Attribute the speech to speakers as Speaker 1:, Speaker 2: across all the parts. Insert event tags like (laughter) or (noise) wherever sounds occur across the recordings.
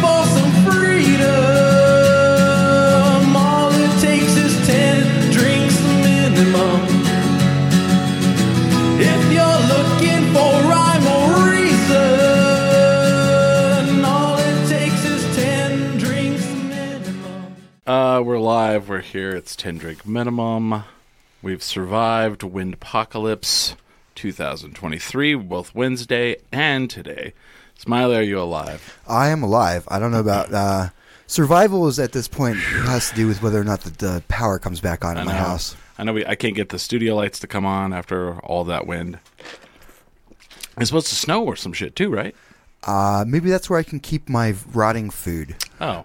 Speaker 1: for some freedom, all it takes is 10 drinks minimum. If you're looking for rhyme or reason, all it takes is 10 drinks minimum.
Speaker 2: Uh, we're live. We're here. It's 10 drink minimum. We've survived Windpocalypse 2023, both Wednesday and today. Smiley, are you alive?
Speaker 3: I am alive. I don't know about uh, survival. Is at this point has to do with whether or not the, the power comes back on in my
Speaker 2: No.
Speaker 3: house.
Speaker 2: I know we, I can't get the studio lights to come on after all that wind. It's supposed to snow or some shit, too, right?
Speaker 3: Uh, maybe that's where I can keep my rotting food.
Speaker 2: Oh.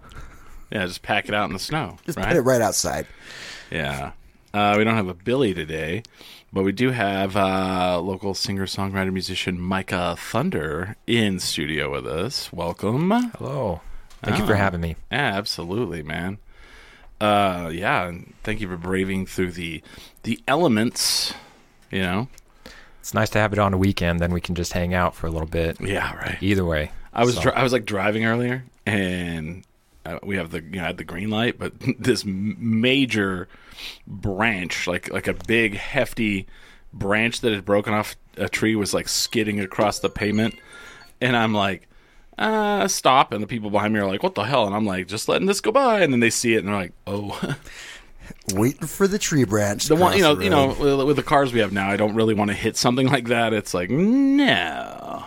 Speaker 2: Yeah, just pack it out in the snow.
Speaker 3: Just
Speaker 2: right?
Speaker 3: put it right outside.
Speaker 2: Yeah. Uh, we don't have a Billy today, but we do have uh, local singer, songwriter, musician Micah Thunder in studio with us. Welcome.
Speaker 4: Hello. Thank you for
Speaker 2: Oh.
Speaker 4: having me.
Speaker 2: Yeah, absolutely, man. Uh, yeah, and thank you for braving through the the elements. You know.
Speaker 4: It's nice to have it on a weekend, then we can just hang out for a little bit.
Speaker 2: Yeah. Right.
Speaker 4: Either way.
Speaker 2: I was
Speaker 4: So,
Speaker 2: dri- I was like driving earlier, and uh, we have the you know I had the green light, but (laughs) this m- major branch, like like a big hefty branch that had broken off a tree, was like skidding across the pavement, and I'm like. Uh, stop, and the people behind me are like, "What the hell?" And I'm like, "Just letting this go by." And then they see it, and they're like, "Oh, (laughs)
Speaker 3: Waiting for the tree branch.
Speaker 2: the one, you know,
Speaker 3: the
Speaker 2: you know,
Speaker 3: road.
Speaker 2: with, with the cars we have now, I don't really want to hit something like that." It's like, no,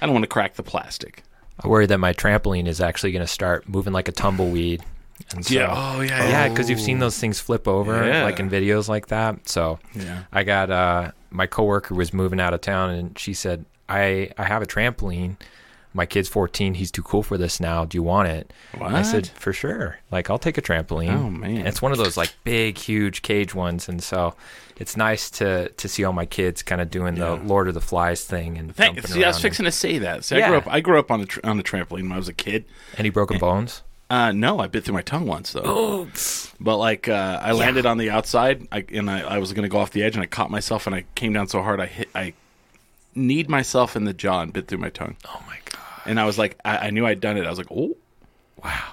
Speaker 2: I don't want to crack the plastic.
Speaker 4: I worry that my trampoline is actually going to start moving like a tumbleweed. And so,
Speaker 2: Yeah. Oh, yeah,
Speaker 4: Yeah, because you've seen those things flip over,
Speaker 2: Yeah.
Speaker 4: like in videos like that. So
Speaker 2: Yeah.
Speaker 4: I got, uh, my coworker was moving out of town and she said, I, I have a trampoline. My kid's 14. He's too cool for this now. Do you want it? I said, for sure. Like, I'll take a trampoline.
Speaker 2: Oh, man.
Speaker 4: And it's one of those like big, huge cage ones, and so it's nice to to see all my kids kind of doing the Lord of the Flies thing and
Speaker 2: Thank,
Speaker 4: jumping
Speaker 2: see, I was
Speaker 4: around
Speaker 2: fixing to say that. See, I
Speaker 4: Yeah.
Speaker 2: grew up. I grew up on a tr on a trampoline when I was a kid.
Speaker 4: and-
Speaker 2: (laughs)
Speaker 4: any broken bones.
Speaker 2: Uh, no, I bit through my tongue once though.
Speaker 4: Oh.
Speaker 2: But like, uh, I landed on the outside, I, and I, I was going to go off the edge, and I caught myself, and I came down so hard, I hit, I kneed myself in the jaw and bit through my tongue,
Speaker 4: Oh my god!
Speaker 2: and I was like, I, I knew I'd done it. I was like, oh,
Speaker 4: Wow.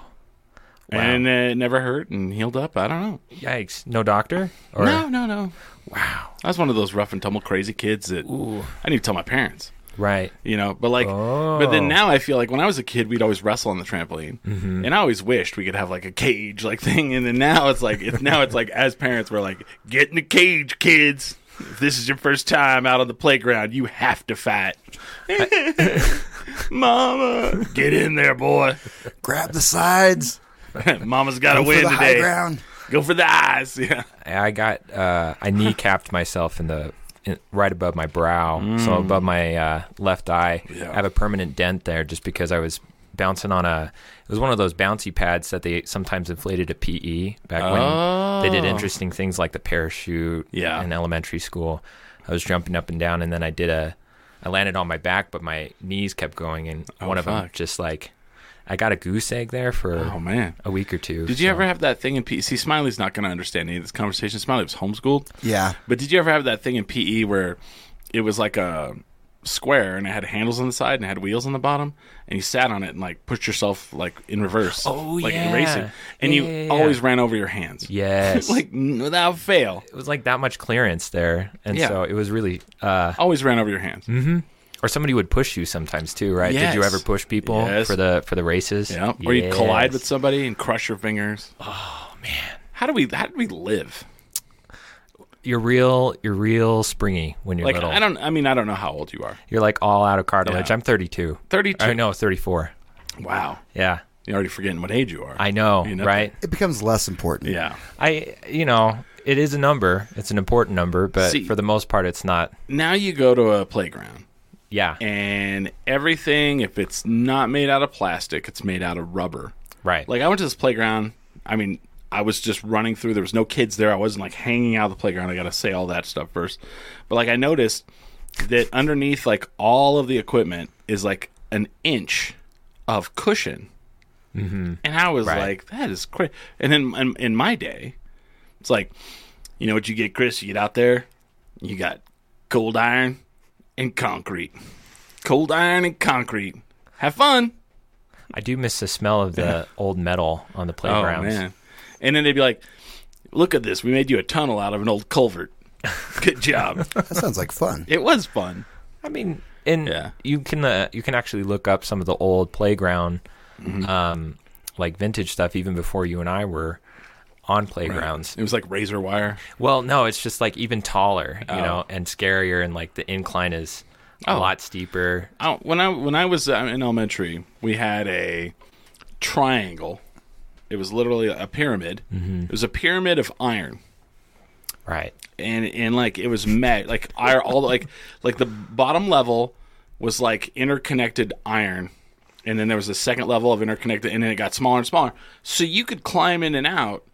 Speaker 2: and uh, it never hurt and healed up. I don't know.
Speaker 4: Yikes! No doctor? Or,
Speaker 2: no, no, no. Wow, I was one of those rough and tumble crazy kids that I didn't even tell my parents.
Speaker 4: Right.
Speaker 2: you know but like but
Speaker 3: Oh.
Speaker 2: then now i feel like when i was a kid we'd always wrestle on the trampoline
Speaker 3: Mm-hmm.
Speaker 2: and i always wished we could have like a cage like thing and then now it's like it's now it's like as parents we're like get in the cage kids if this is your first time out on the playground you have to fight (laughs) mama get in there boy (laughs)
Speaker 3: grab the sides.
Speaker 2: mama's got to
Speaker 3: Go for
Speaker 2: win
Speaker 3: the high
Speaker 2: today
Speaker 3: ground.
Speaker 2: go for the eyes (laughs) yeah
Speaker 4: I got uh,
Speaker 2: (laughs)
Speaker 4: I kneecapped myself in the in, right above my brow, so above my uh, left eye.
Speaker 2: Mm. Yeah.
Speaker 4: I have a permanent dent there just because I was bouncing on a. It was one of those bouncy pads that they sometimes inflated at PE back when they did
Speaker 2: Oh.
Speaker 4: interesting things like the parachute.
Speaker 2: Yeah.
Speaker 4: in elementary school, I was jumping up and down, and then I did a. I landed on my back, but my knees kept going, and
Speaker 2: Oh,
Speaker 4: one of them
Speaker 2: fuck.
Speaker 4: just like, I got a goose egg there for
Speaker 2: oh man
Speaker 4: a week or two.
Speaker 2: did you
Speaker 4: so-
Speaker 2: ever have that thing in P? See, Smiley's not going to understand any of this conversation. Smiley was homeschooled.
Speaker 3: Yeah.
Speaker 2: But did you ever have that thing in PE where it was like a square and it had handles on the side and it had wheels on the bottom and you sat on it and like pushed yourself like in reverse
Speaker 4: Oh,
Speaker 2: like
Speaker 4: yeah.
Speaker 2: in racing and
Speaker 4: Yeah,
Speaker 2: you
Speaker 4: yeah, yeah.
Speaker 2: always ran over your hands
Speaker 4: Yes.
Speaker 2: like n- without fail
Speaker 4: it was like that much clearance there, and
Speaker 2: Yeah.
Speaker 4: so it was really. Uh,
Speaker 2: always ran over your hands
Speaker 4: Mm-hmm. or somebody would push you sometimes too, right? Did you
Speaker 2: Yes.
Speaker 4: ever push people
Speaker 2: Yes.
Speaker 4: for the for the races?
Speaker 2: yeah or you collide
Speaker 4: Yes.
Speaker 2: with somebody and crush your fingers oh man how do we how do we live
Speaker 4: You're real. You're real springy when you're
Speaker 2: like
Speaker 4: little.
Speaker 2: i don't i mean i don't know how old you are
Speaker 4: You're like all out of cartilage.
Speaker 2: Yeah.
Speaker 4: I'm 32.
Speaker 2: 32.
Speaker 4: I know 34.
Speaker 2: wow
Speaker 4: Yeah,
Speaker 2: you're already forgetting what age you are
Speaker 4: I know.
Speaker 2: You
Speaker 4: Right?
Speaker 3: It becomes less important.
Speaker 2: yeah
Speaker 4: I you know it is a number. It's an important number, but
Speaker 2: See-
Speaker 4: for the most part, it's not.
Speaker 2: now you go to a playground
Speaker 4: Yeah.
Speaker 2: and everything if it's not made out of plastic it's made out of rubber
Speaker 4: right.
Speaker 2: like i went to this playground i mean I was just running through. There was no kids there. I wasn't like hanging out of the playground. I got to say all that stuff first. But like I noticed that underneath like all of the equipment is like an inch of cushion. And I was
Speaker 4: Mm-hmm. Right.
Speaker 2: like, that is crazy. And then in, in my day, it's like, you know what you get, Chris? You get out there, you got cold iron and concrete. Cold iron and concrete. Have fun.
Speaker 4: I do miss the smell of the old metal on
Speaker 2: Oh,
Speaker 4: the playgrounds.
Speaker 2: And then they'd be like, look at this. We made you a tunnel out of an old culvert. Good job.
Speaker 3: That sounds like fun.
Speaker 2: it was fun.
Speaker 4: I mean, and
Speaker 2: Yeah.
Speaker 4: you can uh, you can actually look up some of the old playground,
Speaker 2: Mm-hmm.
Speaker 4: um, like vintage stuff, even before you and I were on playgrounds.
Speaker 2: It was like razor wire.
Speaker 4: Well, no, it's just like even taller, you know, and scarier, and like the incline is a
Speaker 2: Oh.
Speaker 4: lot steeper.
Speaker 2: Oh, when I when I was uh, in elementary, we had a triangle. It was literally a pyramid. It was a pyramid of iron.
Speaker 4: Right.
Speaker 2: and and like it was met like iron all the- like like the bottom level was like interconnected iron and then there was a second level of interconnected and then it got smaller and smaller so you could climb in and out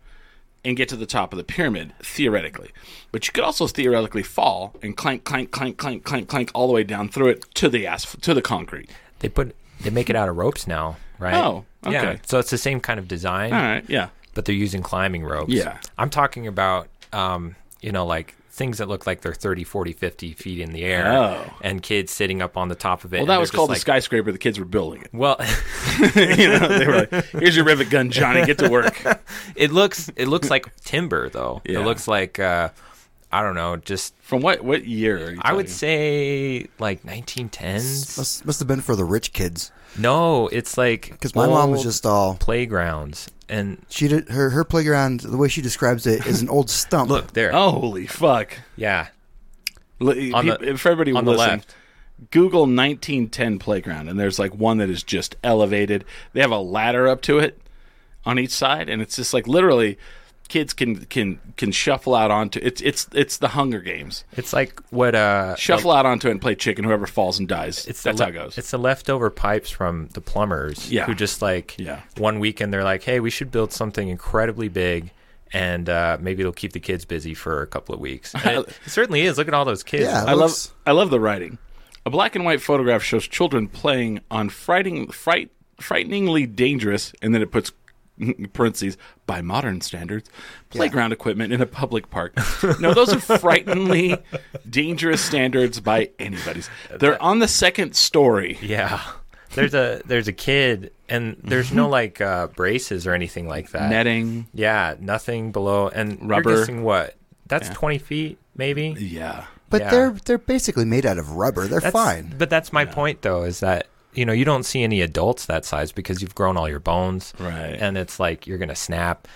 Speaker 2: and get to the top of the pyramid theoretically but you could also theoretically fall and clank clank clank clank clank clank all the way down through it to the asphalt to the concrete
Speaker 4: They put they make it out of ropes now, right?
Speaker 2: Oh,
Speaker 4: Yeah.
Speaker 2: okay.
Speaker 4: So it's the same kind of design.
Speaker 2: all right yeah
Speaker 4: but they're using climbing ropes.
Speaker 2: Yeah.
Speaker 4: I'm talking about, um, you know, like things that look like they're 30, 40, 50 feet in the air
Speaker 2: Oh.
Speaker 4: and kids sitting up on the top of it.
Speaker 2: well that was called the skyscraper the kids were building it
Speaker 4: Well, (laughs)
Speaker 2: (laughs) you know they were like here's your rivet gun johnny get to work
Speaker 4: it looks it
Speaker 2: (laughs)
Speaker 4: looks like timber though.
Speaker 2: Yeah.
Speaker 4: It looks like uh, I don't know, just
Speaker 2: from what what year are you
Speaker 4: I would
Speaker 2: talking?
Speaker 4: say like 1910s.
Speaker 3: Must, must have been for the rich kids
Speaker 4: No, it's like
Speaker 3: because my mom was
Speaker 4: old
Speaker 3: just all
Speaker 4: playgrounds and
Speaker 3: she did her her playground. The way she describes it is an old stump.
Speaker 4: look there.
Speaker 2: oh holy fuck
Speaker 4: Yeah.
Speaker 2: L-
Speaker 4: On
Speaker 2: peop-
Speaker 4: the-
Speaker 2: if everybody
Speaker 4: on
Speaker 2: on
Speaker 4: the
Speaker 2: listen,
Speaker 4: left.
Speaker 2: Google 1910 playground, and there's like one that is just elevated. They have a ladder up to it on each side, and it's just like literally kids can can can shuffle out onto it's it's it's the Hunger Games.
Speaker 4: It's like what uh
Speaker 2: Shuffle out onto it and play chicken. Whoever falls and dies.
Speaker 4: It's
Speaker 2: that's
Speaker 4: the
Speaker 2: how it
Speaker 4: le-
Speaker 2: goes.
Speaker 4: It's the leftover pipes from the plumbers
Speaker 2: Yeah.
Speaker 4: who just like
Speaker 2: Yeah.
Speaker 4: one weekend they're like, hey, we should build something incredibly big and uh, maybe it'll keep the kids busy for a couple of weeks. And
Speaker 2: (laughs)
Speaker 4: it, it certainly is. Look at all those kids.
Speaker 3: Yeah.
Speaker 2: I
Speaker 3: looks-
Speaker 2: love I love the writing. A black and white photograph shows children playing on frightening, fright, frighteningly dangerous, and then it puts (laughs) parentheses by modern standards playground equipment in a public park. no, those are frighteningly dangerous standards by anybody's. They're on the second story.
Speaker 4: Yeah. There's a there's a kid and
Speaker 2: (laughs)
Speaker 4: there's no like uh, braces or anything like that.
Speaker 2: Netting.
Speaker 4: Yeah, nothing below and
Speaker 2: Rubber.
Speaker 4: You're guessing what? That's twenty feet, maybe.
Speaker 2: Yeah.
Speaker 3: but
Speaker 4: yeah.
Speaker 3: they're they're basically made out of rubber. They're
Speaker 4: That's-
Speaker 3: fine.
Speaker 4: But that's my point, though, is that you know you don't see any adults that size because you've grown all your bones,
Speaker 2: Right.
Speaker 4: And it's like you're gonna snap.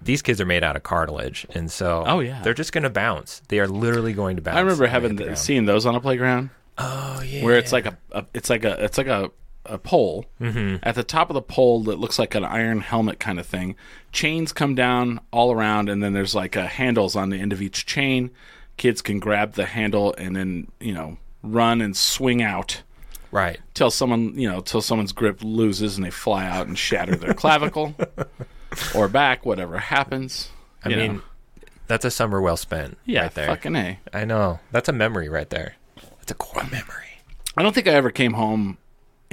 Speaker 4: These kids are made out of cartilage, and so
Speaker 2: Oh, yeah.
Speaker 4: they're just gonna bounce. They are literally going to bounce.
Speaker 2: I remember
Speaker 4: and
Speaker 2: having
Speaker 4: hit the
Speaker 2: the,
Speaker 4: ground.
Speaker 2: seeing those on a playground.
Speaker 4: oh yeah, Mm-hmm.
Speaker 2: where it's like a, a it's like a it's like a, a pole at the top of the pole that looks like an iron helmet kind of thing chains come down all around and then there's like uh handles on the end of each chain kids can grab the handle and then you know run and swing out
Speaker 4: right.
Speaker 2: till someone you know till someone's grip loses and they fly out and shatter their
Speaker 4: (laughs)
Speaker 2: clavicle or back whatever happens
Speaker 4: I mean, that's a summer well spent.
Speaker 2: yeah
Speaker 4: right there.
Speaker 2: fucking a
Speaker 4: I know that's a memory right there. That's a core memory.
Speaker 2: I don't think I ever came home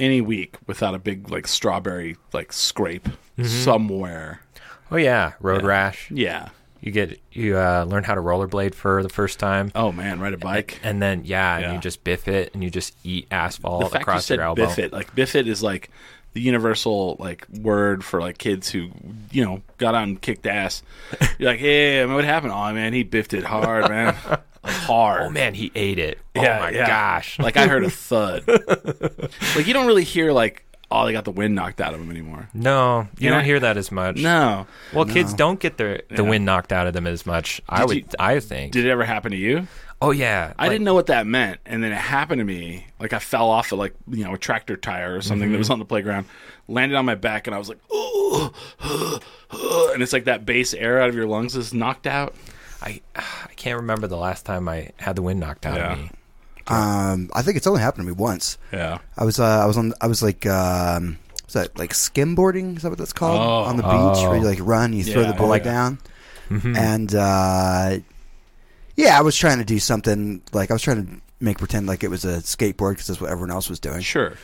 Speaker 2: any week without a big like strawberry like scrape
Speaker 4: Mm-hmm.
Speaker 2: somewhere.
Speaker 4: Oh yeah, road rash.
Speaker 2: Yeah.
Speaker 4: You get you uh, learn how to rollerblade for the first time.
Speaker 2: Oh man, ride a bike.
Speaker 4: And then yeah, and
Speaker 2: Yeah.
Speaker 4: you just biff it and you just eat asphalt
Speaker 2: the fact you
Speaker 4: across
Speaker 2: said
Speaker 4: your elbow.
Speaker 2: biff it, like biff it is like the universal like word for like kids who you know got on and kicked
Speaker 4: (laughs)
Speaker 2: ass. You're like, hey, man, what happened? Oh man, he biffed it
Speaker 4: (laughs)
Speaker 2: hard, man, like hard.
Speaker 4: Oh man, he ate it.
Speaker 2: Yeah,
Speaker 4: oh my
Speaker 2: yeah. (laughs)
Speaker 4: gosh.
Speaker 2: Like I heard a
Speaker 4: (laughs)
Speaker 2: thud. like you don't really hear like, oh, they got the wind knocked out of him anymore.
Speaker 4: no, you
Speaker 2: And
Speaker 4: don't
Speaker 2: I-
Speaker 4: hear that as much.
Speaker 2: No.
Speaker 4: Well, kids don't get their the wind knocked out of them as much. I
Speaker 2: Did
Speaker 4: would
Speaker 2: you-
Speaker 4: I think.
Speaker 2: Did it ever happen to you?
Speaker 4: oh yeah.
Speaker 2: I didn't know what that meant, and then it happened to me. Like I fell off of like you know a tractor tire or something that was on the playground, landed on my back, and I was like, "Ooh," and it's like that bass air out of your lungs is knocked out.
Speaker 4: I (sighs) I can't remember the last time I had the wind knocked out of
Speaker 2: Yeah.
Speaker 4: me.
Speaker 3: Um, I think it's only happened to me once.
Speaker 2: Yeah,
Speaker 3: I was uh, I was on I was like um, Is that like skimboarding? Is that what that's called
Speaker 2: Oh.
Speaker 3: on the beach, where
Speaker 4: Oh.
Speaker 3: you like run, you throw
Speaker 2: Yeah.
Speaker 3: the board
Speaker 2: Like-
Speaker 3: down,
Speaker 4: Mhm.
Speaker 3: and uh, yeah, I was trying to do something like I was trying to make pretend like it was a skateboard because that's what everyone else was doing,
Speaker 2: Sure.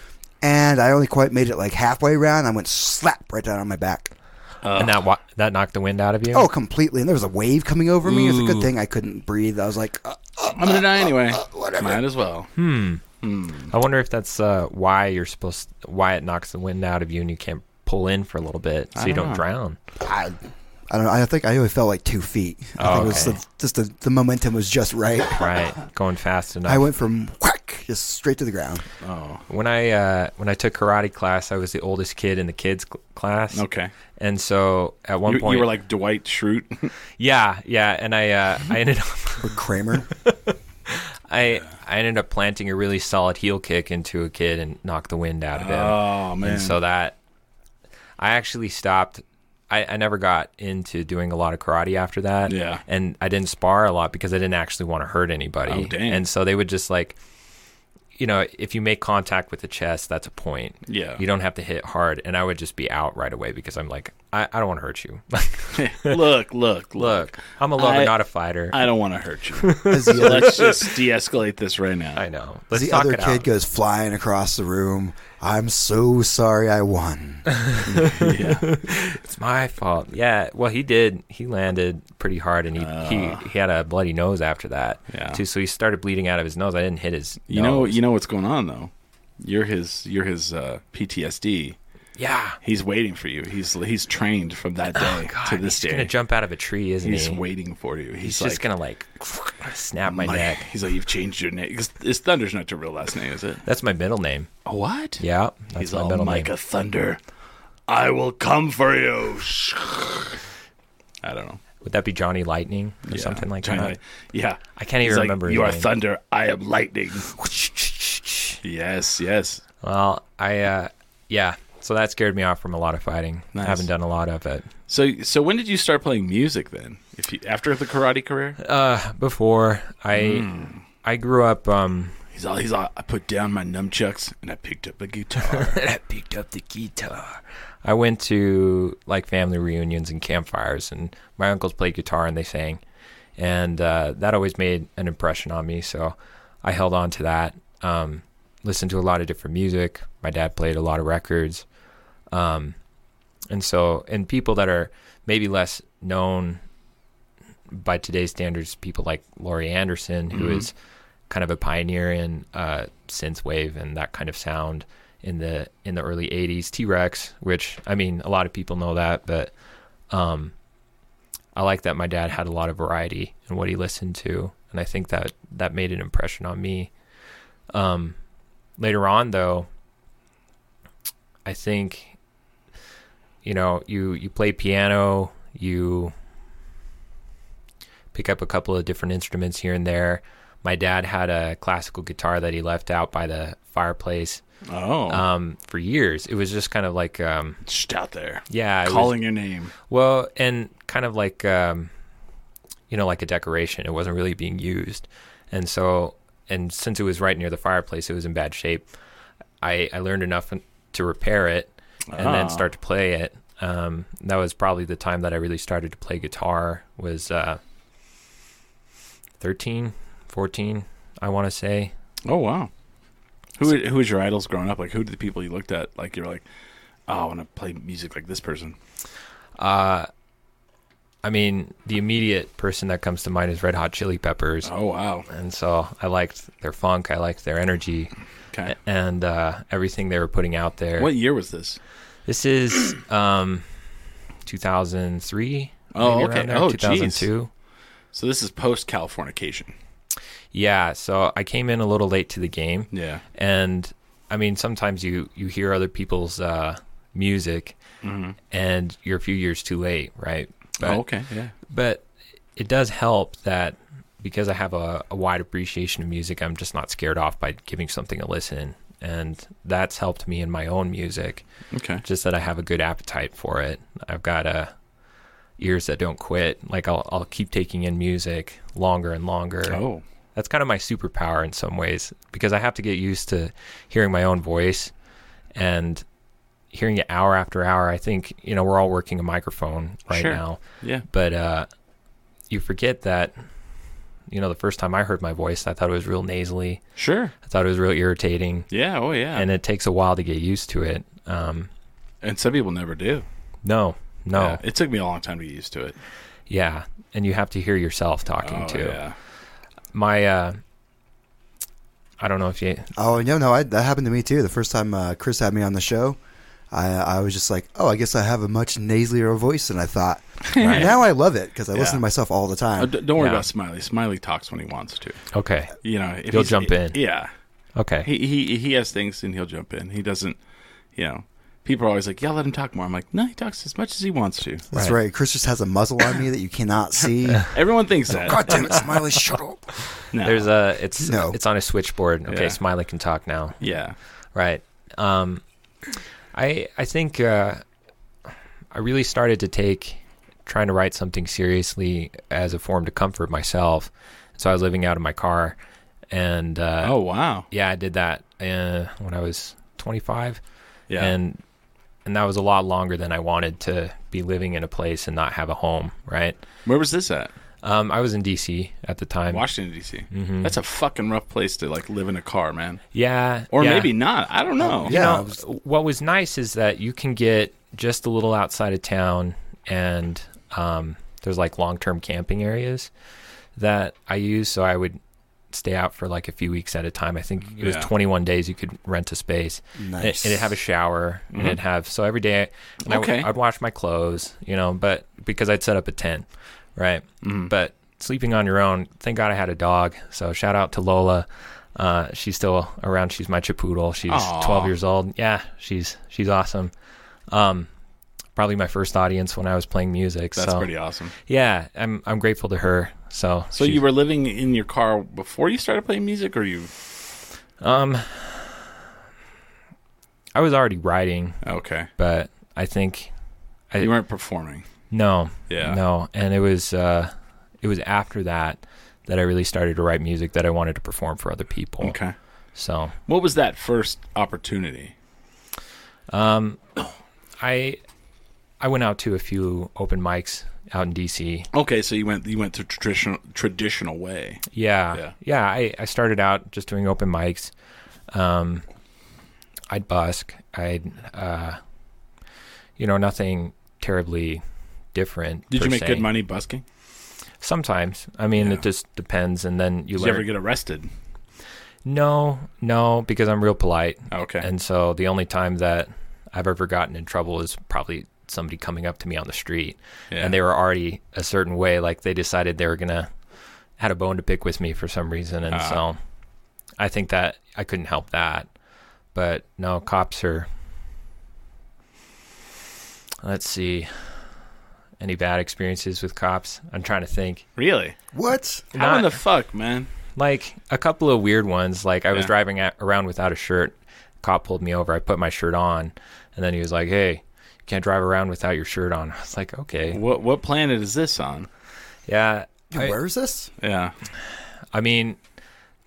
Speaker 3: and I only quite made it like halfway around. I went slap right down on my back.
Speaker 2: Uh,
Speaker 4: and that wa- that knocked the wind out of you.
Speaker 3: Oh, completely! And there was a wave coming over me. It's a good
Speaker 4: Ooh.
Speaker 3: thing I couldn't breathe. I was like, uh,
Speaker 2: I'm gonna die anyway.
Speaker 3: whatever.
Speaker 2: Might as well.
Speaker 4: I wonder if that's uh, why you're supposed why it knocks the wind out of you and you can't pull in for a little bit so
Speaker 2: I
Speaker 4: you
Speaker 2: don't
Speaker 4: don't
Speaker 2: know.
Speaker 4: drown.
Speaker 3: I, I don't know. I think I only felt like two feet. I think it was
Speaker 4: Oh, Okay.
Speaker 3: the, just the, the momentum was just right.
Speaker 4: Right, going fast enough.
Speaker 3: I went from whack just straight to the ground.
Speaker 2: Oh,
Speaker 4: when I uh, when I took karate class, I was the oldest kid in the kids cl- class.
Speaker 2: okay.
Speaker 4: And so at one
Speaker 2: You,
Speaker 4: point
Speaker 2: you were like Dwight Schrute. (laughs)
Speaker 4: yeah, yeah, and I uh, I ended up
Speaker 3: Or
Speaker 4: (laughs)
Speaker 3: Kramer.
Speaker 4: I I ended up planting a really solid heel kick into a kid and knocked the wind out of him.
Speaker 2: oh man.
Speaker 4: And so that I actually stopped. I, I never got into doing a lot of karate after that.
Speaker 2: Yeah.
Speaker 4: And I didn't spar a lot because I didn't actually want to hurt anybody.
Speaker 2: Oh, dang.
Speaker 4: And so they would just like, you know, if you make contact with the chest, that's a point.
Speaker 2: Yeah.
Speaker 4: You don't have to hit hard. And I would just be out right away because I'm like, I, I don't want to hurt you.
Speaker 2: (laughs)
Speaker 4: (laughs)
Speaker 2: look, look, look.
Speaker 4: Look, I'm a lover,
Speaker 2: I-
Speaker 4: not a fighter. I,
Speaker 2: I don't want to hurt you.
Speaker 3: As the other,
Speaker 2: Let's just de-escalate this right now.
Speaker 4: know. Let's
Speaker 3: the
Speaker 4: talk
Speaker 3: other
Speaker 4: it
Speaker 3: kid
Speaker 4: out.
Speaker 3: goes flying across the room. I'm so sorry I
Speaker 4: (laughs)
Speaker 3: won.
Speaker 2: Yeah.
Speaker 4: It's my fault. Yeah. Well, he did. He landed pretty hard, and he he, he had a bloody nose after that.
Speaker 2: Uh. Yeah.
Speaker 4: Too. So he started bleeding out of his nose. I didn't hit his.
Speaker 2: You know,
Speaker 4: nose.
Speaker 2: you know what's going on though. You're his, you're his uh, PTSD.
Speaker 4: Yeah.
Speaker 2: He's waiting for you. He's he's trained from that day
Speaker 4: Oh, God,
Speaker 2: to this day.
Speaker 4: he's gonna jump out of a tree, isn't
Speaker 2: he's
Speaker 4: he?
Speaker 2: waiting for you. He's,
Speaker 4: he's
Speaker 2: like,
Speaker 4: just gonna like (laughs) snap my,
Speaker 2: "My-"
Speaker 4: neck.
Speaker 2: He's like, you've changed your name. 'Cause It's Thunder's not your real last name, is it?
Speaker 4: That's my middle name.
Speaker 2: What?
Speaker 4: Yeah. That's
Speaker 2: he's
Speaker 4: my
Speaker 2: all
Speaker 4: middle
Speaker 2: Micah
Speaker 4: name.
Speaker 2: Thunder. I will come for you. I don't know.
Speaker 4: Would that be Johnny Lightning or
Speaker 2: Yeah,
Speaker 4: something like
Speaker 2: trying
Speaker 4: that?
Speaker 2: to- yeah,
Speaker 4: I can't even
Speaker 2: He's like,
Speaker 4: remember his
Speaker 2: you are
Speaker 4: name.
Speaker 2: thunder. I am lightning. yes, yes.
Speaker 4: (laughs) Well, I uh, yeah. So that scared me off from a lot of fighting. I
Speaker 2: Nice.
Speaker 4: haven't done a lot of it.
Speaker 2: So, so when did you start playing music then? If you, after the karate career,
Speaker 4: Uh, before I
Speaker 2: Hmm.
Speaker 4: I grew up um
Speaker 2: he's all he's all. I put down my nunchucks and I picked up a guitar.
Speaker 4: (laughs) and I picked up the guitar. I went to like family reunions and campfires, and my uncles played guitar and they sang, and uh, that always made an impression on me. So I held on to that. Um, listened to a lot of different music. My dad played a lot of records, um, and so and people that are maybe less known by today's standards, people like Laurie Anderson, who is kind of a pioneer in uh, synthwave and that kind of sound in the in the early '80s. T Rex, which I mean, a lot of people know that, but um, I like that my dad had a lot of variety in what he listened to, and I think that that made an impression on me. Um, later on, though, I think you know you you play piano, you pick up a couple of different instruments here and there. My dad had a classical guitar that he left out by the fireplace
Speaker 2: oh,
Speaker 4: um, for years. It was just kind of like, um,
Speaker 2: just out there
Speaker 4: yeah, it was-
Speaker 2: calling your name.
Speaker 4: well, and kind of like, um, you know, like a decoration. It wasn't really being used, and so, and since it was right near the fireplace, it was in bad shape. I I learned enough to repair it, and
Speaker 2: Ah.
Speaker 4: then start to play it. Um, that was probably the time that I really started to play guitar. Was uh, 13, 14, I want to say.
Speaker 2: Oh wow. Who who was your idols growing up? Like who did the people you looked at? Like you're like, oh, I want to play music like this person.
Speaker 4: Uh, I mean, the immediate person that comes to mind is Red Hot Chili Peppers.
Speaker 2: Oh wow.
Speaker 4: and so I liked their funk, I liked their energy,
Speaker 2: Okay.
Speaker 4: and uh, everything they were putting out there.
Speaker 2: What year was this?
Speaker 4: This is (clears throat) um, 2003.
Speaker 2: Oh,
Speaker 4: maybe
Speaker 2: okay.
Speaker 4: around there,
Speaker 2: Oh, geez.
Speaker 4: 2002.
Speaker 2: So this is post Californication.
Speaker 4: Yeah, so I came in a little late to the game,
Speaker 2: Yeah.
Speaker 4: and I mean, sometimes you you hear other people's uh, music, and you're a few years too late, right? But
Speaker 2: Mm-hmm. oh, okay. Yeah.
Speaker 4: but it does help that because I have a, a wide appreciation of music, I'm just not scared off by giving something a listen. And that's helped me in my own music,
Speaker 2: Okay.
Speaker 4: just that I have a good appetite for it. I've got uh, ears that don't quit. Like I'll, I'll keep taking in music longer and longer.
Speaker 2: Oh.
Speaker 4: That's kind of my superpower in some ways because I have to get used to hearing my own voice. And hearing it hour after hour, I think you know we're all working a microphone right
Speaker 2: Sure.
Speaker 4: now,
Speaker 2: Yeah.
Speaker 4: but uh, you forget that. You know, the first time I heard my voice, I thought it was real nasally.
Speaker 2: Sure.
Speaker 4: I thought it was real irritating,
Speaker 2: Yeah. Oh yeah.
Speaker 4: and
Speaker 2: And,
Speaker 4: it takes a while to get used to it. Um,
Speaker 2: some people never do.
Speaker 4: no, no,
Speaker 2: Yeah.
Speaker 4: yeah.
Speaker 2: It took me a long time to get used to it.
Speaker 4: and you have to hear yourself talking
Speaker 2: Oh,
Speaker 4: too.
Speaker 2: yeah.
Speaker 4: My, uh, I don't know if you
Speaker 3: Oh no, no, I, that happened to me too. The first time uh, Chris had me on the show, I, I was just like, oh, I guess I have a much nasalier voice than I thought. Now I love it because I listen
Speaker 2: Yeah.
Speaker 3: to myself all the time.
Speaker 2: Oh, d- don't worry
Speaker 4: Yeah.
Speaker 2: about Smiley. Smiley talks when he wants to.
Speaker 4: okay,
Speaker 2: You know, if
Speaker 4: He'll
Speaker 2: he's-
Speaker 4: jump in.
Speaker 2: Yeah.
Speaker 4: okay,
Speaker 2: He he he has things and he'll jump in. He doesn't. You know, people are always like, "Yeah, let him talk more." I'm like, "No, he talks as much as he wants
Speaker 4: (laughs)
Speaker 2: to."
Speaker 3: That's
Speaker 4: Right.
Speaker 3: right. Chris just has a muzzle on me that you cannot
Speaker 4: (laughs)
Speaker 3: see. God
Speaker 2: Everyone thinks that.
Speaker 3: damn it, Smiley, shut up.
Speaker 2: No.
Speaker 4: There's a it's
Speaker 3: No.
Speaker 4: it's on a switchboard. Okay,
Speaker 2: Yeah.
Speaker 4: Smiley can talk now.
Speaker 2: yeah.
Speaker 4: Right. Um, I I think uh, I really started to take trying to write something seriously as a form to comfort myself. So I was living out of my car, and uh,
Speaker 2: Oh wow.
Speaker 4: yeah, I did that uh, when I was 25,
Speaker 2: Yeah.
Speaker 4: and and that was a lot longer than I wanted to be living in a place and not have a home. Right.
Speaker 2: Where was this at?
Speaker 4: Um, I was in D.C. at the time.
Speaker 2: Washington D.C.
Speaker 4: Mm-hmm.
Speaker 2: That's a fucking rough place to like live in a car, man.
Speaker 4: yeah.
Speaker 2: Or
Speaker 4: yeah.
Speaker 2: maybe not. I don't know.
Speaker 3: Yeah, I
Speaker 4: you know,
Speaker 3: was-
Speaker 4: what was nice is that you can get just a little outside of town, and um, there's like long-term camping areas that I use. So I would stay out for like a few weeks at a time. I think it was
Speaker 2: Yeah. Mm.
Speaker 4: 21 days you could rent a space. And it-
Speaker 3: Nice.
Speaker 4: And it'd have a shower, and it'd have so every day. And I
Speaker 2: Mm-hmm. Okay.
Speaker 4: w- I'd wash my clothes, you know, but because I'd set up a tent, right?
Speaker 2: Mm-hmm.
Speaker 4: But sleeping on your own, thank God I had a dog. So shout out to Lola. Uh, she's still around. She's my chipoodle. She's
Speaker 2: Aw.
Speaker 4: 12 years old. Yeah, she's she's awesome. Um, probably my first audience when I was playing music.
Speaker 2: That's
Speaker 4: so
Speaker 2: pretty awesome.
Speaker 4: yeah, I'm I'm grateful to her. So
Speaker 2: So you were living in your car before you started playing music, or you?
Speaker 4: um, I was already writing,
Speaker 2: Okay.
Speaker 4: but I think I-
Speaker 2: You weren't performing.
Speaker 4: No.
Speaker 2: Yeah.
Speaker 4: No. And it was uh it was after that that I really started to write music that I wanted to perform for other people.
Speaker 2: Okay.
Speaker 4: So
Speaker 2: What was that first opportunity?
Speaker 4: I I went out to a few open mics out in DC.
Speaker 2: Okay, so you went you went the traditional traditional way.
Speaker 4: Yeah.
Speaker 2: Yeah.
Speaker 4: I, I started out just doing open mics. Um I'd busk. I'd uh you know, nothing terribly different.
Speaker 2: Did
Speaker 4: per
Speaker 2: you make
Speaker 4: se.
Speaker 2: good money busking?
Speaker 4: Sometimes. I mean
Speaker 2: Yeah.
Speaker 4: it just depends and then you
Speaker 2: Did
Speaker 4: learn
Speaker 2: you ever get arrested?
Speaker 4: No, no, because I'm real polite.
Speaker 2: Okay.
Speaker 4: And so the only time that I've ever gotten in trouble is probably somebody coming up to me on the street
Speaker 2: Yeah.
Speaker 4: and they were already a certain way. Like they decided they were going to, had a bone to pick with me for some reason. And
Speaker 2: Ah.
Speaker 4: so I think that I couldn't help that. But no, cops are, let's see, any bad experiences with cops? I'm trying to think
Speaker 2: really?
Speaker 3: What?
Speaker 2: How in the
Speaker 4: Not-
Speaker 2: fuck, man?
Speaker 4: like a couple of weird ones. Like I was
Speaker 2: Yeah.
Speaker 4: driving a around without a shirt. Cop pulled me over. I put my shirt on, and then he was like, "Hey, you can't drive around without your shirt on." (laughs) I was like, "Okay,
Speaker 2: What what planet is this on?
Speaker 4: yeah." I,
Speaker 3: Where is this?
Speaker 2: Yeah.
Speaker 4: I mean,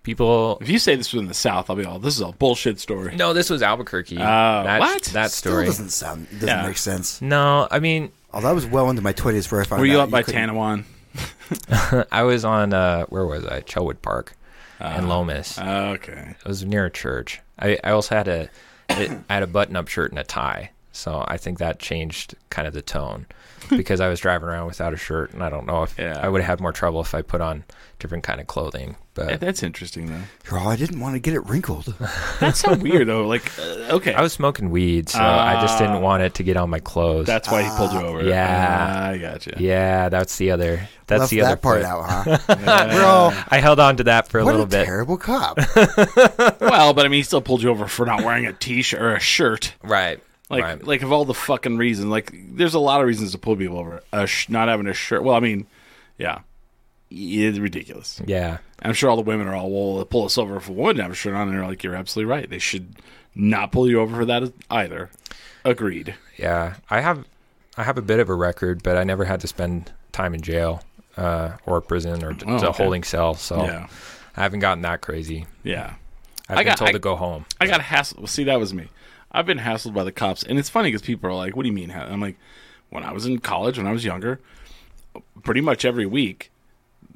Speaker 4: people.
Speaker 2: If you say this was in the South, I'll be all this is a bullshit story.
Speaker 4: No, this was Albuquerque. that,
Speaker 2: what?
Speaker 4: That
Speaker 3: Still
Speaker 4: story.
Speaker 3: doesn't sound doesn't
Speaker 2: Yeah.
Speaker 3: make sense.
Speaker 4: No, I mean,
Speaker 3: Oh, that was well into my twenties where I found
Speaker 2: Were you
Speaker 3: out
Speaker 2: up by
Speaker 3: couldn't-
Speaker 2: Tanawan?
Speaker 4: I was on uh, where was I? Chelwood Park, and Lomas.
Speaker 2: Okay.
Speaker 4: it was near a church. I, I also had a I had a button up shirt and a tie. So I think that changed kind of
Speaker 2: (laughs)
Speaker 4: the tone because I was driving around without a shirt and I don't know if
Speaker 2: Yeah.
Speaker 4: I would have had more trouble if I put on different kind of clothing. But
Speaker 2: Yeah, that's interesting though.
Speaker 3: Oh, I didn't want to get it wrinkled.
Speaker 2: That's so weird though. Like, uh, okay,
Speaker 4: I was smoking weed, so I just didn't want it to get on my clothes.
Speaker 2: Ah. that's why he pulled you over.
Speaker 4: yeah.
Speaker 2: Ah, I gotcha.
Speaker 4: yeah, that's the other that's
Speaker 3: Left
Speaker 4: the other
Speaker 3: that part
Speaker 4: foot.
Speaker 3: out,
Speaker 2: (laughs)
Speaker 3: huh? Bro,
Speaker 4: I held on to that for a
Speaker 3: what
Speaker 4: little
Speaker 3: a
Speaker 4: bit.
Speaker 3: terrible cop.
Speaker 2: Well, but I mean, he still pulled you over for not wearing a t-shirt or a shirt.
Speaker 4: right.
Speaker 2: Like,
Speaker 4: right.
Speaker 2: like of all the fucking reasons, like there's a lot of reasons to pull people over. A sh- not having a shirt. Well, I mean, yeah, it's ridiculous.
Speaker 4: yeah.
Speaker 2: I'm sure all the women are all well, they'll pull us over if a woman have a shirt on, and they're like, you're absolutely right. They should not pull you over for that either. Agreed.
Speaker 4: Yeah, I have, I have a bit of a record, but I never had to spend time in jail uh, or prison or
Speaker 2: Oh,
Speaker 4: a
Speaker 2: okay.
Speaker 4: holding cell. So
Speaker 2: Yeah,
Speaker 4: I haven't gotten that crazy.
Speaker 2: yeah.
Speaker 4: I've
Speaker 2: I
Speaker 4: been
Speaker 2: got-
Speaker 4: told
Speaker 2: I-
Speaker 4: to go home.
Speaker 2: I got hassled. See, that was me. I've been hassled by the cops, and it's funny because people are like, "What do you mean?" ha-" I'm like, when I was in college, when I was younger, pretty much every week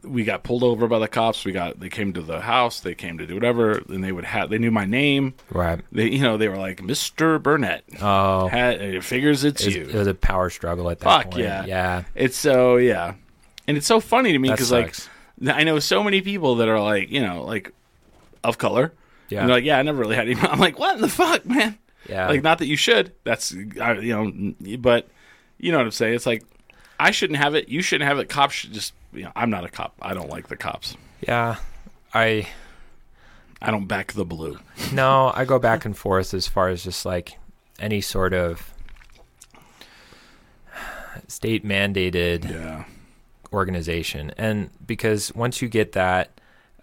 Speaker 2: we got pulled over by the cops. We got they came to the house, they came to do whatever, and they would have they knew my name.
Speaker 4: Right.
Speaker 2: They you know they were like Mister Burnett.
Speaker 4: Oh,
Speaker 2: Ha- it figures it's
Speaker 4: it's-
Speaker 2: you.
Speaker 4: it was a power struggle at that
Speaker 2: Fuck
Speaker 4: point.
Speaker 2: yeah.
Speaker 4: Yeah.
Speaker 2: It's so yeah, and it's so funny to me
Speaker 4: That
Speaker 2: because like
Speaker 4: sucks.
Speaker 2: I know so many people that are like you know like of color.
Speaker 4: Yeah.
Speaker 2: And they're like yeah, I never really had any. (laughs) I'm like what in the fuck, man?
Speaker 4: Yeah.
Speaker 2: Like not that you should. That's I, you know, n- but you know what I'm saying. It's like I shouldn't have it. You shouldn't have it. Cops should just. You know, I'm not a cop. I don't like the cops.
Speaker 4: yeah. I
Speaker 2: I don't back the blue.
Speaker 4: no, I go back and forth as far as just like any sort of state mandated
Speaker 2: Yeah.
Speaker 4: organization. And because once you get that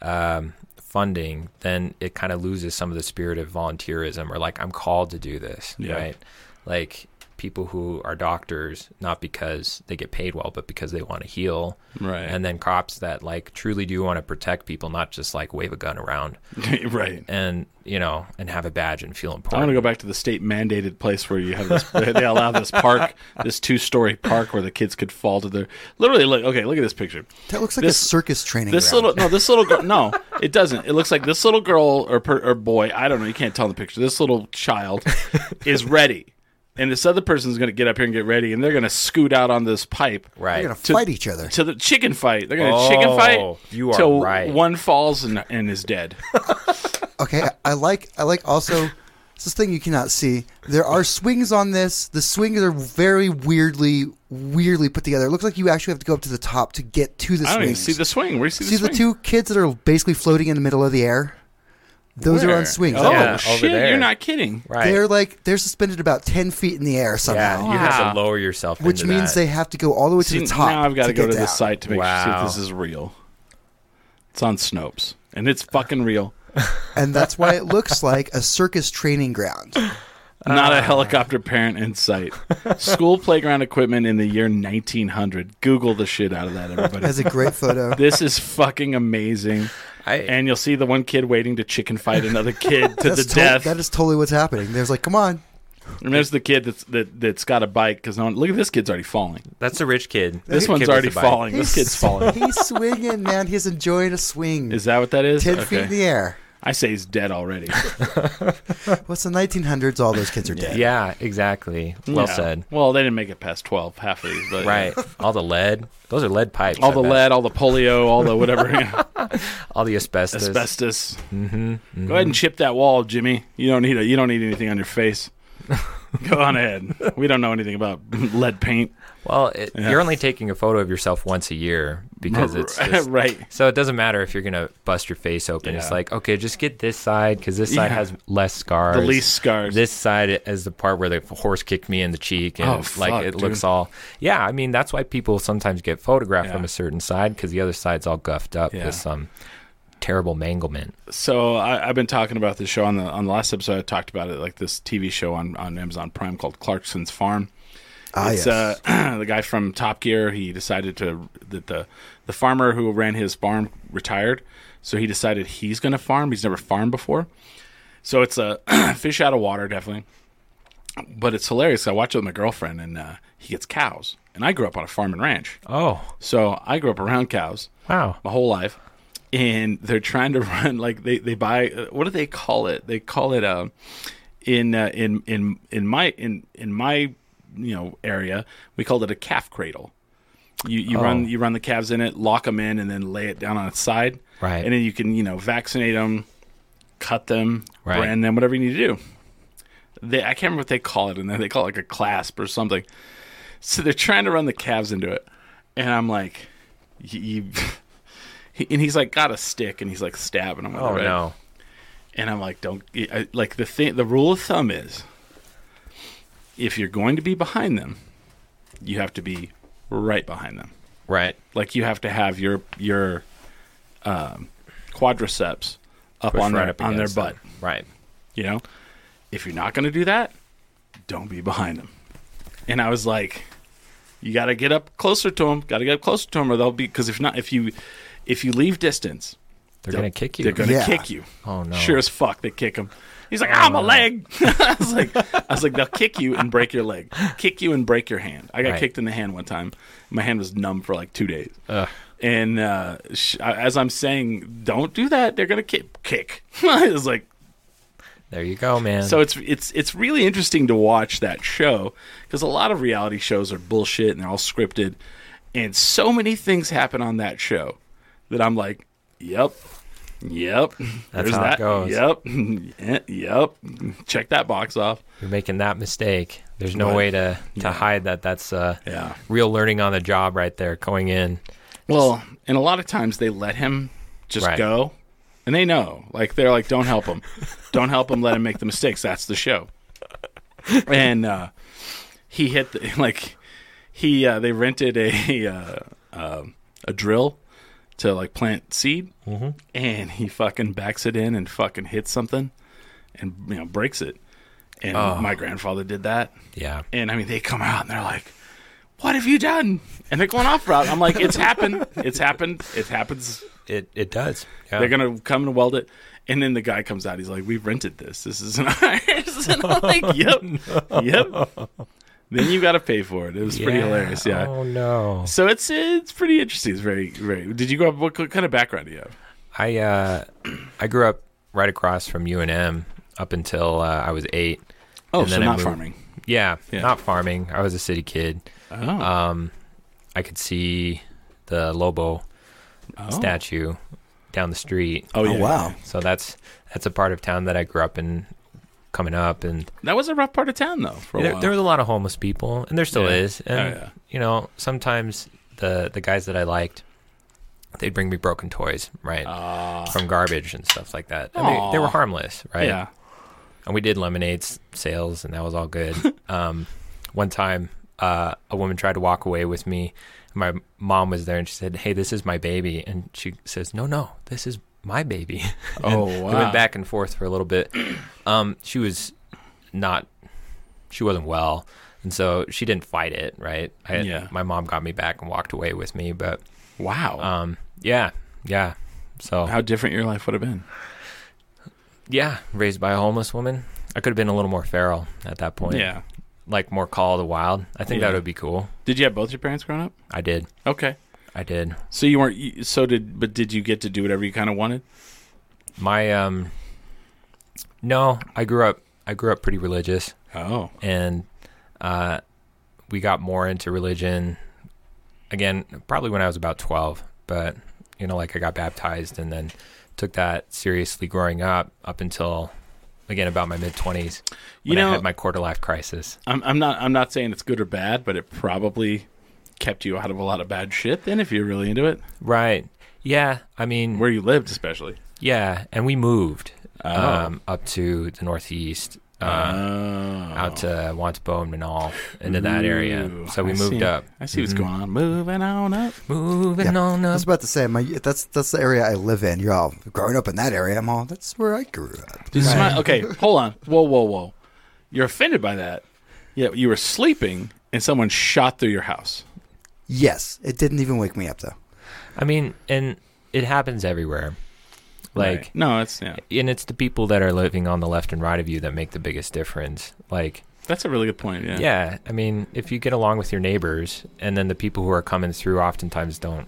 Speaker 4: um, funding, then it kind of loses some of the spirit of volunteerism or like, I'm called to do this,
Speaker 2: Yeah.
Speaker 4: right? Like people who are doctors, not because they get paid well, but because they want to heal.
Speaker 2: Right.
Speaker 4: And then cops that like truly do want to protect people, not just like wave a gun around
Speaker 2: (laughs) right.
Speaker 4: and, you know, and have a badge and feel
Speaker 2: I want to
Speaker 4: important.
Speaker 2: go back to the state mandated place where you have this. they allow this park, (laughs) this two story park where the kids could fall to their. Literally, look. Okay, look at this picture.
Speaker 3: That looks like
Speaker 2: This-
Speaker 3: a circus training.
Speaker 2: This
Speaker 3: ground.
Speaker 2: little no, this little girl. No, it doesn't. It looks like this little girl or per, or boy. I don't know. You can't tell in the picture. This little
Speaker 4: (laughs)
Speaker 2: child is ready, and this other person's going to get up here and get ready, and they're going to scoot out on this pipe.
Speaker 4: Right.
Speaker 3: They're gonna
Speaker 2: to-
Speaker 3: fight each other.
Speaker 2: To the chicken fight. They're going to
Speaker 4: Oh,
Speaker 2: chicken fight.
Speaker 4: you are
Speaker 2: till
Speaker 4: right.
Speaker 2: One falls and, and is dead.
Speaker 3: Okay, I- I like I like also it's this thing you cannot see. There are swings on this. The swings are very weirdly weirdly put together. It looks like you actually have to go up to the top to get to the
Speaker 2: I don't even
Speaker 3: swings.
Speaker 2: see the swing. Where do you see the
Speaker 3: See the
Speaker 2: swing?
Speaker 3: two kids that are basically floating in the middle of the air? Those are
Speaker 2: Where?
Speaker 3: on swings.
Speaker 2: Oh
Speaker 4: Yeah, over
Speaker 2: shit!
Speaker 4: there.
Speaker 2: You're not kidding.
Speaker 4: Right.
Speaker 3: They're like they're suspended about ten feet in the air
Speaker 4: yeah.
Speaker 3: somehow.
Speaker 4: You have
Speaker 2: Wow.
Speaker 4: to lower yourself.
Speaker 3: Which
Speaker 4: into
Speaker 3: means
Speaker 4: that.
Speaker 3: they have to go all the way to
Speaker 2: See,
Speaker 3: the top.
Speaker 2: Now I've got to go
Speaker 3: get
Speaker 2: to this
Speaker 3: down.
Speaker 2: site to make sure
Speaker 4: Wow.
Speaker 2: see if this is real. It's on Snopes, and it's fucking real.
Speaker 3: And that's
Speaker 2: (laughs)
Speaker 3: why it looks like a circus training ground.
Speaker 2: Not
Speaker 3: Ah.
Speaker 2: a helicopter parent in sight. School playground equipment in the year 1900. Google the shit out of that, everybody.
Speaker 3: That's a
Speaker 2: (laughs)
Speaker 3: great photo.
Speaker 2: this is fucking amazing.
Speaker 4: I-
Speaker 2: and you'll see the one kid waiting to chicken fight
Speaker 3: (laughs)
Speaker 2: another kid to the
Speaker 3: That's to-
Speaker 2: death.
Speaker 3: That is totally what's happening. There's like, come on,
Speaker 2: and there's the kid that's that, that's got a bike because no one. Look at this kid's already falling.
Speaker 4: That's the rich kid.
Speaker 2: This
Speaker 4: Kid
Speaker 2: one's
Speaker 4: with the
Speaker 2: already
Speaker 4: bike.
Speaker 2: falling. This kid's falling.
Speaker 3: (laughs) He's swinging, man. He's enjoying a swing.
Speaker 2: Is that what that is?
Speaker 3: Ten
Speaker 2: Okay.
Speaker 3: feet in the air.
Speaker 2: I say he's dead already.
Speaker 3: What's the 1900s? All those kids are dead.
Speaker 4: Yeah, exactly. Well
Speaker 2: Yeah.
Speaker 4: said.
Speaker 2: Well, they didn't make it past 12, half of these. But
Speaker 4: Right. all the lead. Those are lead pipes.
Speaker 2: All
Speaker 4: I
Speaker 2: the
Speaker 4: bet.
Speaker 2: lead, all the polio, all the whatever.
Speaker 3: (laughs)
Speaker 2: you know,
Speaker 4: All the asbestos. Mm-hmm,
Speaker 2: asbestos. Go ahead and chip that wall, Jimmy. You don't need a, you don't need anything on your
Speaker 4: (laughs)
Speaker 2: face. Go on ahead. We don't know anything about (laughs) lead paint.
Speaker 4: Well, it, you're only taking a photo of yourself once a year because
Speaker 2: (laughs)
Speaker 4: it's just.
Speaker 2: right.
Speaker 4: So it doesn't matter if you're gonna bust your face open. It's
Speaker 2: Yeah.
Speaker 4: like okay, just get this side because this side
Speaker 2: Yeah.
Speaker 4: has less scars.
Speaker 2: The least scars.
Speaker 4: This side is the part where the horse kicked me in the cheek, and
Speaker 2: Oh,
Speaker 4: it's like
Speaker 2: fuck,
Speaker 4: it
Speaker 2: dude.
Speaker 4: looks all. Yeah, I mean that's why people sometimes get photographed
Speaker 2: Yeah.
Speaker 4: from a certain side because the other side's all guffed up
Speaker 2: Yeah.
Speaker 4: with some terrible manglement.
Speaker 2: so I, I've been talking about this show on the on the last episode. I talked about it like this TV show on on Amazon Prime called Clarkson's Farm.
Speaker 3: Ah,
Speaker 2: it's
Speaker 3: yes.
Speaker 2: uh, (clears throat) the guy from Top Gear. He decided to that the the farmer who ran his farm retired, so he decided he's going to farm. He's never farmed before, so it's a (clears throat) fish out of water, definitely. But it's hilarious. I watch it with my girlfriend, and uh, he gets cows. And I grew up on a farm and ranch,
Speaker 4: Oh
Speaker 2: so I grew up around cows
Speaker 4: wow!
Speaker 2: my whole life, and they're trying to (laughs) run like they they buy uh, what do they call it? They call it um in uh, in in in my in in my you know area we called it a calf cradle. You you
Speaker 4: Oh.
Speaker 2: run you run the calves in it, lock them in, and then lay it down on its side.
Speaker 4: Right.
Speaker 2: and then you can you know vaccinate them, cut them,
Speaker 4: Right.
Speaker 2: brand them, whatever you need to do. They, I can't remember what they call it, and then they call it like a clasp or something. So they're trying to run the calves into it, and I'm like, you, you (laughs) he, and he's like got a stick, and he's like stabbing him. With
Speaker 4: Oh
Speaker 2: it, right?
Speaker 4: no!
Speaker 2: And I'm like, don't I, like the thing. The rule of thumb is, if you're going to be behind them, you have to be right behind them.
Speaker 4: Right.
Speaker 2: Like you have to have your your um, quadriceps up
Speaker 4: Push
Speaker 2: on
Speaker 4: right
Speaker 2: their
Speaker 4: up
Speaker 2: on their
Speaker 4: against
Speaker 2: butt.
Speaker 4: them. Right.
Speaker 2: You know, if you're not going to do that, don't be behind them. And I was like, you got to get up closer to them. Got to get up closer to them, or they'll be because if not, if you if you leave distance,
Speaker 4: They're
Speaker 2: They'll-
Speaker 4: gonna kick you.
Speaker 2: They're going to
Speaker 3: Yeah.
Speaker 2: kick you.
Speaker 4: Oh, no. Oh,
Speaker 2: Sure as fuck, they kick them. He's like, "Ah, my leg." (laughs) I was
Speaker 4: (laughs)
Speaker 2: like, "I was like, they'll kick you and break your leg, kick you and break your hand." I got
Speaker 4: Right.
Speaker 2: kicked in the hand one time. My hand was numb for like two days. And uh, sh- as I'm saying, "Don't do that. They're gonna kick." Kick. (laughs) I was like,
Speaker 4: There you go, man.
Speaker 2: so it's it's it's really interesting to watch that show because a lot of reality shows are bullshit and they're all scripted, and so many things happen on that show that I'm like, yep, yep, there's
Speaker 4: how it goes.
Speaker 2: yep, (laughs) yeah, yep, check that box off.
Speaker 4: you're making that mistake. There's no
Speaker 2: Right.
Speaker 4: way to to hide that. That's uh,
Speaker 2: Yeah.
Speaker 4: real learning on the job right there. Going in,
Speaker 2: Well, and a lot of times they let him just
Speaker 4: Right.
Speaker 2: go, and they know, like they're like, don't help him, don't help him, let him make the mistakes. That's the show. And uh, he hit the, (laughs) like he uh, they rented a (laughs) uh, um a drill to like plant seed, and he fucking backs it in and fucking hits something, and you know breaks it. And my grandfather did that.
Speaker 4: yeah,
Speaker 2: And I mean, they come out and they're like, "What have you done?" And they're going off route. I'm like, "It's happened. It's happened. It happens.
Speaker 4: it it does. Yeah.
Speaker 2: They're gonna come and weld it." And then the guy comes out. He's like, "We rented this. (laughs) This isn't ours." And
Speaker 4: (laughs)
Speaker 2: I'm like, "Yep, yep." Then you got to pay for it. It was pretty
Speaker 4: Yeah.
Speaker 2: hilarious. Yeah.
Speaker 4: Oh no.
Speaker 2: So it's it's pretty interesting. It's very very. Did you grow up? What kind of background do you have?
Speaker 4: I uh, I grew up right across from UNM up until uh, I was eight.
Speaker 2: Oh,
Speaker 4: And
Speaker 2: so
Speaker 4: then I
Speaker 2: not
Speaker 4: moved-
Speaker 2: farming.
Speaker 4: Yeah,
Speaker 2: Yeah.
Speaker 4: not farming. I was a city kid.
Speaker 2: Oh,
Speaker 4: Um, I could see the Lobo
Speaker 2: oh.
Speaker 4: statue down the street.
Speaker 2: Oh, yeah.
Speaker 3: Oh, wow.
Speaker 4: So that's that's a part of town that I grew up in, coming up, and
Speaker 2: That was a rough part of town though. For a
Speaker 4: there,
Speaker 2: while.
Speaker 4: there was a lot of homeless people, and there still
Speaker 2: Yeah.
Speaker 4: is. And
Speaker 2: Oh, yeah.
Speaker 4: you know, sometimes the the guys that I liked, they'd bring me broken toys, right,
Speaker 2: Ah,
Speaker 4: from garbage and stuff like that. And they, they were
Speaker 2: Aw.
Speaker 4: harmless, right?
Speaker 2: yeah.
Speaker 4: and we did lemonade s- sales and that was all good um, one time uh, a woman tried to walk away with me my mom was there and she said hey this is my baby and she says no no this is my baby (laughs)
Speaker 2: Oh
Speaker 4: we went back and forth for a little bit um, she was not she wasn't well and so she didn't fight it right I,
Speaker 2: Yeah.
Speaker 4: my mom got me back and walked away with me but
Speaker 2: Wow.
Speaker 4: um, yeah yeah so
Speaker 2: How different your life would have been.
Speaker 4: yeah raised by a homeless woman i could have been a little more feral at that point
Speaker 2: Oh, Yeah.
Speaker 4: like more Call of the Wild. I think
Speaker 2: Yeah.
Speaker 4: that would be cool.
Speaker 2: Did you have both your parents growing up?
Speaker 4: I did.
Speaker 2: Okay.
Speaker 4: I did.
Speaker 2: So you weren't. you- So did. But did you get to do whatever you kind of wanted?
Speaker 4: My um No, I grew up I grew up pretty religious
Speaker 2: Oh.
Speaker 4: and uh we got more into religion again probably when I was about 12, but you know like I got baptized and then took that seriously growing up up until again about my mid 20s
Speaker 2: You
Speaker 4: when I
Speaker 2: know,
Speaker 4: had my quarter life crisis.
Speaker 2: I'm, I'm not. I'm not saying it's good or bad, but it probably kept you out of a lot of bad shit. Then, if you're really into it,
Speaker 4: Right. Yeah, I mean
Speaker 2: where you lived, especially.
Speaker 4: yeah, and we moved
Speaker 2: Oh.
Speaker 4: um up to the northeast.
Speaker 2: Oh.
Speaker 4: Um, out to Wantsbo and Manal into that area.
Speaker 2: Ooh,
Speaker 4: So we
Speaker 2: I
Speaker 4: moved
Speaker 2: see.
Speaker 4: up.
Speaker 2: I see what's going on. Mm-hmm. Moving on up.
Speaker 4: Moving
Speaker 3: Yeah.
Speaker 4: on
Speaker 3: I
Speaker 4: up.
Speaker 3: was about to say, my that's that's the area I live in. You're all growing up in that area. I'm all that's where I grew up.
Speaker 2: This is my- okay, hold on. Whoa, whoa, whoa. You're offended by that. Yeah, you were sleeping and someone shot through your house.
Speaker 3: Yes, it didn't even wake me up though.
Speaker 4: I mean, and it happens everywhere. Like,
Speaker 2: Right. no, it's yeah.
Speaker 4: and it's the people that are living on the left and right of you that make the biggest difference. Like,
Speaker 2: That's a really good point.
Speaker 4: yeah,
Speaker 2: Yeah.
Speaker 4: I mean, if you get along with your neighbors, and then the people who are coming through oftentimes don't,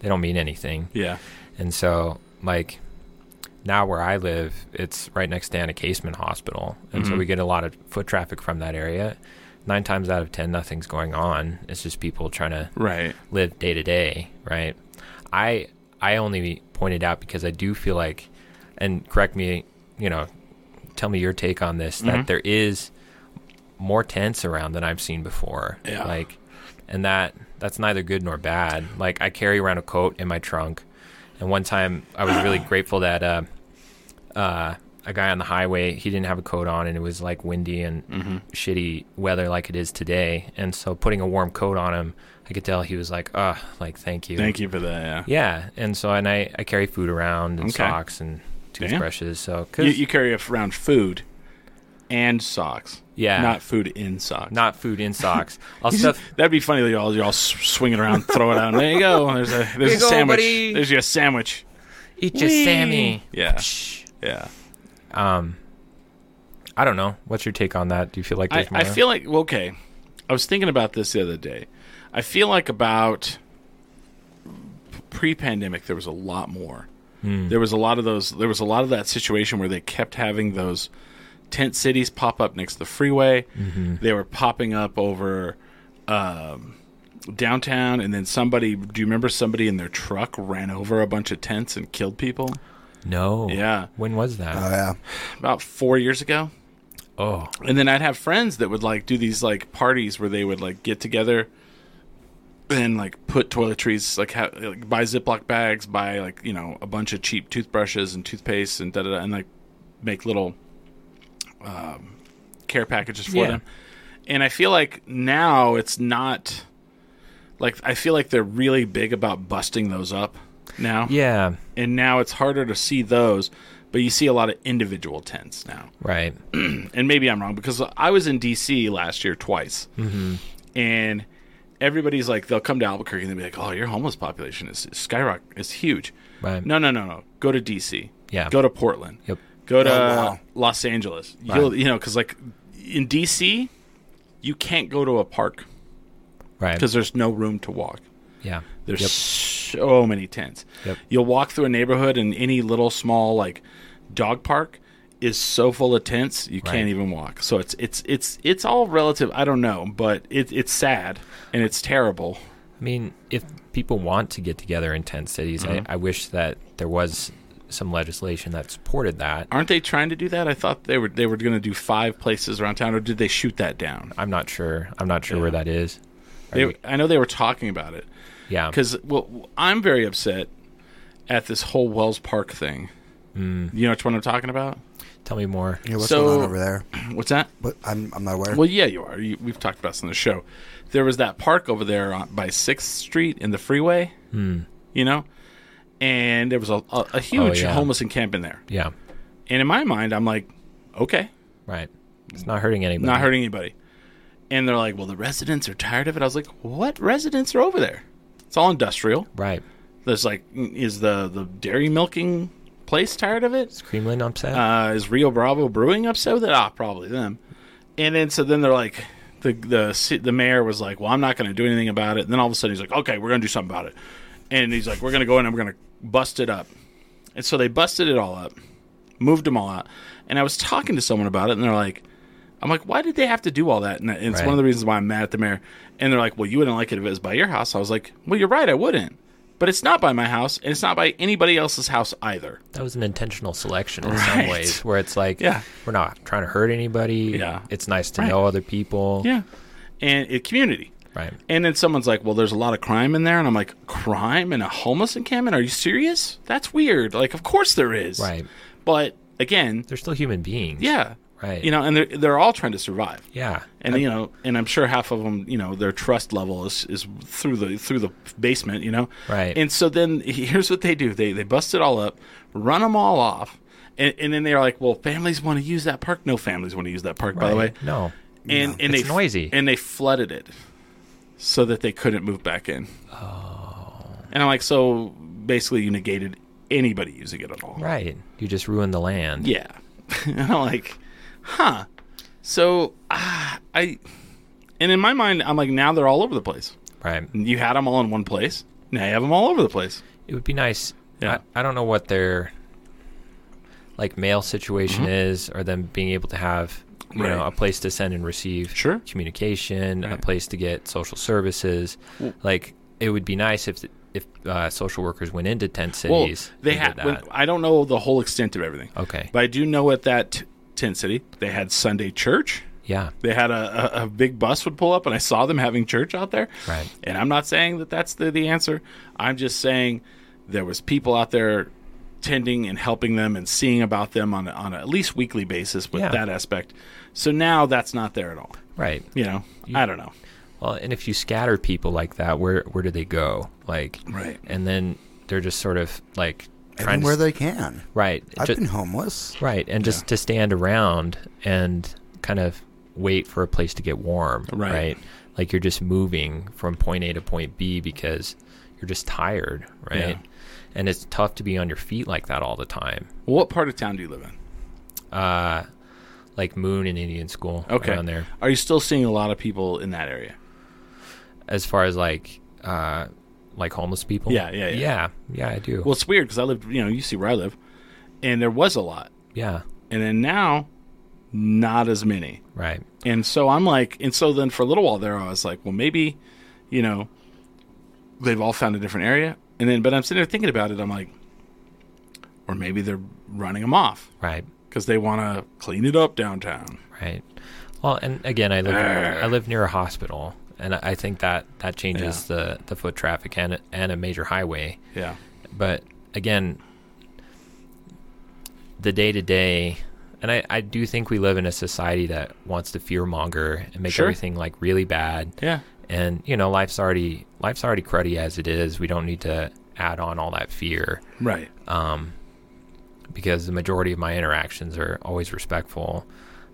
Speaker 4: they don't mean anything.
Speaker 2: Yeah.
Speaker 4: And so, like, now where I live, it's right next to Anna Casement Hospital. And so we get a lot of foot traffic from that area. Nine times out of 10, nothing's going on. It's just people trying to
Speaker 2: Right.
Speaker 4: live day to day, right? I I only pointed out because I do feel like, and correct me, you know, tell me your take on this that there is more tents around than I've seen before,
Speaker 2: Yeah.
Speaker 4: like, and that that's neither good nor bad. Like I carry around a coat in my trunk, and one time I was
Speaker 2: (sighs)
Speaker 4: really grateful that uh, uh, a guy on the highway he didn't have a coat on and it was like windy and
Speaker 2: Mm-hmm.
Speaker 4: shitty weather like it is today and so putting a warm coat on him i could tell he was like uh like thank you
Speaker 2: Thank you for that. Yeah.
Speaker 4: yeah and so and i, I carry food around and
Speaker 2: Okay.
Speaker 4: socks and
Speaker 2: Damn.
Speaker 4: toothbrushes so
Speaker 2: You,
Speaker 4: 'cause-
Speaker 2: you carry around food and socks.
Speaker 4: Yeah.
Speaker 2: Not food in socks. (laughs)
Speaker 4: not food in socks i'll stuff
Speaker 2: That'd be funny. You all you all s- swing it around, throw it out. There you go. There's a there's
Speaker 4: you
Speaker 2: a
Speaker 4: go,
Speaker 2: sandwich.
Speaker 4: buddy.
Speaker 2: There's your sandwich.
Speaker 4: eat your sammy
Speaker 2: Yeah. Yeah.
Speaker 4: um I don't know. What's your take on that? Do you feel like
Speaker 2: I,
Speaker 4: there's
Speaker 2: I
Speaker 4: more?
Speaker 2: feel like well, okay. I was thinking about this the other day. I feel like about pre-pandemic there was a lot more. There was a lot of those. There was a lot of that situation where they kept having those tent cities pop up next to the freeway. They were popping up over um, downtown, and then somebody. Do you remember somebody in their truck ran over a bunch of tents and killed people?
Speaker 4: no.
Speaker 2: Yeah. Uh,
Speaker 4: When was that?
Speaker 3: Oh yeah.
Speaker 2: About four years ago.
Speaker 4: oh,
Speaker 2: and then I'd have friends that would like do these like parties where they would like get together and like put toiletries like, ha- like buy Ziploc bags, buy like you know a bunch of cheap toothbrushes and toothpaste and da da da, and like make little um, care packages for
Speaker 4: Yeah.
Speaker 2: them. And I feel like now it's not like I feel like they're really big about busting those up now.
Speaker 4: yeah.
Speaker 2: And now it's harder to see those, but you see a lot of individual tents now
Speaker 4: Right.
Speaker 2: and maybe I'm wrong because I was in DC last year twice,
Speaker 4: Mm-hmm.
Speaker 2: and everybody's like, they'll come to Albuquerque and they'll be like, "Oh, your homeless population is, is skyrocket, is huge."
Speaker 4: Right.
Speaker 2: No, no, no, no. Go to DC.
Speaker 4: Yeah.
Speaker 2: Go to Portland.
Speaker 4: Yep.
Speaker 2: Go to
Speaker 3: Oh, wow.
Speaker 2: Los Angeles.
Speaker 4: Right.
Speaker 2: You'll, you know, because like in DC, you can't go to a park
Speaker 4: Right.
Speaker 2: because there's no room to walk.
Speaker 4: Yeah.
Speaker 2: There's
Speaker 4: Yep.
Speaker 2: so many tents.
Speaker 4: Yep.
Speaker 2: You'll walk through a neighborhood and any little small like dog park is so full of tents you
Speaker 4: Right.
Speaker 2: can't even walk. So it's it's it's it's all relative. I don't know, but it, it's sad and it's terrible.
Speaker 4: I mean, if people want to get together in tent cities,
Speaker 2: Mm-hmm.
Speaker 4: I, I wish that there was some legislation that supported that.
Speaker 2: Aren't they trying to do that? I thought they were they were going to do five places around town, or did they shoot that down?
Speaker 4: I'm not sure. I'm not sure where
Speaker 2: Yeah.
Speaker 4: that is.
Speaker 2: They,
Speaker 4: Right.
Speaker 2: I know they were talking about it
Speaker 4: Yeah.
Speaker 2: because well, I'm very upset at this whole Wells Park thing.
Speaker 4: Mm.
Speaker 2: You know which one I'm talking about?
Speaker 4: Tell me more.
Speaker 3: Yeah, what's
Speaker 2: So-
Speaker 3: going on over there?
Speaker 2: What's that?
Speaker 3: But I'm I'm not aware.
Speaker 2: Well, yeah, you are. You, we've talked about this on the show. There was that park over there on, by Sixth Street in the freeway. You know, and there was a, a, a huge
Speaker 4: yeah.
Speaker 2: homeless encampment there.
Speaker 4: Yeah.
Speaker 2: And in my mind, I'm like, okay,
Speaker 4: Right. It's not hurting anybody.
Speaker 2: not hurting anybody. And they're like, well, the residents are tired of it. I was like, what residents are over there? It's all industrial.
Speaker 4: Right.
Speaker 2: There's like, is the the dairy milking place tired of it?
Speaker 4: Is Creamland upset?
Speaker 2: uh, is Rio Bravo Brewing upset with it? Ah, probably them. And then so then they're like, the the ci- the mayor was like, well, I'm not going to do anything about it. And then all of a sudden he's like, okay, we're going to do something about it. And he's like, we're going to go in and we're going to bust it up. And so they busted it all up, moved them all out. And I was talking to someone about it, and they're like, I'm like, why did they have to do all that? And that- it's
Speaker 4: Right.
Speaker 2: one of the reasons why I'm mad at the mayor. And they're like, well, you wouldn't like it if it was by your house. I was like, well, you're right, I wouldn't. But it's not by my house, and it's not by anybody else's house either.
Speaker 4: that was an intentional selection in
Speaker 2: Right.
Speaker 4: some ways, where it's like,
Speaker 2: Yeah.
Speaker 4: we're not trying to hurt anybody.
Speaker 2: Yeah.
Speaker 4: It's nice to
Speaker 2: Right.
Speaker 4: know other people.
Speaker 2: Yeah. And it community.
Speaker 4: Right.
Speaker 2: And then someone's like, "Well, there's a lot of crime in there," and I'm like, "Crime in a homeless encampment? Are you serious? That's weird. Like, of course there is.
Speaker 4: Right.
Speaker 2: But again,
Speaker 4: They're still human beings.
Speaker 2: yeah,
Speaker 4: Right.
Speaker 2: You know, and they're they're all trying to survive.
Speaker 4: Yeah.
Speaker 2: And you know, and I'm sure half of them, you know, their trust level is, is through the through the basement, you know.
Speaker 4: Right.
Speaker 2: And so then here's what they do: they they bust it all up, run them all off, and, and then they're like, "Well, families want to use that park. No families want to use that park, by the way
Speaker 4: Right. no.
Speaker 2: and and
Speaker 4: It's
Speaker 2: they
Speaker 4: noisy.
Speaker 2: and they flooded it so that they couldn't move back in. Oh. And I'm like, so basically, you negated anybody using it at all.
Speaker 4: Right. You just ruined the land.
Speaker 2: Yeah. (laughs) and I'm like, huh. So ah, I, and in my mind, I'm like, now they're all over the place.
Speaker 4: Right.
Speaker 2: You had them all in one place. Now you have them all over the place.
Speaker 4: It would be nice.
Speaker 2: Yeah.
Speaker 4: I, I don't know what their like mail situation is, or them being able to have you know
Speaker 2: Mm-hmm. Right.
Speaker 4: a place to send and receive
Speaker 2: Sure.
Speaker 4: communication, a
Speaker 2: Right.
Speaker 4: place to get social services. like it would be nice if if uh, social workers went into tent cities.
Speaker 2: Well, they
Speaker 4: and
Speaker 2: had.
Speaker 4: did that.
Speaker 2: I don't know the whole extent of everything,
Speaker 4: okay.
Speaker 2: but I do know at that t- tent city they had Sunday church.
Speaker 4: yeah.
Speaker 2: they had a, a, a big bus would pull up and i saw them having church out there
Speaker 4: Right.
Speaker 2: and i'm not saying that that's the, the answer i'm just saying there was people out there tending and helping them and seeing about them on, a- on a, at least weekly basis with
Speaker 4: Yeah.
Speaker 2: that aspect so now that's not there at all
Speaker 4: Right.
Speaker 2: you know i don't know
Speaker 4: Well, and if you scatter people like that, where where do they go? Like.
Speaker 2: Right.
Speaker 4: And then they're just sort of like trying
Speaker 3: Everywhere
Speaker 4: to
Speaker 3: they can.
Speaker 4: right.
Speaker 3: I've
Speaker 4: ju-
Speaker 3: been homeless.
Speaker 4: Right, and just to stand around and kind of wait for a place to get warm,
Speaker 2: Right.
Speaker 4: right? Like you're just moving from point A to point B because you're just tired, right?
Speaker 2: Yeah.
Speaker 4: And it's tough to be on your feet like that all the time.
Speaker 2: what part of town do you live in
Speaker 4: Uh, like Moon and Indian School
Speaker 2: Okay.
Speaker 4: around there.
Speaker 2: Are you still seeing a lot of people in that area?
Speaker 4: As far as like uh like homeless people.
Speaker 2: Yeah, yeah, yeah.
Speaker 4: Yeah, yeah, I do.
Speaker 2: Well, it's weird because I lived, you know, you see where I live, and there was a lot,
Speaker 4: yeah.
Speaker 2: and then now, not as many.
Speaker 4: Right.
Speaker 2: And so I'm like, and so then for a little while there, I was like, well, maybe, you know, they've all found a different area, and then, but I'm sitting there thinking about it. I'm like, or maybe they're running them off
Speaker 4: Right.
Speaker 2: because they want to clean it up downtown.
Speaker 4: Right. Well, and again, I live
Speaker 2: Arr.
Speaker 4: I live near a hospital, and I- I think that that changes the the foot traffic and and a major highway.
Speaker 2: Yeah,
Speaker 4: But again, the day to day, and I I do think we live in a society that wants to fearmonger and make
Speaker 2: Sure.
Speaker 4: everything like really bad.
Speaker 2: yeah,
Speaker 4: And you know, life's already life's already cruddy as it is. We don't need to add on all that fear
Speaker 2: right.
Speaker 4: Um, because the majority of my interactions are always respectful.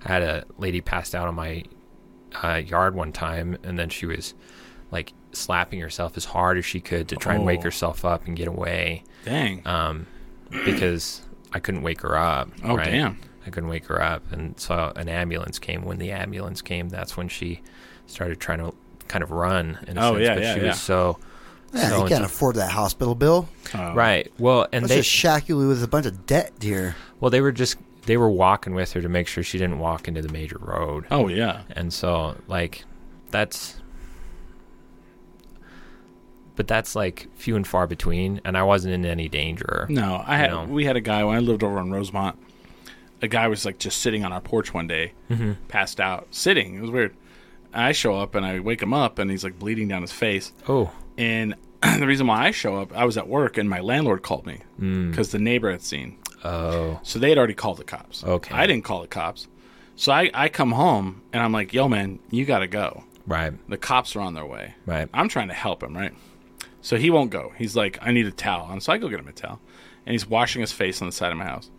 Speaker 4: I had a lady passed out on my uh, yard one time, and then she was like slapping herself as hard as she could to try and wake
Speaker 2: Oh.
Speaker 4: herself up and get away
Speaker 2: Dang.
Speaker 4: um, because I couldn't wake her up.
Speaker 2: Oh, damn.
Speaker 4: I couldn't wake her up, and so an ambulance came. When the ambulance came, that's when she started trying to kind of run. In a
Speaker 2: Oh,
Speaker 4: sense,
Speaker 2: yeah,
Speaker 4: but
Speaker 2: yeah,
Speaker 4: she
Speaker 2: yeah.
Speaker 4: was so
Speaker 3: Man,
Speaker 4: So
Speaker 3: you can't
Speaker 4: it's-
Speaker 3: afford that hospital bill.
Speaker 2: Uh,
Speaker 4: right. Well, and
Speaker 3: Let's
Speaker 4: they
Speaker 3: just shack you with a bunch of debt, dear.
Speaker 4: Well, they were just they were walking with her to make sure she didn't walk into the major road.
Speaker 2: Oh yeah.
Speaker 4: And so like that's but that's like few and far between and I wasn't in any danger.
Speaker 2: No, I had
Speaker 4: know?
Speaker 2: we had a guy when I lived over in Rosemont. A guy was like just sitting on our porch one day, passed out, sitting. It was weird. I show up and I wake him up, and he's like bleeding down his face.
Speaker 4: Oh,
Speaker 2: And (clears throat) the reason why I show up, I was at work, and my landlord called me because the neighbor had seen.
Speaker 4: oh,
Speaker 2: So they had already called the cops.
Speaker 4: Okay.
Speaker 2: I didn't call the cops. So I, I come home and I'm like, yo, man, you got to go.
Speaker 4: right,
Speaker 2: The cops are on their way.
Speaker 4: right.
Speaker 2: I'm trying to help him, right? So he won't go. He's like, I need a towel. And so I go get him a towel. And he's washing his face on the side of my house.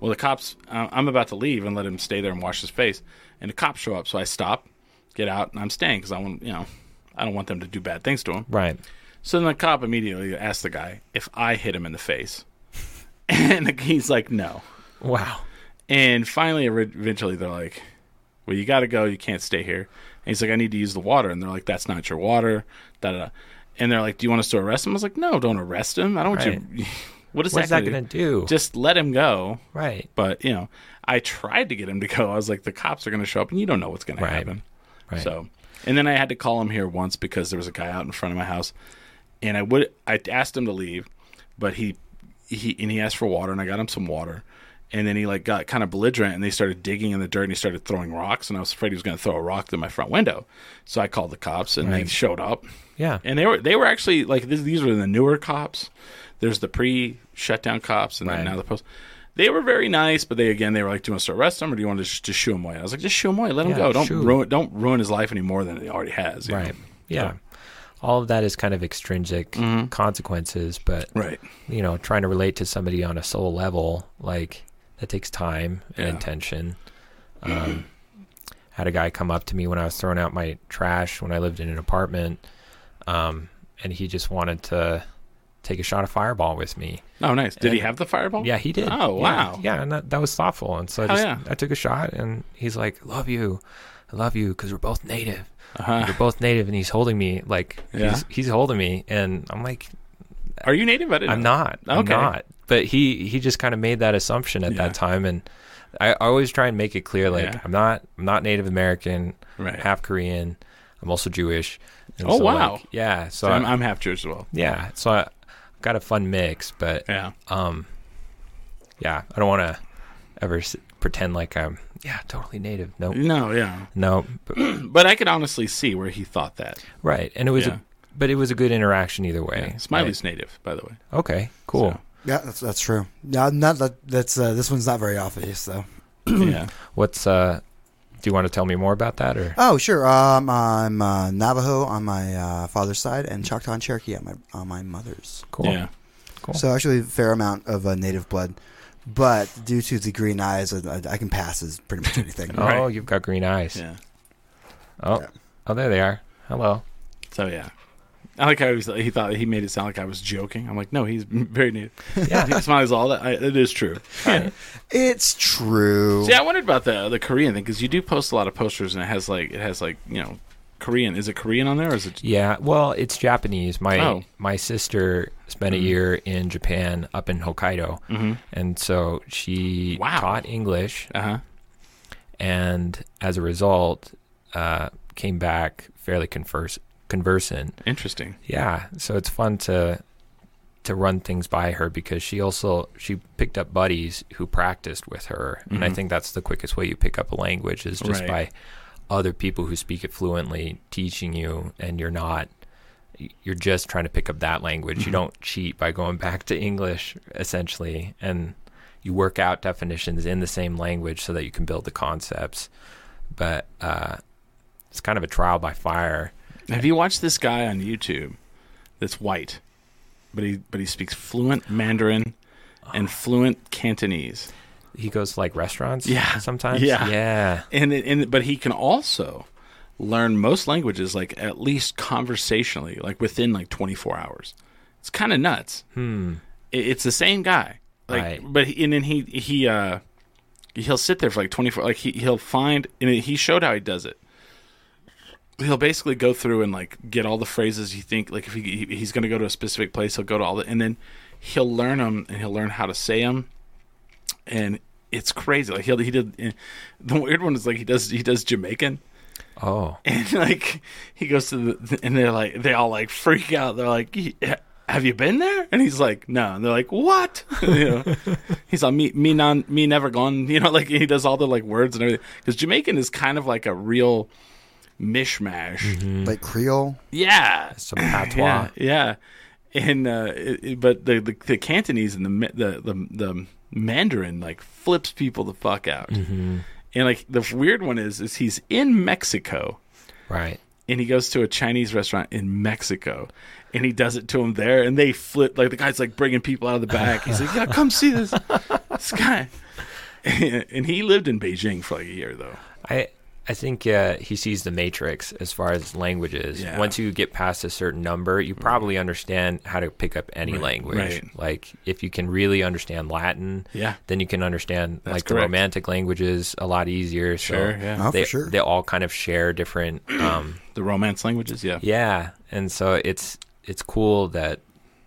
Speaker 2: Well, the cops, uh, I'm about to leave and let him stay there and wash his face. And the cops show up. So I stop, get out, and I'm staying because I want, you know, I don't want them to do bad things to him.
Speaker 4: Right.
Speaker 2: So then the cop immediately asked the guy if I hit him in the face. (laughs) And he's like, no.
Speaker 4: Wow.
Speaker 2: And finally, ev- eventually, they're like, "Well, you got to go. You can't stay here." And he's like, "I need to use the water," and they're like, "That's not your water." Da da. da. And they're like, "Do you want us to arrest him?" I was like, "No, don't arrest him. I don't want you." (laughs) what is
Speaker 4: What's
Speaker 2: that,
Speaker 4: that going
Speaker 2: gonna
Speaker 4: to do?
Speaker 2: Just let him go.
Speaker 4: right.
Speaker 2: But you know, I tried to get him to go. I was like, "The cops are going to show up, and you don't know what's going
Speaker 4: Right.
Speaker 2: to happen."
Speaker 4: Right.
Speaker 2: So, and then I had to call him here once because there was a guy out in front of my house, and I would I asked him to leave, but he he and he asked for water, and I got him some water, and then he like got kind of belligerent, and they started digging in the dirt, and he started throwing rocks, and I was afraid he was going to throw a rock through my front window, so I called the cops, and they showed up,
Speaker 4: yeah.
Speaker 2: and they were they were actually like this, these were the newer cops. There's the pre shutdown cops, and
Speaker 4: Right.
Speaker 2: then now the post. They were very nice, but they again they were like, "Do you want us to arrest him, or do you want to just, just shoo him away?" I was like, "Just shoo him away. Let him
Speaker 4: Yeah,
Speaker 2: go. Don't
Speaker 4: shoo.
Speaker 2: ruin don't ruin his life any more than he already has." you know?
Speaker 4: right. Yeah. All of that is kind of extrinsic
Speaker 2: Mm-hmm.
Speaker 4: consequences, but
Speaker 2: Right.
Speaker 4: you know, trying to relate to somebody on a soul level, like that takes time and
Speaker 2: Yeah.
Speaker 4: intention. Um, (clears throat) had a guy come up to me when I was throwing out my trash when I lived in an apartment, um, and he just wanted to take a shot of fireball with me.
Speaker 2: Oh, nice. Did he
Speaker 4: And-
Speaker 2: have the fireball?
Speaker 4: Yeah, he did.
Speaker 2: Oh,
Speaker 4: Yeah,
Speaker 2: wow.
Speaker 4: Yeah, and that, that was thoughtful. And so I
Speaker 2: Hell
Speaker 4: just
Speaker 2: yeah.
Speaker 4: I took a shot, and he's like, "Love you, I love you," because we're both native.
Speaker 2: Uh-huh.
Speaker 4: We're both native, and he's holding me like
Speaker 2: Yeah.
Speaker 4: he's he's holding me, and I'm like,
Speaker 2: Are you native? I didn't.
Speaker 4: I'm
Speaker 2: know.
Speaker 4: not. I'm
Speaker 2: Okay.
Speaker 4: not. But he he just kind of made that assumption at
Speaker 2: Yeah.
Speaker 4: that time, and I always try and make it clear like
Speaker 2: Yeah.
Speaker 4: I'm not I'm not Native American,
Speaker 2: Right.
Speaker 4: half Korean. I'm also Jewish. And
Speaker 2: Oh,
Speaker 4: so,
Speaker 2: wow.
Speaker 4: like, yeah. So,
Speaker 2: So I'm,
Speaker 4: I-
Speaker 2: I'm half Jewish as well.
Speaker 4: yeah. So I I've got a fun mix, but yeah,
Speaker 2: Yeah.
Speaker 4: I don't want to ever s- pretend like I'm yeah totally Native. No,
Speaker 2: No, yeah. (clears throat)
Speaker 4: no. But,
Speaker 2: But I could honestly see where he thought that.
Speaker 4: right. And it was
Speaker 2: Yeah.
Speaker 4: a but it was a good interaction either way.
Speaker 2: Smiley's native, by the way.
Speaker 4: (clears throat) Right? Okay. Cool.
Speaker 3: Yeah, that's that's true. No, not that that's uh, this one's not very obvious though.
Speaker 2: yeah.
Speaker 4: What's uh? Do you want to tell me more about that or?
Speaker 3: Oh sure, um, I'm uh, Navajo on my uh, father's side and Choctaw and Cherokee on my on my mother's.
Speaker 4: Cool.
Speaker 2: Yeah.
Speaker 4: Cool.
Speaker 3: So actually, a fair amount of uh, native blood, but due to the green eyes, I, I can pass as pretty much anything.
Speaker 4: Oh,
Speaker 2: Right.
Speaker 4: you've got green eyes.
Speaker 2: Yeah.
Speaker 4: Oh,
Speaker 3: Yeah.
Speaker 4: oh, there they are. Hello.
Speaker 2: So yeah. I like how he, was, he thought he made it sound like I was joking. I'm like, no, he's (laughs) very neat.
Speaker 4: Yeah.
Speaker 2: he smiles all that. I, it is true.
Speaker 3: It's true.
Speaker 2: See, I wondered about the the Korean thing because you do post a lot of posters, and it has like it has like you know, Korean. Is it Korean on there? Or is it?
Speaker 4: Yeah, well, it's Japanese. My
Speaker 2: Oh.
Speaker 4: my sister spent a year in Japan, up in Hokkaido, and so she
Speaker 2: Wow.
Speaker 4: taught English,
Speaker 2: Uh huh.
Speaker 4: and as a result, uh, came back fairly converse conversant.
Speaker 2: Interesting.
Speaker 4: Yeah, so it's fun to to run things by her because she also she picked up buddies who practiced with her, and I think that's the quickest way you pick up a language is just
Speaker 2: Right.
Speaker 4: by other people who speak it fluently teaching you, and you're not you're just trying to pick up that language. You don't cheat by going back to English essentially, and you work out definitions in the same language so that you can build the concepts. But uh, it's kind of a trial by fire.
Speaker 2: Have you watched this guy on YouTube? That's white, but he but he speaks fluent Mandarin and fluent Cantonese.
Speaker 4: he goes to like restaurants
Speaker 2: Yeah.
Speaker 4: sometimes
Speaker 2: Yeah.
Speaker 4: yeah
Speaker 2: and it- and but he can also learn most languages like at least conversationally like within like 24 hours it's kind of nuts hmm it, it's the same guy like
Speaker 4: Right.
Speaker 2: but he, and then he he uh he'll sit there for like 24 like he, he'll find and he showed how he does it he'll basically go through and like get all the phrases you think like if he, he- he's going to go to a specific place he'll go to all the and then he'll learn them and he'll learn how to say them and it's crazy like he'll, he did eh, the weird one is like he does he does jamaican (laughs)
Speaker 4: oh
Speaker 2: and like he goes to the and they're like they all like freak out they're like "Yeah, have you been there and he's like no and they're like what (laughs) you know he's like me me non me never gone (laughs) you know like he does all the like words and everything because jamaican is kind of like a real mishmash
Speaker 3: Like Creole.
Speaker 2: yeah (laughs)
Speaker 4: some patois
Speaker 2: yeah, yeah. And uh, it, it- but the, the the Cantonese and the Ma- the the, the Mandarin like flips people the fuck out. And like the weird one is is he's in Mexico
Speaker 4: right
Speaker 2: and he goes to a Chinese restaurant in Mexico and he does it to him there and they flip like the guy's like bringing people out of the back. He's like, "Yeah, come see (laughs) this this guy." (laughs) and he lived in Beijing for like a year though.
Speaker 4: i i think uh, he sees the matrix as far as languages
Speaker 2: Yeah.
Speaker 4: once you get past a certain number you probably understand how to pick up any language
Speaker 2: right.
Speaker 4: like if you can really understand latin
Speaker 2: Yeah.
Speaker 4: then you can understand like the
Speaker 2: correct.
Speaker 4: romantic languages a lot easier
Speaker 2: Sure,
Speaker 4: so
Speaker 2: yeah.
Speaker 3: Oh, for
Speaker 4: they,
Speaker 3: sure.
Speaker 4: they all kind of share different
Speaker 2: (clears throat)
Speaker 4: um
Speaker 2: The romance languages, yeah.
Speaker 4: Yeah, and so it's it's cool that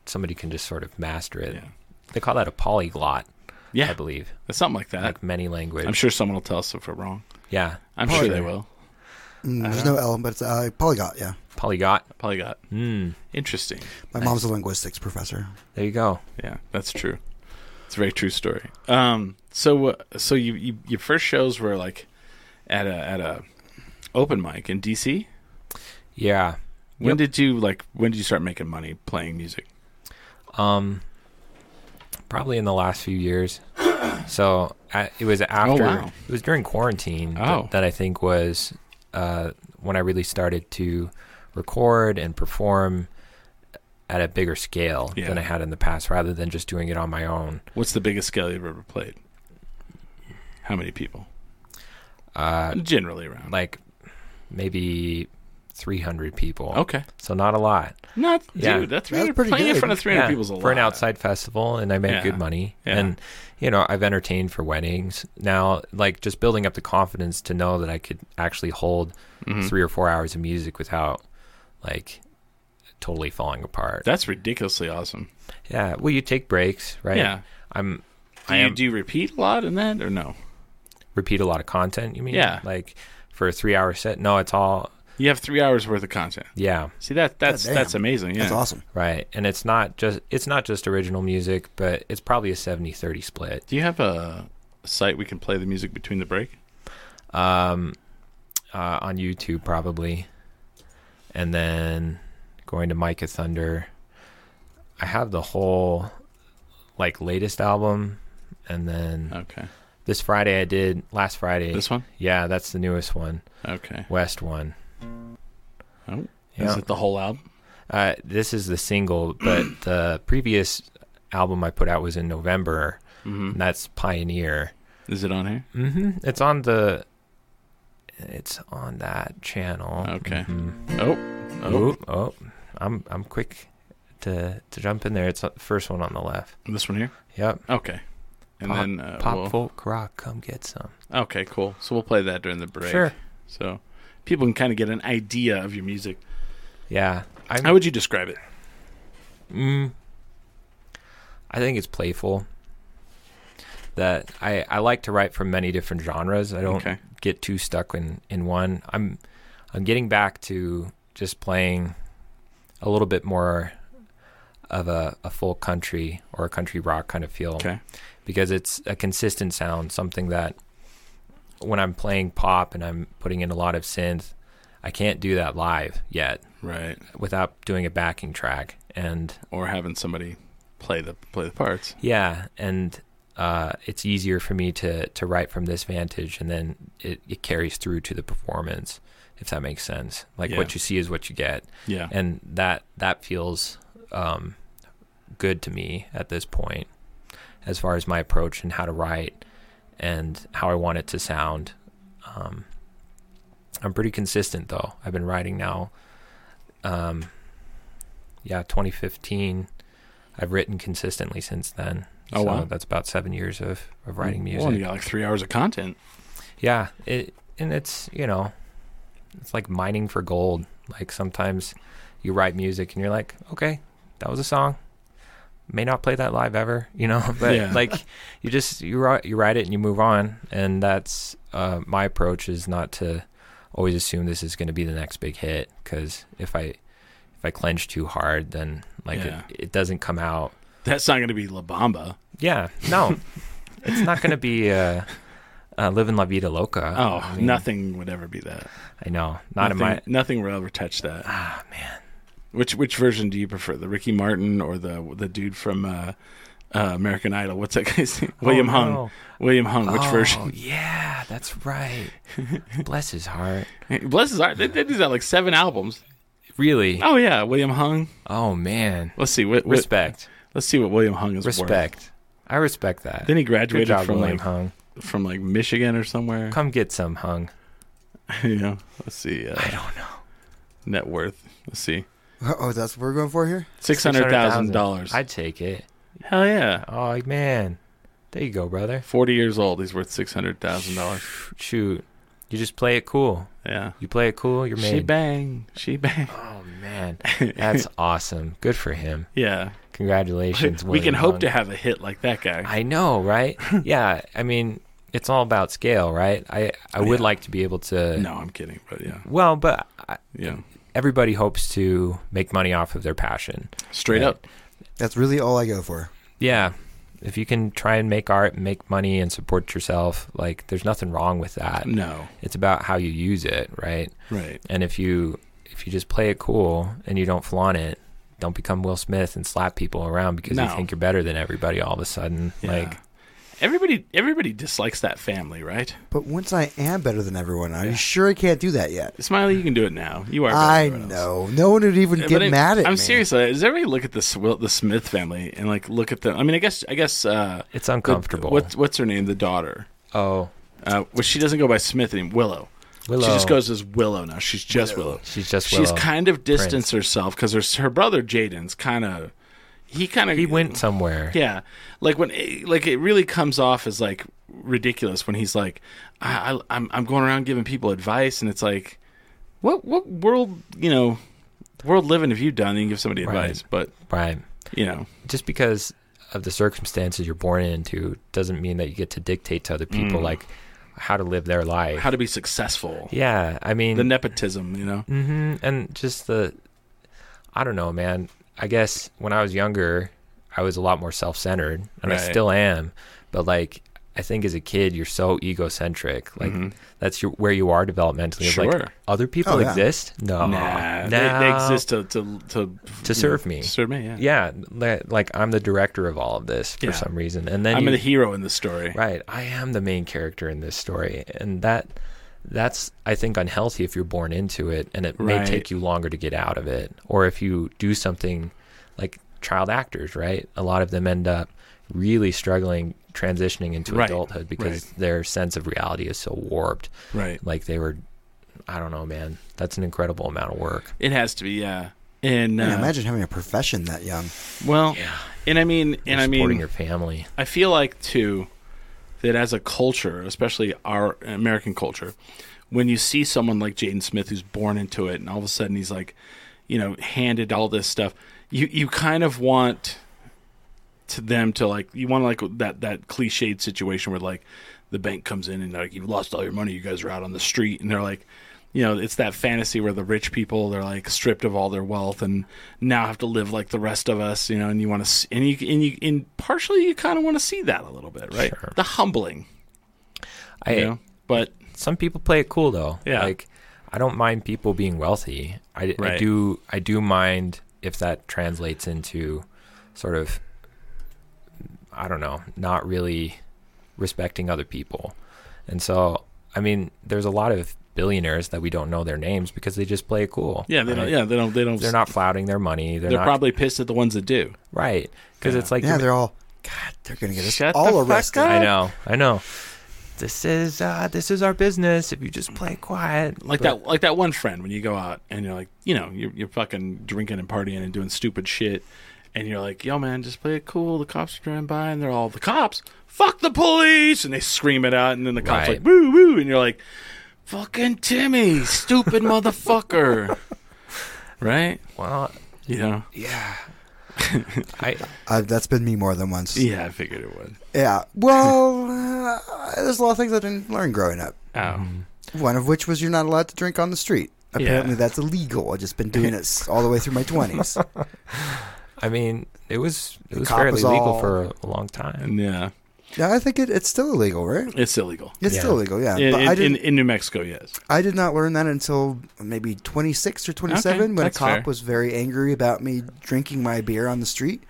Speaker 4: somebody can just sort of master it.
Speaker 2: Yeah.
Speaker 4: They call that a polyglot,
Speaker 2: Yeah.
Speaker 4: I believe,
Speaker 2: Something like that.
Speaker 4: like many language.
Speaker 2: I'm sure someone will tell us if we're wrong.
Speaker 4: Yeah,
Speaker 2: I'm sure they will.
Speaker 3: Mm, there's
Speaker 2: Uh-huh.
Speaker 3: no L, but it's uh, polyglot. Yeah,
Speaker 4: polyglot.
Speaker 2: Probably got
Speaker 4: Mm,
Speaker 2: interesting.
Speaker 3: my mom's a linguistics professor.
Speaker 4: there you go.
Speaker 2: Yeah, that's true. It's a very true story. Um, so uh, so you, you your first shows were like at a at a open mic in DC.
Speaker 4: Yeah.
Speaker 2: When
Speaker 4: Yep.
Speaker 2: did you like? When did you start making money playing music?
Speaker 4: Um, probably in the last few
Speaker 2: (coughs)
Speaker 4: years. So I, it was after
Speaker 2: Oh, wow.
Speaker 4: it was during quarantine that-
Speaker 2: Oh.
Speaker 4: that, I think was uh, when I really started to record and perform at a bigger scale
Speaker 2: Yeah.
Speaker 4: than I had in the past, rather than just doing it on my own.
Speaker 2: What's the biggest scale you've ever played? How many people?
Speaker 4: Uh,
Speaker 2: Generally around.
Speaker 4: like maybe 300 people.
Speaker 2: okay,
Speaker 4: So not a lot.
Speaker 2: not
Speaker 4: Yeah.
Speaker 2: dude. That's,
Speaker 3: That's
Speaker 2: 300
Speaker 3: pretty
Speaker 2: playing in
Speaker 3: good.
Speaker 2: front of 300
Speaker 4: Yeah,
Speaker 2: people's a
Speaker 4: for
Speaker 2: lot
Speaker 4: an outside festival, and I make
Speaker 2: Yeah.
Speaker 4: good money.
Speaker 2: Yeah.
Speaker 4: And you know, I've entertained for weddings. Now, like just building up the confidence to know that I could actually hold
Speaker 2: Mm-hmm.
Speaker 4: three or four hours of music without like totally falling apart.
Speaker 2: That's ridiculously awesome.
Speaker 4: yeah. Well, you take breaks, right?
Speaker 2: Yeah.
Speaker 4: I'm.
Speaker 2: Do
Speaker 4: I
Speaker 2: you
Speaker 4: am-
Speaker 2: do you repeat a lot in that or no?
Speaker 4: repeat a lot of content. You mean?
Speaker 2: Yeah.
Speaker 4: Like for a three-hour set? No, it's all.
Speaker 2: You have three hours worth of content.
Speaker 4: Yeah.
Speaker 2: See that that's
Speaker 3: damn.
Speaker 2: that's amazing. Yeah.
Speaker 3: That's awesome.
Speaker 4: Right. And it's not just it's not just original music, but it's probably a 70-30 split.
Speaker 2: Do you have a site we can play the music between the break?
Speaker 4: Um uh, on YouTube probably. And then going to Micah Thunder. I have the whole like latest album and then
Speaker 2: Okay.
Speaker 4: this Friday I did last Friday.
Speaker 2: Uh, This one?
Speaker 4: Yeah, that's the newest one,
Speaker 2: Okay.
Speaker 4: West one.
Speaker 2: Oh.
Speaker 4: Yeah.
Speaker 2: Is it the whole album?
Speaker 4: Uh, this is the single, but
Speaker 2: (clears throat)
Speaker 4: the previous album I put out was in November.
Speaker 2: Mm-hmm.
Speaker 4: And that's Pioneer.
Speaker 2: Is it on here?
Speaker 4: hmm It's on the. It's on that channel.
Speaker 2: Okay.
Speaker 4: Mhm.
Speaker 2: Oh. Oh.
Speaker 4: Oop, Oh. I'm I'm quick to to jump in there. It's the first one on the left.
Speaker 2: This one here.
Speaker 4: Yep.
Speaker 2: Okay. And
Speaker 4: pop,
Speaker 2: then uh,
Speaker 4: pop
Speaker 2: we'll-
Speaker 4: folk rock, come get some.
Speaker 2: Okay, cool. So we'll play that during the break.
Speaker 4: Sure.
Speaker 2: So people can kind of get an idea of your music.
Speaker 4: Yeah. I'm,
Speaker 2: How would you describe it?
Speaker 4: Mm, I think it's playful. That I, I like to write from many different genres. I don't
Speaker 2: Okay.
Speaker 4: get too stuck in, in one. I'm I'm getting back to just playing a little bit more of a, a full country or a country rock kind of feel
Speaker 2: Okay.
Speaker 4: because it's a consistent sound, something that when I'm playing pop and I'm putting in a lot of synth, I can't do that live yet
Speaker 2: Right.
Speaker 4: without doing a backing track. And
Speaker 2: Or having somebody play the play the parts.
Speaker 4: yeah, and uh, it's easier for me to to write from this vantage, and then it, it carries through to the performance, if that makes sense. Like
Speaker 2: Yeah.
Speaker 4: what you see is what you get,
Speaker 2: Yeah.
Speaker 4: and that that feels um, good to me at this point, as far as my approach and how to write and how I want it to sound. Um, I'm pretty consistent though. I've been writing now. Um, yeah, 2015. I've written consistently since then.
Speaker 2: Oh,
Speaker 4: so
Speaker 2: wow.
Speaker 4: That's about seven years of, of writing music.
Speaker 2: Well, and you got like three hours of content.
Speaker 4: Yeah, it and it's you know, it's like mining for gold. Like sometimes you write music and you're like, okay, that was a song. May not play that live ever, (laughs)
Speaker 2: (laughs)
Speaker 4: you know. But
Speaker 2: Yeah.
Speaker 4: like, you just you write you write it and you move on. And that's uh, my approach is not to always assume this is going to be the next big hit because if I if I clench too hard, then like
Speaker 2: Yeah.
Speaker 4: it, it doesn't come out
Speaker 2: That's not going to be La Bamba.
Speaker 4: yeah,
Speaker 2: (laughs)
Speaker 4: no, it's not going to be uh, uh, "Living La Vida Loca."
Speaker 2: Oh,
Speaker 4: I mean,
Speaker 2: nothing would ever be that.
Speaker 4: I know, not in
Speaker 2: nothing,
Speaker 4: my.
Speaker 2: Nothing will ever touch that.
Speaker 4: Ah, man.
Speaker 2: Which which version do you prefer? The Ricky Martin or the the dude from uh, uh, American Idol? What's that guy's name? William
Speaker 4: Oh,
Speaker 2: Hung.
Speaker 4: no.
Speaker 2: William Hung. Which
Speaker 4: Oh,
Speaker 2: version?
Speaker 4: Yeah,
Speaker 2: (laughs)
Speaker 4: that's right. Bless his heart.
Speaker 2: Bless his heart. They, they did that like seven albums.
Speaker 4: Really?
Speaker 2: Oh yeah, William Hung.
Speaker 4: Oh man.
Speaker 2: Let's see. What, what,
Speaker 4: Respect.
Speaker 2: Let's see what William Hung is worth.
Speaker 4: Respect. I respect that.
Speaker 2: Then he
Speaker 4: Good
Speaker 2: graduated
Speaker 4: job,
Speaker 2: from
Speaker 4: William
Speaker 2: like
Speaker 4: Hung.
Speaker 2: from like Michigan or somewhere.
Speaker 4: Come get some hung.
Speaker 2: (laughs) you know, let's see. Uh,
Speaker 4: I don't know.
Speaker 2: net worth. Let's see.
Speaker 3: Oh, that's what we're going for here.
Speaker 2: Six hundred thousand dollars.
Speaker 4: I'd take it.
Speaker 2: Hell yeah.
Speaker 4: Oh man. There you go, brother.
Speaker 2: Forty years old. He's worth six hundred thousand dollars.
Speaker 4: Shoot. You just play it cool.
Speaker 2: Yeah.
Speaker 4: You play it cool, you're
Speaker 2: She
Speaker 4: made.
Speaker 2: bang. She bang.
Speaker 4: oh man. That's awesome. Good for him.
Speaker 2: (laughs) Yeah.
Speaker 4: Congratulations.
Speaker 2: we can
Speaker 4: William
Speaker 2: hope
Speaker 4: Hung.
Speaker 2: to have a hit like that guy.
Speaker 4: I know,
Speaker 2: (laughs)
Speaker 4: right? yeah, I mean, it's all about scale, right? I I would
Speaker 2: Yeah.
Speaker 4: like to be able to.
Speaker 2: no, I'm kidding, but yeah.
Speaker 4: Well, but I,
Speaker 2: Yeah.
Speaker 4: everybody hopes to make money off of their passion.
Speaker 2: Straight
Speaker 4: Right.
Speaker 2: up.
Speaker 3: That's really all I go for.
Speaker 4: Yeah. If you can try and make art, and make money, and support yourself, like there's nothing wrong with that.
Speaker 2: No.
Speaker 4: It's about how you use it, right?
Speaker 2: Right.
Speaker 4: And if you if you just play it cool and you don't flaunt it, don't become Will Smith and slap people around because you
Speaker 2: No.
Speaker 4: think you're better than everybody all of a sudden.
Speaker 2: Yeah.
Speaker 4: Like
Speaker 2: everybody everybody dislikes that family, right?
Speaker 3: But once I am better than everyone, are you sure I can't do that yet?
Speaker 2: Smiley, you can do it now. You are better
Speaker 3: I
Speaker 2: than everyone else.
Speaker 3: know. No one would even get
Speaker 2: But I-
Speaker 3: mad at
Speaker 2: I'm
Speaker 3: me.
Speaker 2: serious. though. Does everybody look at the Swi- the Smith family and like look at them? I mean, I guess I guess uh,
Speaker 4: it's uncomfortable.
Speaker 2: What's what's her name? The daughter.
Speaker 4: oh,
Speaker 2: Uh, well, she doesn't go by Smith anymore. Willow.
Speaker 4: Willow.
Speaker 2: She just goes as Willow now. She's just Willow.
Speaker 4: She's just
Speaker 2: She's
Speaker 4: Willow.
Speaker 2: kind of distanced herself because her her brother Jaden's kind of he kind of
Speaker 4: He went somewhere.
Speaker 2: Yeah, like when like it really comes off as like ridiculous when he's like, I, I I'm I'm going around giving people advice and it's like, what what world you know world living have you done? that You can give somebody
Speaker 4: Right.
Speaker 2: advice, but
Speaker 4: Right.
Speaker 2: you know,
Speaker 4: Just because of the circumstances you're born into doesn't mean that you get to dictate to other people like how to live their life.
Speaker 2: Mm. how to be successful.
Speaker 4: yeah, I mean,
Speaker 2: The nepotism, you know.
Speaker 4: hmm and just the, I don't know, man. I guess when I was younger, I was a lot more self-centered, and I
Speaker 2: Right.
Speaker 4: still am. But like, I think as a kid, you're so egocentric. Like that's your where you are developmentally. It's Like,
Speaker 2: Mm-hmm. Sure.
Speaker 4: other people
Speaker 3: Oh, yeah.
Speaker 4: exist? No,
Speaker 2: Nah,
Speaker 4: No.
Speaker 2: They, they exist to to to,
Speaker 4: To serve me.
Speaker 2: Serve me, yeah.
Speaker 4: yeah li- like i'm the director of all of this for
Speaker 2: Yeah.
Speaker 4: some reason and then
Speaker 2: I'm
Speaker 4: you,
Speaker 2: the hero in the story.
Speaker 4: right i am the main character in this story and that that's i think unhealthy if you're born into it and it may
Speaker 2: Right.
Speaker 4: take you longer to get out of it or if you do something like child actors right a lot of them end up really struggling transitioning into
Speaker 2: Right,
Speaker 4: adulthood because their sense of reality is so warped
Speaker 2: Right.
Speaker 4: like they were i don't know man that's an incredible amount of work
Speaker 2: It has to be, yeah. And uh,
Speaker 3: Man, imagine having a profession that young.
Speaker 2: well, and I mean, and I
Speaker 4: supporting
Speaker 2: mean,
Speaker 4: your family.
Speaker 2: I feel like too that as a culture, especially our American culture, when you see someone like Jaden Smith who's born into it, and all of a sudden he's like, you know, handed all this stuff, you you kind of want to them to like you want like that that cliched situation where like the bank comes in and like you've lost all your money, you guys are out on the street, and they're like. You know, it's that fantasy where the rich people they're like stripped of all their wealth and now have to live like the rest of us. You know, and you want to, and you, and you, and partially you kind of want to see that a little bit, right?
Speaker 4: Sure.
Speaker 2: The humbling,
Speaker 4: I
Speaker 2: you know? But
Speaker 4: some people play it cool though.
Speaker 2: Yeah.
Speaker 4: Like I don't mind people being wealthy. I, I
Speaker 2: Right.
Speaker 4: do I do mind if that translates into sort of I don't know, not really respecting other people. And so I mean, there's a lot of billionaires that we don't know their names because they just play it cool.
Speaker 2: yeah, they don't.
Speaker 4: right?
Speaker 2: Yeah, they don't. They don't.
Speaker 4: They're not flouting their money. They're,
Speaker 2: They're
Speaker 4: not
Speaker 2: probably pissed at the ones that do.
Speaker 4: right because it's like
Speaker 3: Yeah,
Speaker 4: you're-
Speaker 3: they're all. God, they're gonna get us
Speaker 2: Shut the
Speaker 3: all
Speaker 2: fuck
Speaker 3: arrested.
Speaker 2: up.
Speaker 4: I know, I know. This is uh, this is our business. If you just play it quiet,
Speaker 2: Like
Speaker 4: But-
Speaker 2: that. Like that one friend when you go out and you're like, you know, you're, you're fucking drinking and partying and doing stupid shit, and you're like, yo, man, just play it cool. The cops are driving by, and they're all the cops. Fuck the police, and they scream it out, and then the cops
Speaker 4: Right.
Speaker 2: like, woo woo, and you're like, fucking Timmy, stupid (laughs) motherfucker, right?
Speaker 4: Well,
Speaker 2: You know.
Speaker 4: yeah. I
Speaker 3: Uh, that's been me more than once. Yeah.
Speaker 2: Yeah, I figured it would.
Speaker 3: Well, uh, there's a lot of things I didn't learn growing up.
Speaker 2: Oh,
Speaker 3: Mm-hmm. One of which was you're not allowed to drink on the street. Apparently, that's illegal. I've just been doing
Speaker 2: (laughs)
Speaker 3: it s- all the way through my twenties.
Speaker 4: I mean, it was it was
Speaker 3: cop
Speaker 4: fairly
Speaker 3: was
Speaker 4: legal
Speaker 3: all-
Speaker 4: for a long time.
Speaker 3: (laughs)
Speaker 2: and yeah,
Speaker 3: yeah, I think it, it's still illegal, right?
Speaker 2: it's illegal.
Speaker 3: It's
Speaker 4: Yeah.
Speaker 3: still illegal, yeah.
Speaker 2: In,
Speaker 3: but I
Speaker 2: in,
Speaker 3: didn't.
Speaker 2: in, in New Mexico, yes.
Speaker 3: I did not learn that until maybe 26 or 27 when a
Speaker 2: that's
Speaker 3: cop
Speaker 2: fair.
Speaker 3: was very angry about me drinking my beer on the street.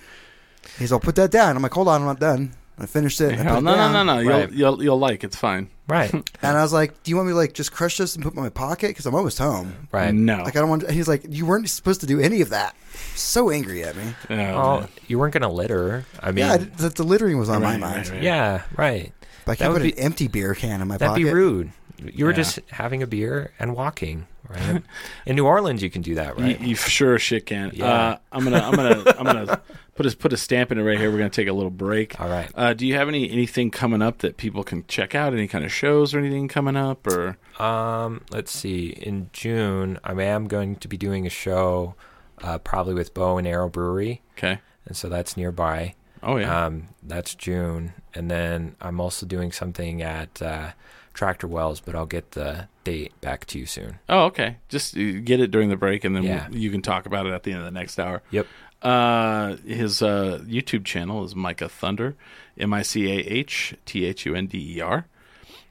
Speaker 3: He's all, put that down. I'm like, hold on, I'm not done. I finished it. and I
Speaker 2: Hell,
Speaker 3: put it
Speaker 2: no, no,
Speaker 3: down.
Speaker 2: no, no.
Speaker 4: Right.
Speaker 2: You'll, you'll you'll like it's fine.
Speaker 4: Right.
Speaker 3: And I was like, do you want me to like just crush this and put it in my pocket? Because I'm almost home.
Speaker 4: Right.
Speaker 2: No.
Speaker 3: Like, I don't want to. He's like, you weren't supposed to do any of that. So angry at me.
Speaker 2: Oh,
Speaker 4: Well,
Speaker 2: man.
Speaker 4: you weren't gonna litter. I mean,
Speaker 3: Yeah, I- the, the littering was on
Speaker 2: Right,
Speaker 3: my
Speaker 2: right,
Speaker 3: mind.
Speaker 2: right.
Speaker 4: yeah, right.
Speaker 3: But I
Speaker 4: That
Speaker 3: can't
Speaker 4: would
Speaker 3: put an
Speaker 4: be-
Speaker 3: empty beer can in my
Speaker 4: That'd
Speaker 3: pocket.
Speaker 4: be rude. You were
Speaker 2: Yeah.
Speaker 4: just having a beer and walking.
Speaker 3: (laughs)
Speaker 4: Right. In New Orleans, you can do that,
Speaker 2: You,
Speaker 4: right?
Speaker 2: you sure as shit can.
Speaker 4: Yeah.
Speaker 2: Uh, I'm gonna, I'm
Speaker 4: (laughs)
Speaker 2: gonna, I'm gonna put a put a stamp in it right here. We're gonna take a little break.
Speaker 4: All right.
Speaker 2: Uh, do you have any anything coming up that people can check out? Any kind of shows or anything coming up? Or
Speaker 4: Um, let's see. In June, I am going to be doing a show, uh, probably with Bow and Arrow Brewery,
Speaker 2: okay.
Speaker 4: and so that's nearby.
Speaker 2: Oh yeah.
Speaker 4: Um, that's June, and then I'm also doing something at uh, Tractor Wells, but I'll get the date back to you soon.
Speaker 2: oh okay. Just uh, get it during the break, and then
Speaker 4: Yeah.
Speaker 2: you can talk about it at the end of the next hour.
Speaker 4: Yep.
Speaker 2: Uh, his uh, YouTube channel is Micah Thunder, M I C A H T H U N D E R.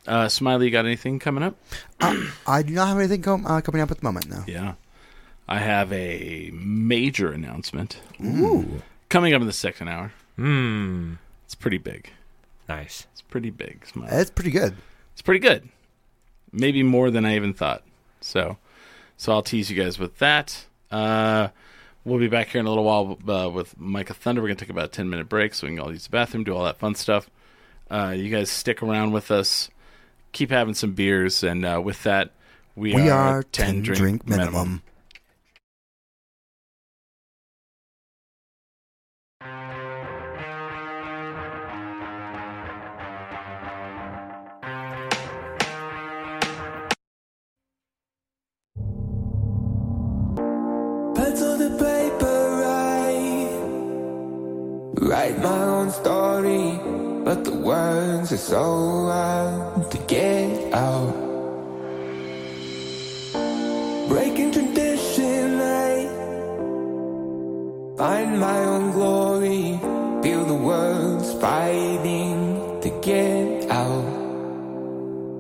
Speaker 2: Uh, Smiley, you got anything coming up?
Speaker 3: I do not have anything com- uh, coming up at the moment, no.
Speaker 2: Yeah. I have a major announcement
Speaker 4: Ooh.
Speaker 2: coming up in the second hour.
Speaker 4: Hmm.
Speaker 2: It's pretty big.
Speaker 4: Nice.
Speaker 2: It's pretty big. Smiley.
Speaker 3: That's pretty good.
Speaker 2: It's pretty good. Maybe more than I even thought. So, so I'll tease you guys with that. Uh, we'll be back here in a little while uh, with Micah Thunder. We're gonna take about a ten minute break so we can all use the bathroom, do all that fun stuff. Uh, you guys stick around with us. Keep having some beers, and uh, with that, we,
Speaker 3: We
Speaker 2: are,
Speaker 3: are 10 drink, minimum.
Speaker 5: Pencil the paper, write Write my own story But the words are so hard to get out Breaking tradition, I Find my own glory Feel the words fighting to get out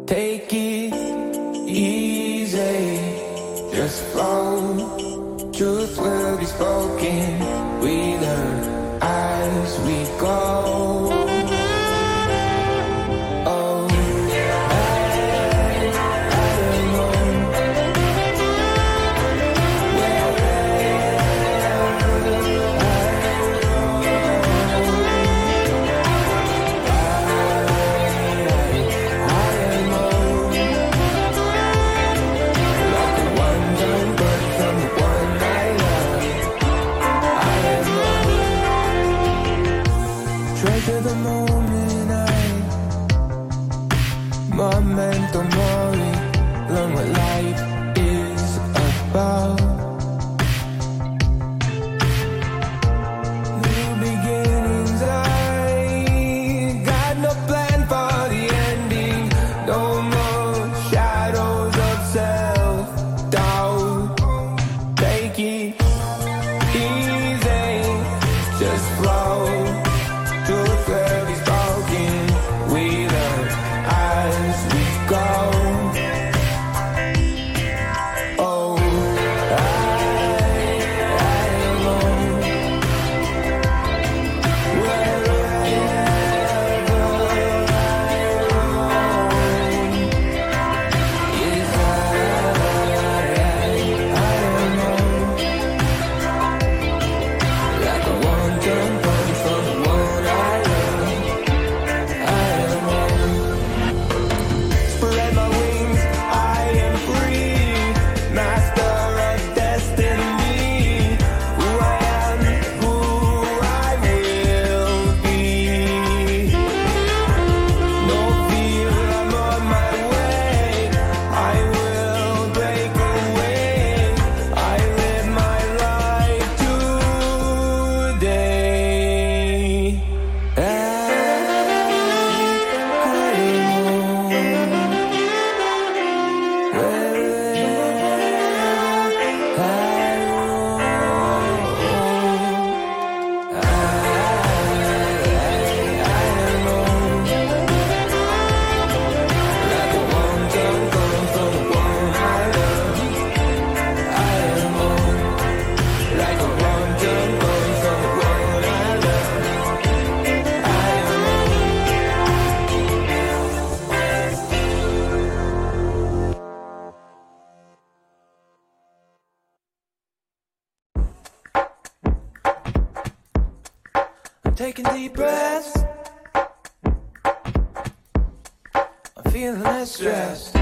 Speaker 5: Take it easy Just flow Truth will be spoken. We learn as we go. Oh, like the one done, but from the one I love. about. New beginnings, I got no plan for the ending. No more shadows of self doubt. Take it easy, just flow. Truth will be spoken. We learn as we go. Oh, like a one turn punch from the one I love. Spread my wings, I am free. Master of destiny. Who I am, who I will be. No fear, I'm on my way. I will break away. I live my life today. Taking deep breaths. I'm feeling less stressed.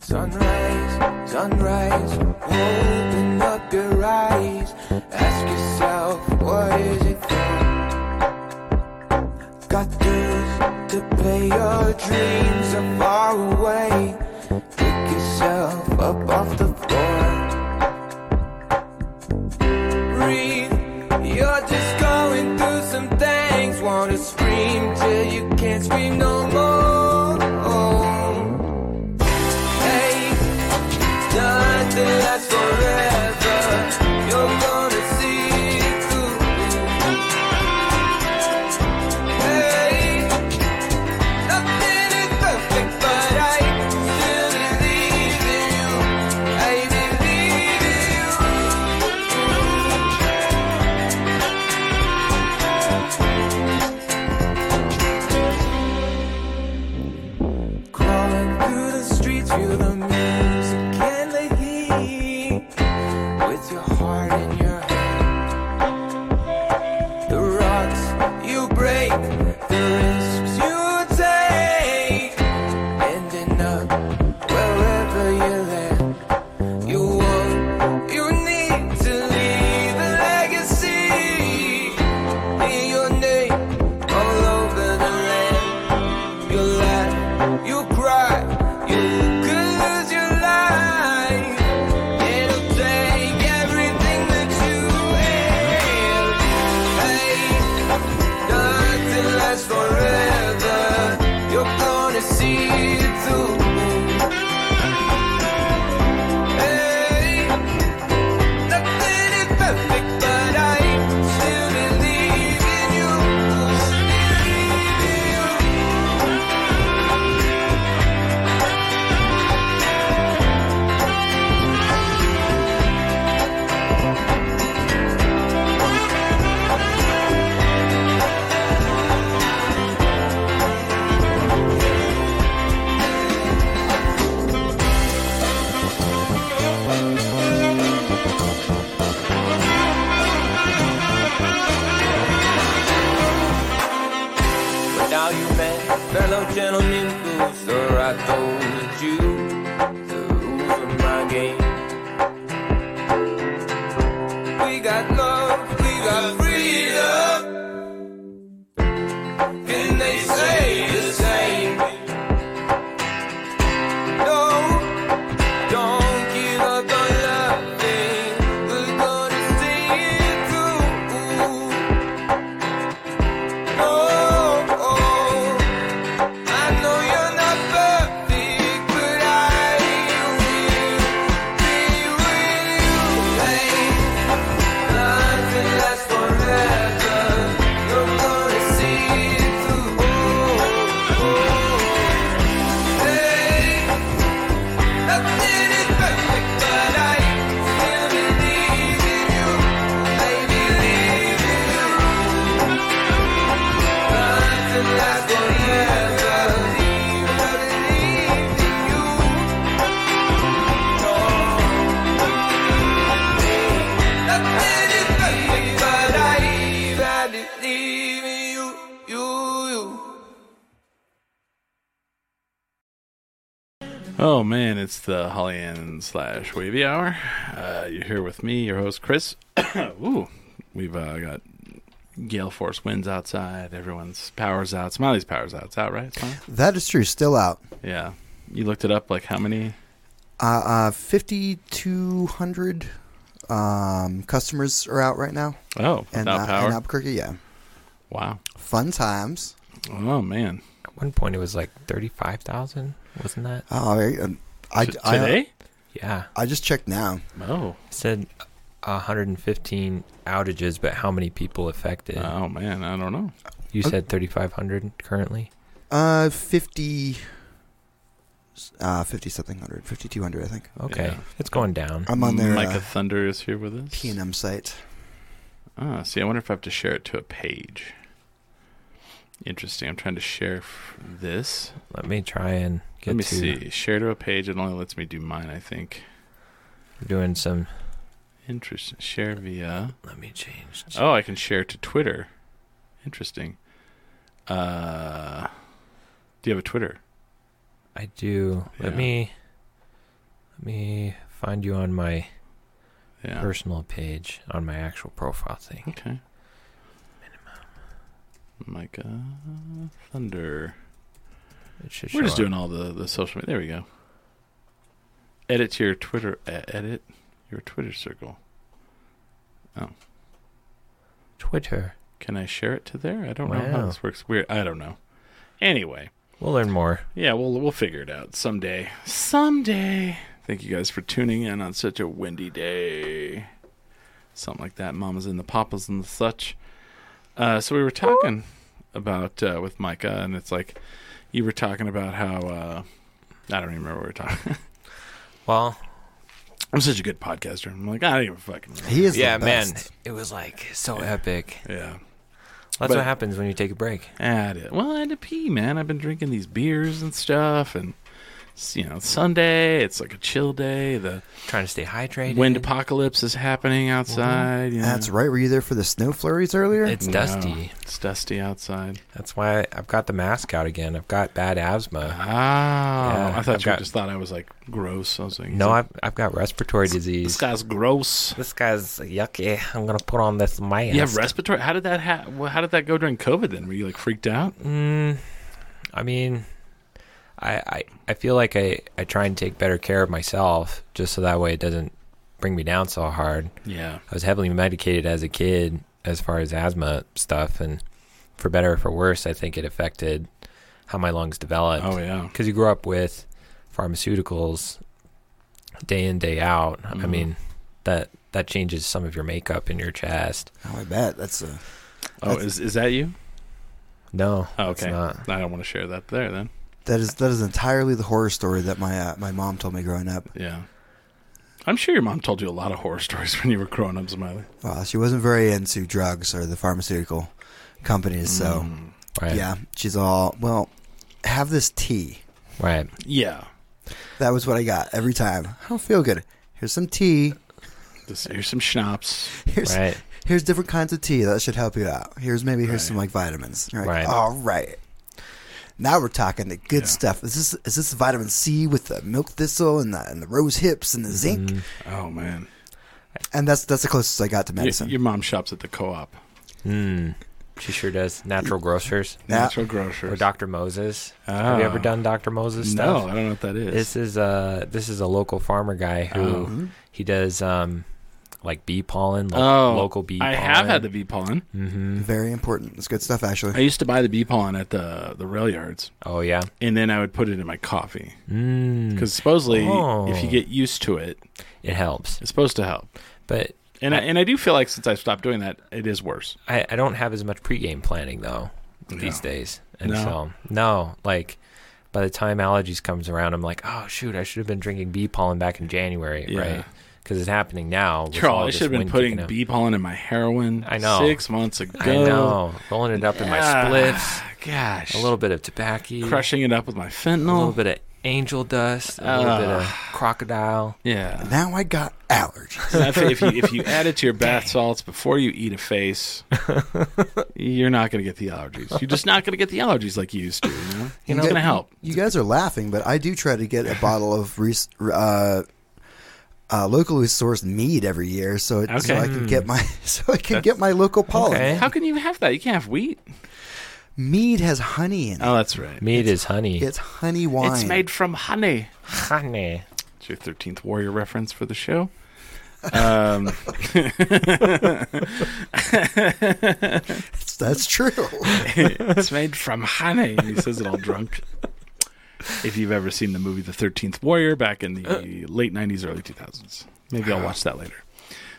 Speaker 5: Sunrise, sunrise, open up your eyes. Ask yourself, what is it for? Got dues to pay your dreams are far away. Pick yourself up off the floor. breathe. You're just going through some things. Wanna scream till you can't scream no more. Hey, nothing lasts forever. You're gonna see it through. Hey, nothing is perfect, but I still believe in you. I believe in you. Crawling through the streets, feel the music and the heat. With your heart in your hand. The rocks you break, the risks you take. Ending up wherever you land. You want, you need to leave a legacy. In your name, all over the land. You laugh, you cry, you could lose your life. It'll take everything that you have. Hey, nothing lasts forever. You're gonna see it through. Hey, nothing is perfect, but I still believe in you. Believe in you. But now you met fellow gentlemen who sir, I told the you the rules of my game. We got love, we got freedom. Oh, Oh, ain't leaving you, you, you.
Speaker 2: Oh man, it's the Holly Ann slash Wavy Hour. Uh, you're here with me, your host Chris. (coughs) Ooh, we've uh, got gale force winds outside. Everyone's powers out. Smiley's powers out. It's out, right? Smiley?
Speaker 3: That is true. Still out.
Speaker 2: Yeah. You looked it up. Like how many?
Speaker 3: Uh, uh, 5,200 um, customers are out right now.
Speaker 2: Oh,
Speaker 3: And,
Speaker 2: without
Speaker 3: uh,
Speaker 2: power.
Speaker 3: in Albuquerque, yeah.
Speaker 2: wow.
Speaker 3: Fun times.
Speaker 2: Oh man.
Speaker 4: At one point, it was like thirty-five thousand, wasn't that?
Speaker 3: Oh, I, um, I,
Speaker 2: T-
Speaker 3: I-
Speaker 2: today?
Speaker 4: Yeah,
Speaker 3: I just checked now.
Speaker 2: oh.
Speaker 4: it said hundred and fifteen outages, but how many people affected?
Speaker 2: Oh man. I don't know.
Speaker 4: you said thirty-five hundred currently.
Speaker 3: Uh, 50, uh, 50 something hundred, 5,200, I think.
Speaker 4: Okay,
Speaker 2: Yeah.
Speaker 4: it's going down.
Speaker 3: I'm on their
Speaker 2: Micah
Speaker 3: uh,
Speaker 2: Thunder is here with us.
Speaker 3: P&M site.
Speaker 2: Ah, see, I wonder if I have to share it to a page. Interesting. I'm trying to share f- this.
Speaker 4: Let me try and get
Speaker 2: Let me
Speaker 4: to
Speaker 2: see. Share to a page. It only lets me do mine, I think.
Speaker 4: doing some.
Speaker 2: Interesting. Share via.
Speaker 4: Let me change.
Speaker 2: Oh, I can share to Twitter. Interesting. Uh, do you have a Twitter?
Speaker 4: I do. Let
Speaker 2: Yeah.
Speaker 4: me. Let me find you on my
Speaker 2: Yeah.
Speaker 4: personal page on my actual profile thing.
Speaker 2: Okay. Micah Thunder.
Speaker 4: It should
Speaker 2: We're
Speaker 4: show
Speaker 2: just
Speaker 4: up.
Speaker 2: doing all the, the social media. There we go. Edit to your Twitter. e- edit your Twitter circle.
Speaker 4: Twitter.
Speaker 2: Can I share it to there? I don't know how
Speaker 4: Wow.
Speaker 2: this works. Weird. I don't know. Anyway,
Speaker 4: We'll learn more.
Speaker 2: yeah, we'll we'll figure it out someday. Someday. Thank you guys for tuning in on such a windy day. Something like that. Mama's in the papas and the such. Uh, so we were talking about uh, with Micah, and it's like you were talking about how uh, I don't even remember what we were talking. (laughs)
Speaker 4: Well,
Speaker 2: I'm such a good podcaster. I'm like I don't even fucking. Remember.
Speaker 3: He is the
Speaker 4: yeah, man,
Speaker 3: best.
Speaker 4: it was like so epic.
Speaker 2: Yeah.
Speaker 4: That's
Speaker 2: But-
Speaker 4: what happens when you take a break.
Speaker 2: At it. Well, I had to pee, man. I've been drinking these beers and stuff, and it's, you know, it's Sunday. It's like a chill day. The
Speaker 4: Trying to stay hydrated.
Speaker 2: wind apocalypse is happening outside. You know.
Speaker 3: Mm-hmm. That's right. Were you there for the snow flurries earlier?
Speaker 4: It's
Speaker 2: No,
Speaker 4: dusty.
Speaker 2: It's dusty outside.
Speaker 4: That's why I've got the mask out again. I've got bad asthma.
Speaker 2: Oh, I
Speaker 4: I've
Speaker 2: thought you
Speaker 4: got-
Speaker 2: just thought Oh, I was like gross. I was like,
Speaker 4: No,
Speaker 2: I,
Speaker 4: I've, I've got respiratory
Speaker 2: this
Speaker 4: disease.
Speaker 2: guy's gross.
Speaker 4: This guy's yucky. I'm gonna put on this mask.
Speaker 2: You have respiratory. How did that ha- well, How did that go during COVID? Then were you like freaked out?
Speaker 4: Mm, I mean, I, I I feel like I I try and take better care of myself just so that way it doesn't bring me down so hard.
Speaker 2: Yeah.
Speaker 4: I was heavily medicated as a kid as far as asthma stuff, and for better or for worse, I think it affected how my lungs developed.
Speaker 2: Oh yeah.
Speaker 4: because you grew up with pharmaceuticals day in day out. I
Speaker 2: Mhm.
Speaker 4: mean, that that changes some of your makeup in your chest.
Speaker 3: oh, I bet. That's a,
Speaker 2: Oh, is is that you?
Speaker 4: No,
Speaker 2: Oh,
Speaker 4: it's
Speaker 2: okay.
Speaker 4: not.
Speaker 2: I don't want to share that there then.
Speaker 3: that is that is entirely the horror story that my uh, my mom told me growing up.
Speaker 2: Yeah. I'm sure your mom told you a lot of horror (laughs) stories when you were growing up, Smiley.
Speaker 3: Well, Uh, she wasn't very into drugs or the pharmaceutical companies, so
Speaker 4: Right.
Speaker 3: yeah, she's all well. Have this tea.
Speaker 4: Right.
Speaker 2: Yeah.
Speaker 3: That was what I got every time. I don't feel good. Here's some tea.
Speaker 2: This, here's some schnapps.
Speaker 3: Here's
Speaker 4: Right.
Speaker 3: here's different kinds of tea that should help you out. Here's maybe here's some like vitamins. You're like,
Speaker 4: Right.
Speaker 3: All right. Now we're talking the good
Speaker 2: Yeah.
Speaker 3: stuff. Is this is this vitamin C with the milk thistle and the and the rose hips
Speaker 4: Mm-hmm.
Speaker 3: and the zinc?
Speaker 4: Mm.
Speaker 2: Oh, man.
Speaker 3: And that's that's the closest I got to
Speaker 2: Y-
Speaker 3: medicine.
Speaker 2: your mom shops at the co op.
Speaker 4: Mm. She sure does. Natural grocers
Speaker 3: Now-
Speaker 2: Natural grocery.
Speaker 4: or Dr. Moses. Have you ever done Dr. Moses stuff?
Speaker 2: Ah. No, I don't know what that is.
Speaker 4: This is a this is a local farmer guy who
Speaker 3: Hmm?
Speaker 2: Oh.
Speaker 4: he does um like bee pollen, lo-
Speaker 2: oh,
Speaker 4: local bee.
Speaker 2: I
Speaker 4: pollen.
Speaker 2: have had the bee pollen.
Speaker 4: hmm
Speaker 3: Very important. It's good stuff
Speaker 2: I
Speaker 3: actually.
Speaker 2: used to buy the bee pollen at the, the rail yards,
Speaker 4: Oh yeah.
Speaker 2: and then I would put it in my coffee.
Speaker 4: Mm.
Speaker 2: Because supposedly,
Speaker 4: Oh.
Speaker 2: if you get used to it,
Speaker 4: It helps,
Speaker 2: it's supposed to help.
Speaker 4: but
Speaker 2: And I, and I do feel like since I've stopped doing that, it is worse.
Speaker 4: I, I don't have as much pregame planning though these
Speaker 2: No.
Speaker 4: days, and
Speaker 2: No.
Speaker 4: so no, like by the time allergies comes around, I'm like, oh shoot, I should have been drinking bee pollen back in January,
Speaker 2: Yeah.
Speaker 4: right? Because it's happening now. with
Speaker 2: Carl,
Speaker 4: all
Speaker 2: I
Speaker 4: this
Speaker 2: should have been
Speaker 4: wind kicking
Speaker 2: putting
Speaker 4: up.
Speaker 2: bee pollen in my heroin.
Speaker 4: I know.
Speaker 2: Six months ago.
Speaker 4: I know, rolling it up in my
Speaker 2: Ah,
Speaker 4: spliffs,
Speaker 2: Gosh.
Speaker 4: a little bit of tobacco,
Speaker 2: Crushing it up with my
Speaker 4: a little
Speaker 2: fentanyl.
Speaker 4: bit of angel dust, a little bit of crocodile.
Speaker 2: Yeah.
Speaker 3: Now I got allergies.
Speaker 2: And I think if you if you add it to your bath salts before you eat a (laughs) face, you're not going to get the allergies. You're just not going to get the allergies like you used to. You know, it's going to help.
Speaker 3: You guys are laughing, but I do try to get a bottle of re- uh, uh, locally sourced mead every year, so, it, so
Speaker 2: Okay.
Speaker 3: I can get my (laughs) so I can get my local pollen.
Speaker 4: Okay.
Speaker 2: How can you have that? You can't have wheat.
Speaker 3: Mead has honey in it.
Speaker 2: Oh, that's right.
Speaker 4: Meat is honey.
Speaker 3: It's honey wine.
Speaker 2: It's made from honey.
Speaker 4: honey.
Speaker 2: It's your thirteenth warrior reference for the show. Um,
Speaker 3: (laughs) That's true.
Speaker 2: it's made from honey. And he says it all drunk. If you've ever seen the movie The Thirteenth Warrior back in the
Speaker 4: Uh.
Speaker 2: late '90s, early 2000s, maybe I'll watch that later.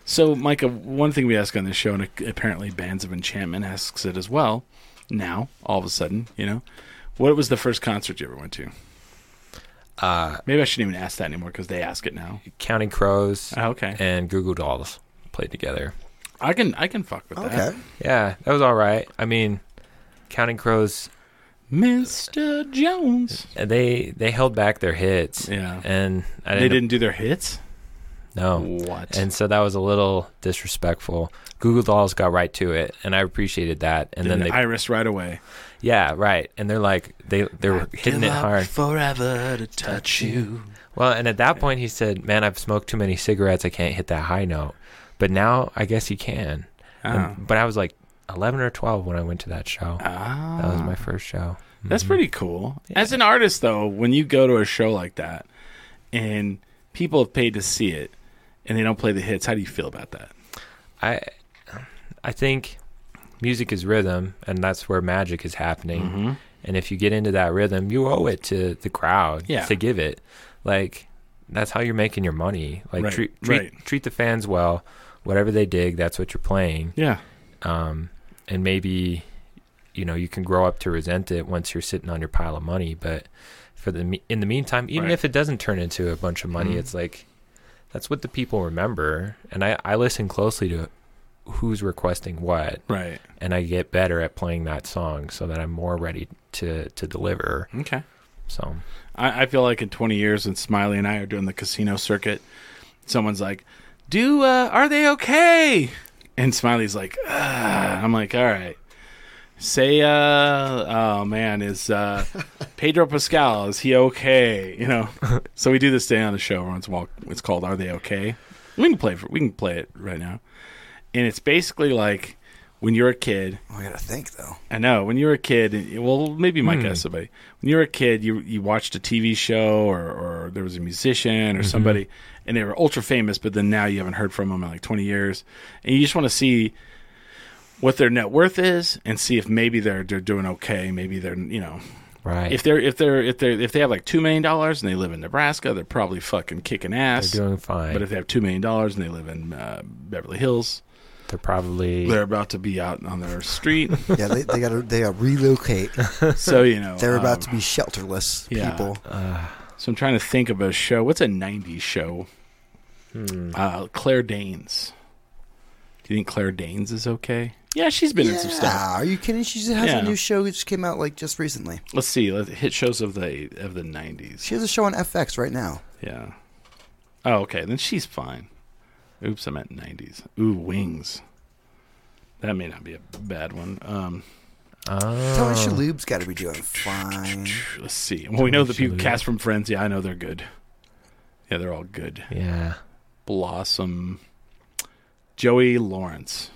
Speaker 2: So, Micah, one thing we ask on this show, and apparently Bands of Enchantment asks it as well. Now, all of a sudden, you know, what was the first concert you ever went to?
Speaker 4: Uh,
Speaker 2: Maybe I shouldn't even ask that anymore because they ask it now.
Speaker 4: County Crows
Speaker 2: Ah, okay,
Speaker 4: and Google Dolls played together.
Speaker 2: I can I can fuck with that.
Speaker 3: (laughs) okay.
Speaker 4: Yeah, that was all right. I mean, Counting Crows,
Speaker 2: Mr. Jones.
Speaker 4: uh, they they held back their hits.
Speaker 2: Yeah.
Speaker 4: and I
Speaker 2: They didn't do their hits.
Speaker 4: no.
Speaker 2: What?
Speaker 4: And so that was a little disrespectful. Google Dolls got right to it, and I appreciated that. And then they,
Speaker 2: Iris right away.
Speaker 4: yeah, right. And they're like, they they were hitting it hard.
Speaker 2: forever to touch you.
Speaker 4: Well, and at that point, he said, "Man, I've smoked too many cigarettes. I can't hit that high note." But now, I guess he can.
Speaker 2: Oh.
Speaker 4: And- but I was like eleven or twelve when I went to that show. That was my mm-hmm. first show.
Speaker 2: Ah. That's pretty cool. As an artist, though, when you go to a show like that and people have paid to see it and they don't play the hits, how do you feel about that?
Speaker 4: I I think music is rhythm, and that's where magic is happening.
Speaker 2: Mm-hmm.
Speaker 4: And if you get into that rhythm, you owe it to the crowd
Speaker 2: Yeah.
Speaker 4: to give it. Like that's how you're making your money. Like
Speaker 2: Right,
Speaker 4: treat treat,
Speaker 2: right.
Speaker 4: treat the fans well. Whatever they dig, that's what you're playing.
Speaker 2: Yeah.
Speaker 4: um, and maybe you know you can grow up to resent it once you're sitting on your pile of money but for the me- in the meantime even
Speaker 2: Right. Mm-hmm.
Speaker 4: if it doesn't turn into a bunch of money it's like that's what the people remember and I, I listen closely to who's requesting what
Speaker 2: Right.
Speaker 4: and i get better at playing that song so that i'm more ready to to deliver
Speaker 2: Okay.
Speaker 4: so
Speaker 2: I, I feel like in 20 years when Smiley and I are doing the casino circuit, someone's like, "Do uh, are they okay?" And Smiley's like, "Ah." "I'm like, all right." Say, uh, oh man, is uh, Pedro Pascal is he okay? You know. so we do this day on the show. Once while it's called "Are They Okay?" We can play for we can play it right now, and it's basically like when you're a kid
Speaker 3: I gotta think though.
Speaker 2: I know. When you were a kid, well, maybe
Speaker 4: Hmm.
Speaker 2: my guess somebody. When you were a kid, you you watched a TV show or, or there was a musician
Speaker 4: Mm-hmm.
Speaker 2: or somebody, and they were ultra famous, but then now you haven't heard from them in like twenty years, and you just want to see what their net worth is and see if maybe they're they're doing okay. Maybe they're you know
Speaker 4: right
Speaker 2: if they're if they're if they are if they have like two million dollars and they live in Nebraska, they're probably fucking kicking ass.
Speaker 4: they're doing fine
Speaker 2: but if they have two million dollars and they live in uh, Beverly Hills,
Speaker 4: they're probably
Speaker 2: they're about to be out on their
Speaker 4: (laughs)
Speaker 2: street.
Speaker 3: Yeah, they, they gotta they gotta relocate.
Speaker 2: so you know
Speaker 3: They're
Speaker 2: um,
Speaker 3: about to be shelterless
Speaker 2: yeah.
Speaker 3: people.
Speaker 2: So I'm trying to think of a show. What's a '90s show? Uh, Claire Danes. Do you think Claire Danes is okay? Yeah, she's been in some stuff.
Speaker 3: Yeah, are you kidding? She has
Speaker 2: Yeah.
Speaker 3: a new show that just came out like just recently.
Speaker 2: Let's see. Let's hit shows of the of the '90s.
Speaker 3: She has a show on FX right now.
Speaker 2: Yeah. Oh, okay. Then she's fine. Oops, I meant '90s. Ooh, Wings. That may not be a bad one. Um,
Speaker 4: oh,
Speaker 3: Tony Shalhoub's got to be doing fine.
Speaker 2: let's see. Well, we know the people cast from Friends. Yeah, I know they're good. Yeah, they're all good.
Speaker 4: yeah
Speaker 2: Blossom, Joey Lawrence.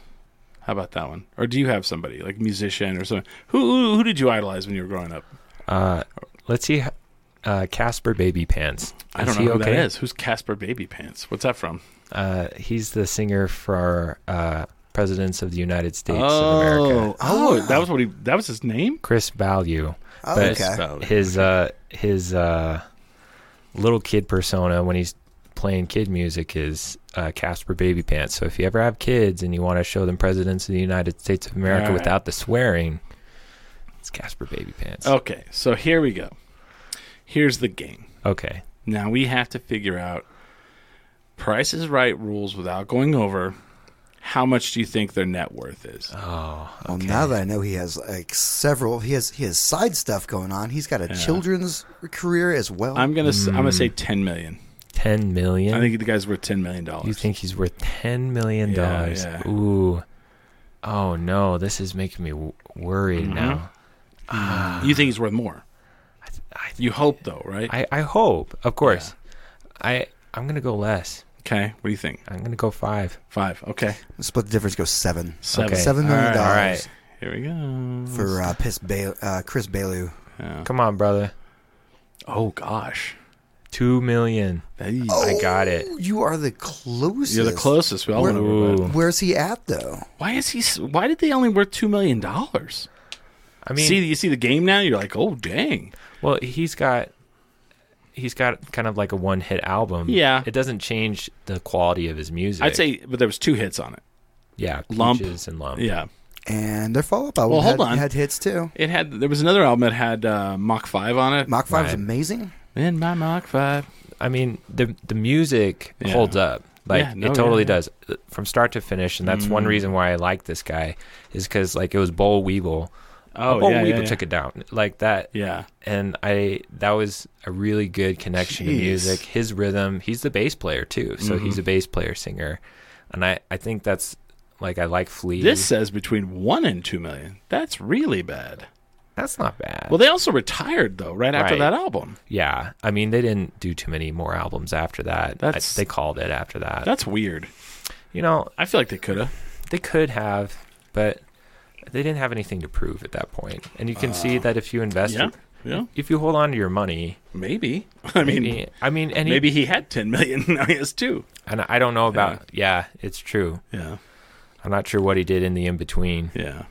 Speaker 2: How about that one? Or do you have somebody like musician or something? Who who, who did you idolize when you were growing up?
Speaker 4: uh let's see uh casper baby pants
Speaker 2: I
Speaker 4: Is
Speaker 2: don't know
Speaker 4: he
Speaker 2: who
Speaker 4: okay?
Speaker 2: that is. Who's Casper Baby Pants? What's that from?
Speaker 4: Uh, he's the singer for uh, presidents of the United States of America.
Speaker 2: oh, oh, that was what he. That was his name.
Speaker 4: Chris Value.
Speaker 3: Oh,
Speaker 4: But
Speaker 3: okay.
Speaker 4: His uh, his uh, little kid persona when he's playing kid music is uh, Casper Baby Pants. So if you ever have kids and you want to show them presidents of the United States of America
Speaker 2: All right.
Speaker 4: without the swearing, it's Casper Baby Pants.
Speaker 2: Okay, so here we go. Here's the game.
Speaker 4: Okay.
Speaker 2: Now we have to figure out Price is Right rules without going over How much do you think their net worth is?
Speaker 4: Oh.
Speaker 3: Well, now that I know he has like several, he has he has side stuff going on. He's got a children's career as well.
Speaker 2: I'm gonna s am
Speaker 4: Hmm.
Speaker 2: gonna say ten million.
Speaker 4: Ten million.
Speaker 2: I think the guy's worth ten million dollars.
Speaker 4: you think he's worth ten million
Speaker 2: Yeah,
Speaker 4: dollars?
Speaker 2: yeah.
Speaker 4: Ooh. Oh no, this is making me w- worried
Speaker 2: Mm-hmm.
Speaker 4: now.
Speaker 2: You think he's worth more?
Speaker 4: I, th- I, th-
Speaker 2: You hope though, right?
Speaker 4: I, I hope, of course. I I'm gonna go less.
Speaker 2: okay. What do you think?
Speaker 4: I'm gonna go five.
Speaker 2: Five. Okay.
Speaker 3: Split the difference. Go seven.
Speaker 2: Seven.
Speaker 4: Okay.
Speaker 3: Seven million
Speaker 2: All right,
Speaker 3: dollars
Speaker 2: all
Speaker 4: right.
Speaker 2: Here we go.
Speaker 3: for uh, Piss ba- uh, Chris Bailew.
Speaker 4: Come on, brother.
Speaker 2: oh gosh.
Speaker 4: Two million.
Speaker 2: Hey.
Speaker 4: I got it.
Speaker 3: You are the closest.
Speaker 2: You're the closest. We all
Speaker 3: Where-
Speaker 2: went over.
Speaker 4: Ooh.
Speaker 2: but-
Speaker 3: Where's he at though?
Speaker 2: Why is he? s- Why did they only worth two million dollars?
Speaker 4: I mean,
Speaker 2: see, you see the game now. You're like, oh dang.
Speaker 4: well, he's got he's got kind of like a one hit album.
Speaker 2: Yeah.
Speaker 4: it doesn't change the quality of his music.
Speaker 2: I'd say, but there was two hits on it.
Speaker 4: yeah,
Speaker 2: Lump.
Speaker 4: Peaches and lump.
Speaker 2: Yeah,
Speaker 3: And their follow up album
Speaker 2: Well,
Speaker 3: had,
Speaker 2: hold on.
Speaker 3: had hits too.
Speaker 2: it had. There was another album that had uh, Mach Five on it.
Speaker 3: Mach Five is
Speaker 4: Right.
Speaker 3: amazing.
Speaker 2: In my Mach Five.
Speaker 4: I mean, the the music
Speaker 2: Yeah.
Speaker 4: holds up. Like
Speaker 2: Yeah, no,
Speaker 4: it totally
Speaker 2: yeah, Mm-hmm. yeah.
Speaker 4: does Uh, from start to finish, and that's one reason why I like this guy is because like it was Bull Weevil.
Speaker 2: Oh,
Speaker 4: Bull
Speaker 2: yeah, yeah,
Speaker 4: Weevil
Speaker 2: yeah.
Speaker 4: took it down like that,
Speaker 2: Yeah.
Speaker 4: and I that was a really good connection
Speaker 2: Jeez. Mm-hmm.
Speaker 4: to music. His rhythm, he's the bass player too, so he's a bass player singer, and I I think that's like I like Flea.
Speaker 2: This says between one and two million. That's really bad.
Speaker 4: that's not bad.
Speaker 2: Well, they also retired though right after
Speaker 4: Right.
Speaker 2: that album.
Speaker 4: yeah, I mean they didn't do too many more albums after that. I-
Speaker 2: That's-
Speaker 4: they called it after that.
Speaker 2: That's weird.
Speaker 4: you know,
Speaker 2: I feel like they could have.
Speaker 4: They could have, but they didn't have anything to prove at that point. And you can see that if you invest,
Speaker 2: Uh, Yeah. Yeah.
Speaker 4: if you hold on to your money,
Speaker 2: Maybe. (laughs) I mean,
Speaker 4: maybe, I mean, and he-
Speaker 2: maybe he had ten million. (laughs) Now he has two.
Speaker 4: and I don't know about. Yeah. it's true.
Speaker 2: Yeah.
Speaker 4: I'm not sure what he did in the in between.
Speaker 2: Yeah.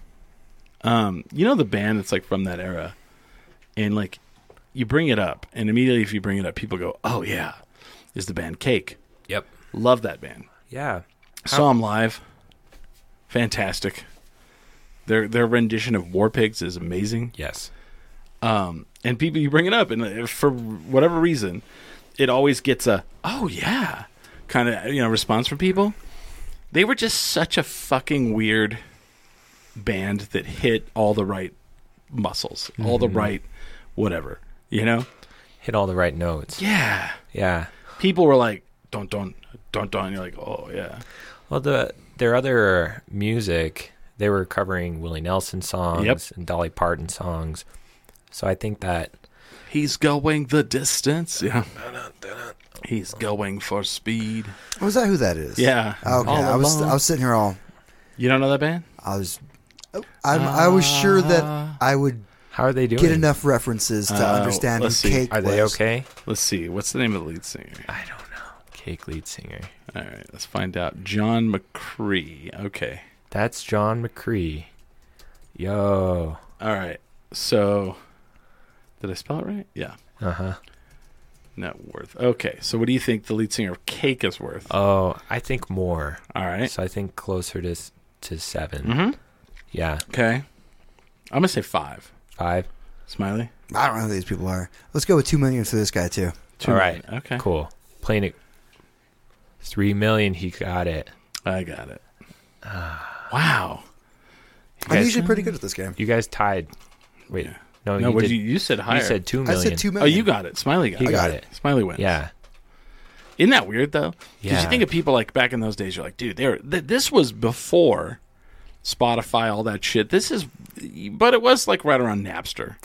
Speaker 2: Um, you know the band that's like from that era, and like you bring it up, and immediately if you bring it up, people go, "Oh yeah," is the band Cake.
Speaker 4: Yep.
Speaker 2: Love that band.
Speaker 4: Yeah.
Speaker 2: Saw them live. Fantastic. Their their rendition of War Pigs is amazing.
Speaker 4: Yes.
Speaker 2: Um, and people you bring it up, and uh, for whatever reason, it always gets a "Oh yeah" kind of you know response from people. They were just such a fucking weird band that hit all the right muscles, all the right whatever. You know?
Speaker 4: Hit all the right notes.
Speaker 2: Yeah.
Speaker 4: Yeah.
Speaker 2: People were like, "Don't don't don't don't." You're like, "Oh yeah."
Speaker 4: Well, the their other music, they were covering Willie Nelson songs
Speaker 2: Yep.
Speaker 4: and Dolly Parton songs. So I think that
Speaker 2: He's going the distance. Yeah. He's going for speed.
Speaker 3: Oh, is that who that is?
Speaker 2: Yeah.
Speaker 3: Okay.
Speaker 2: All
Speaker 3: I was
Speaker 2: alone.
Speaker 3: I was sitting here all
Speaker 2: You don't know that band?
Speaker 3: I was I'm, I was sure that I would
Speaker 4: how are they doing?
Speaker 3: get enough references to
Speaker 2: Uh,
Speaker 3: understand who
Speaker 2: let's see.
Speaker 3: Cake
Speaker 4: Are
Speaker 3: was.
Speaker 4: they okay?
Speaker 2: Let's see. What's the name of the lead singer?
Speaker 4: I don't know. Cake lead singer.
Speaker 2: All right, let's find out. John McCree. Okay.
Speaker 4: That's John McCree. Yo.
Speaker 2: All right. So, did I spell it right? Yeah.
Speaker 4: Uh huh.
Speaker 2: Net worth. Okay. So, what do you think the lead singer of Cake is worth?
Speaker 4: Oh, I think more.
Speaker 2: All right. Mm-hmm.
Speaker 4: So I think closer to s- to 7 Yeah,
Speaker 2: Okay. I'm gonna say five.
Speaker 4: five.
Speaker 2: Smiley.
Speaker 3: I don't know who these people are. Let's go with two million for this guy too.
Speaker 2: Two
Speaker 4: All
Speaker 2: million.
Speaker 4: right.
Speaker 2: Okay.
Speaker 4: Cool. Playing it. Three million. He got it.
Speaker 2: I got it.
Speaker 4: Ah.
Speaker 2: wow. You
Speaker 3: I'm
Speaker 2: guys-
Speaker 3: usually pretty good at this game.
Speaker 4: You guys tied. Wait.
Speaker 2: Yeah.
Speaker 4: No.
Speaker 2: No,
Speaker 4: you,
Speaker 2: what
Speaker 4: did,
Speaker 2: you you said higher.
Speaker 4: you said two
Speaker 3: I
Speaker 4: million.
Speaker 3: said two
Speaker 2: Oh,
Speaker 3: million.
Speaker 2: you got it. Smiley got
Speaker 4: He
Speaker 2: it.
Speaker 4: got it.
Speaker 2: Smiley wins.
Speaker 4: Yeah.
Speaker 2: Isn't that weird though? Because you
Speaker 4: Yeah.
Speaker 2: think of people like back in those days, you're like, dude, they were, th- this was before Spotify, all that shit. This is, but it was like right around Napster,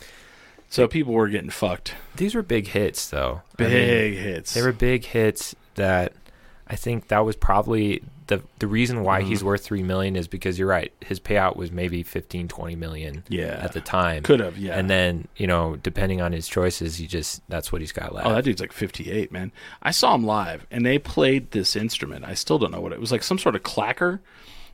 Speaker 2: so people were getting fucked.
Speaker 4: These were big hits, though. I mean,
Speaker 2: Big hits.
Speaker 4: they were big hits that I think that was probably the the reason why
Speaker 2: Mm-hmm.
Speaker 4: he's worth three million is because you're right. His payout was maybe 15, 20 million
Speaker 2: Yeah.
Speaker 4: at the time.
Speaker 2: Could have, yeah.
Speaker 4: And then, you know, depending on his choices, he just that's what he's got left.
Speaker 2: oh, that dude's like 58, man. I saw him live, and they played this instrument. I still don't know what it was like. Some sort of clacker.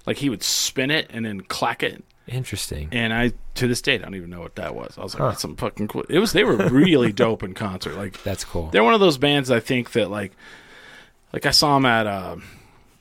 Speaker 2: Like he would spin it and then clack it.
Speaker 4: Interesting.
Speaker 2: And I to this day don't even know what that was. I was like, that's some fucking cool. It was they were
Speaker 4: (laughs)
Speaker 2: really dope in concert. Like
Speaker 4: that's cool.
Speaker 2: They're one of those bands I think that like, like I saw them at uh,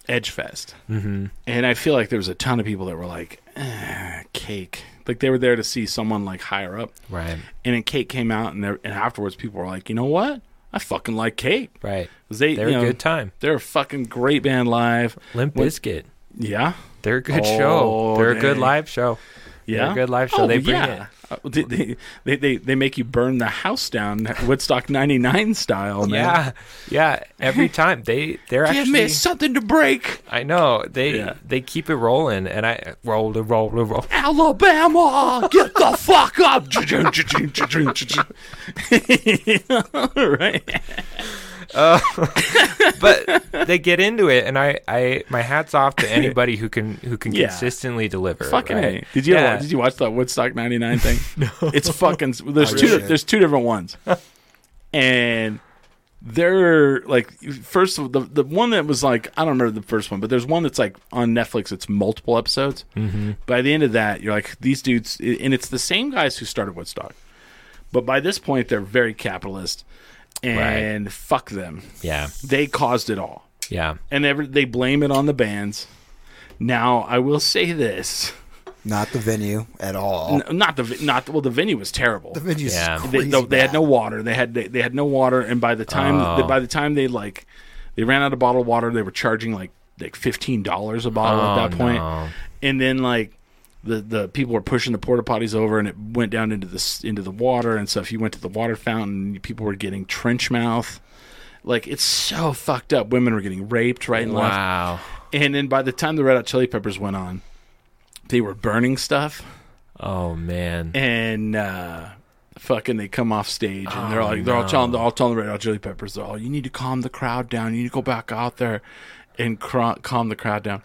Speaker 2: Edgefest, mm-hmm. and I feel like there was a ton of people that were like, eh, "Cake," like they were there to see someone like higher up,
Speaker 4: Right.
Speaker 2: and then Cake came out, and there and afterwards people were like, "You know what? I fucking like Cake."
Speaker 4: Right.
Speaker 2: 'Cause They,
Speaker 4: They're
Speaker 2: you
Speaker 4: a
Speaker 2: know,
Speaker 4: good time.
Speaker 2: They're a fucking great band live.
Speaker 4: Limp
Speaker 2: When-
Speaker 4: Bizkit.
Speaker 2: Yeah.
Speaker 4: They're a good
Speaker 2: Oh,
Speaker 4: show. They're a good
Speaker 2: dang.
Speaker 4: live show.
Speaker 2: Yeah.
Speaker 4: They're a good live show. they bring it.
Speaker 2: Uh, They, they, they, they, they make you burn the house down, Woodstock 99 style, man.
Speaker 4: Yeah, yeah. Every time they they're
Speaker 2: Give
Speaker 4: actually.
Speaker 2: me something to break.
Speaker 4: I know they
Speaker 2: Yeah.
Speaker 4: they keep it rolling, and I roll to roll to roll.
Speaker 2: Alabama, get the fuck up. (laughs) right. (laughs)
Speaker 4: But they get into it, and I I my hats off to anybody who can who can
Speaker 2: Yeah.
Speaker 4: consistently deliver.
Speaker 2: Fucking
Speaker 4: right?
Speaker 2: A. Did you
Speaker 4: Yeah.
Speaker 2: did you watch that Woodstock '99 thing? no. It's fucking. There's two.
Speaker 3: really?
Speaker 2: There's two different ones, and they're like first of- the the one that was like I don't remember the first one, but there's one that's like on Netflix. It's multiple episodes. Mm-hmm. By the end of that, you're like these dudes, and it's the same guys who started Woodstock, but by this point they're very capitalist, and fuck them.
Speaker 4: Yeah,
Speaker 2: They caused it all
Speaker 4: yeah.
Speaker 2: and every, they blame it on the bands. Now I will say this:
Speaker 3: Not the venue at all.
Speaker 2: N- not the vi- not the- well, the venue was terrible.
Speaker 3: The venue's
Speaker 4: Yeah. They-
Speaker 2: they,
Speaker 3: crazy.
Speaker 2: they, they had
Speaker 3: bad.
Speaker 2: no water. They had they, they had no water, and by the time
Speaker 4: Oh.
Speaker 2: by the time they like they ran out of bottled water, they were charging like like fifteen dollars a bottle
Speaker 4: Oh,
Speaker 2: at that point.
Speaker 4: no.
Speaker 2: And then like the the people were pushing the porta potties over, and it went down into the s- into the water. And so if you went to the water fountain, people were getting trench mouth. Like it's so fucked up. Women were getting raped right and left.
Speaker 4: Wow.
Speaker 2: And then by the time the Red Hot Chili Peppers went on, they were burning stuff
Speaker 4: Oh man.
Speaker 2: and uh, fucking they come off stage and they're like they're all telling they're all telling the Red Hot Chili Peppers they're all you need to calm the crowd down. You need to go back out there and cr- calm the crowd down.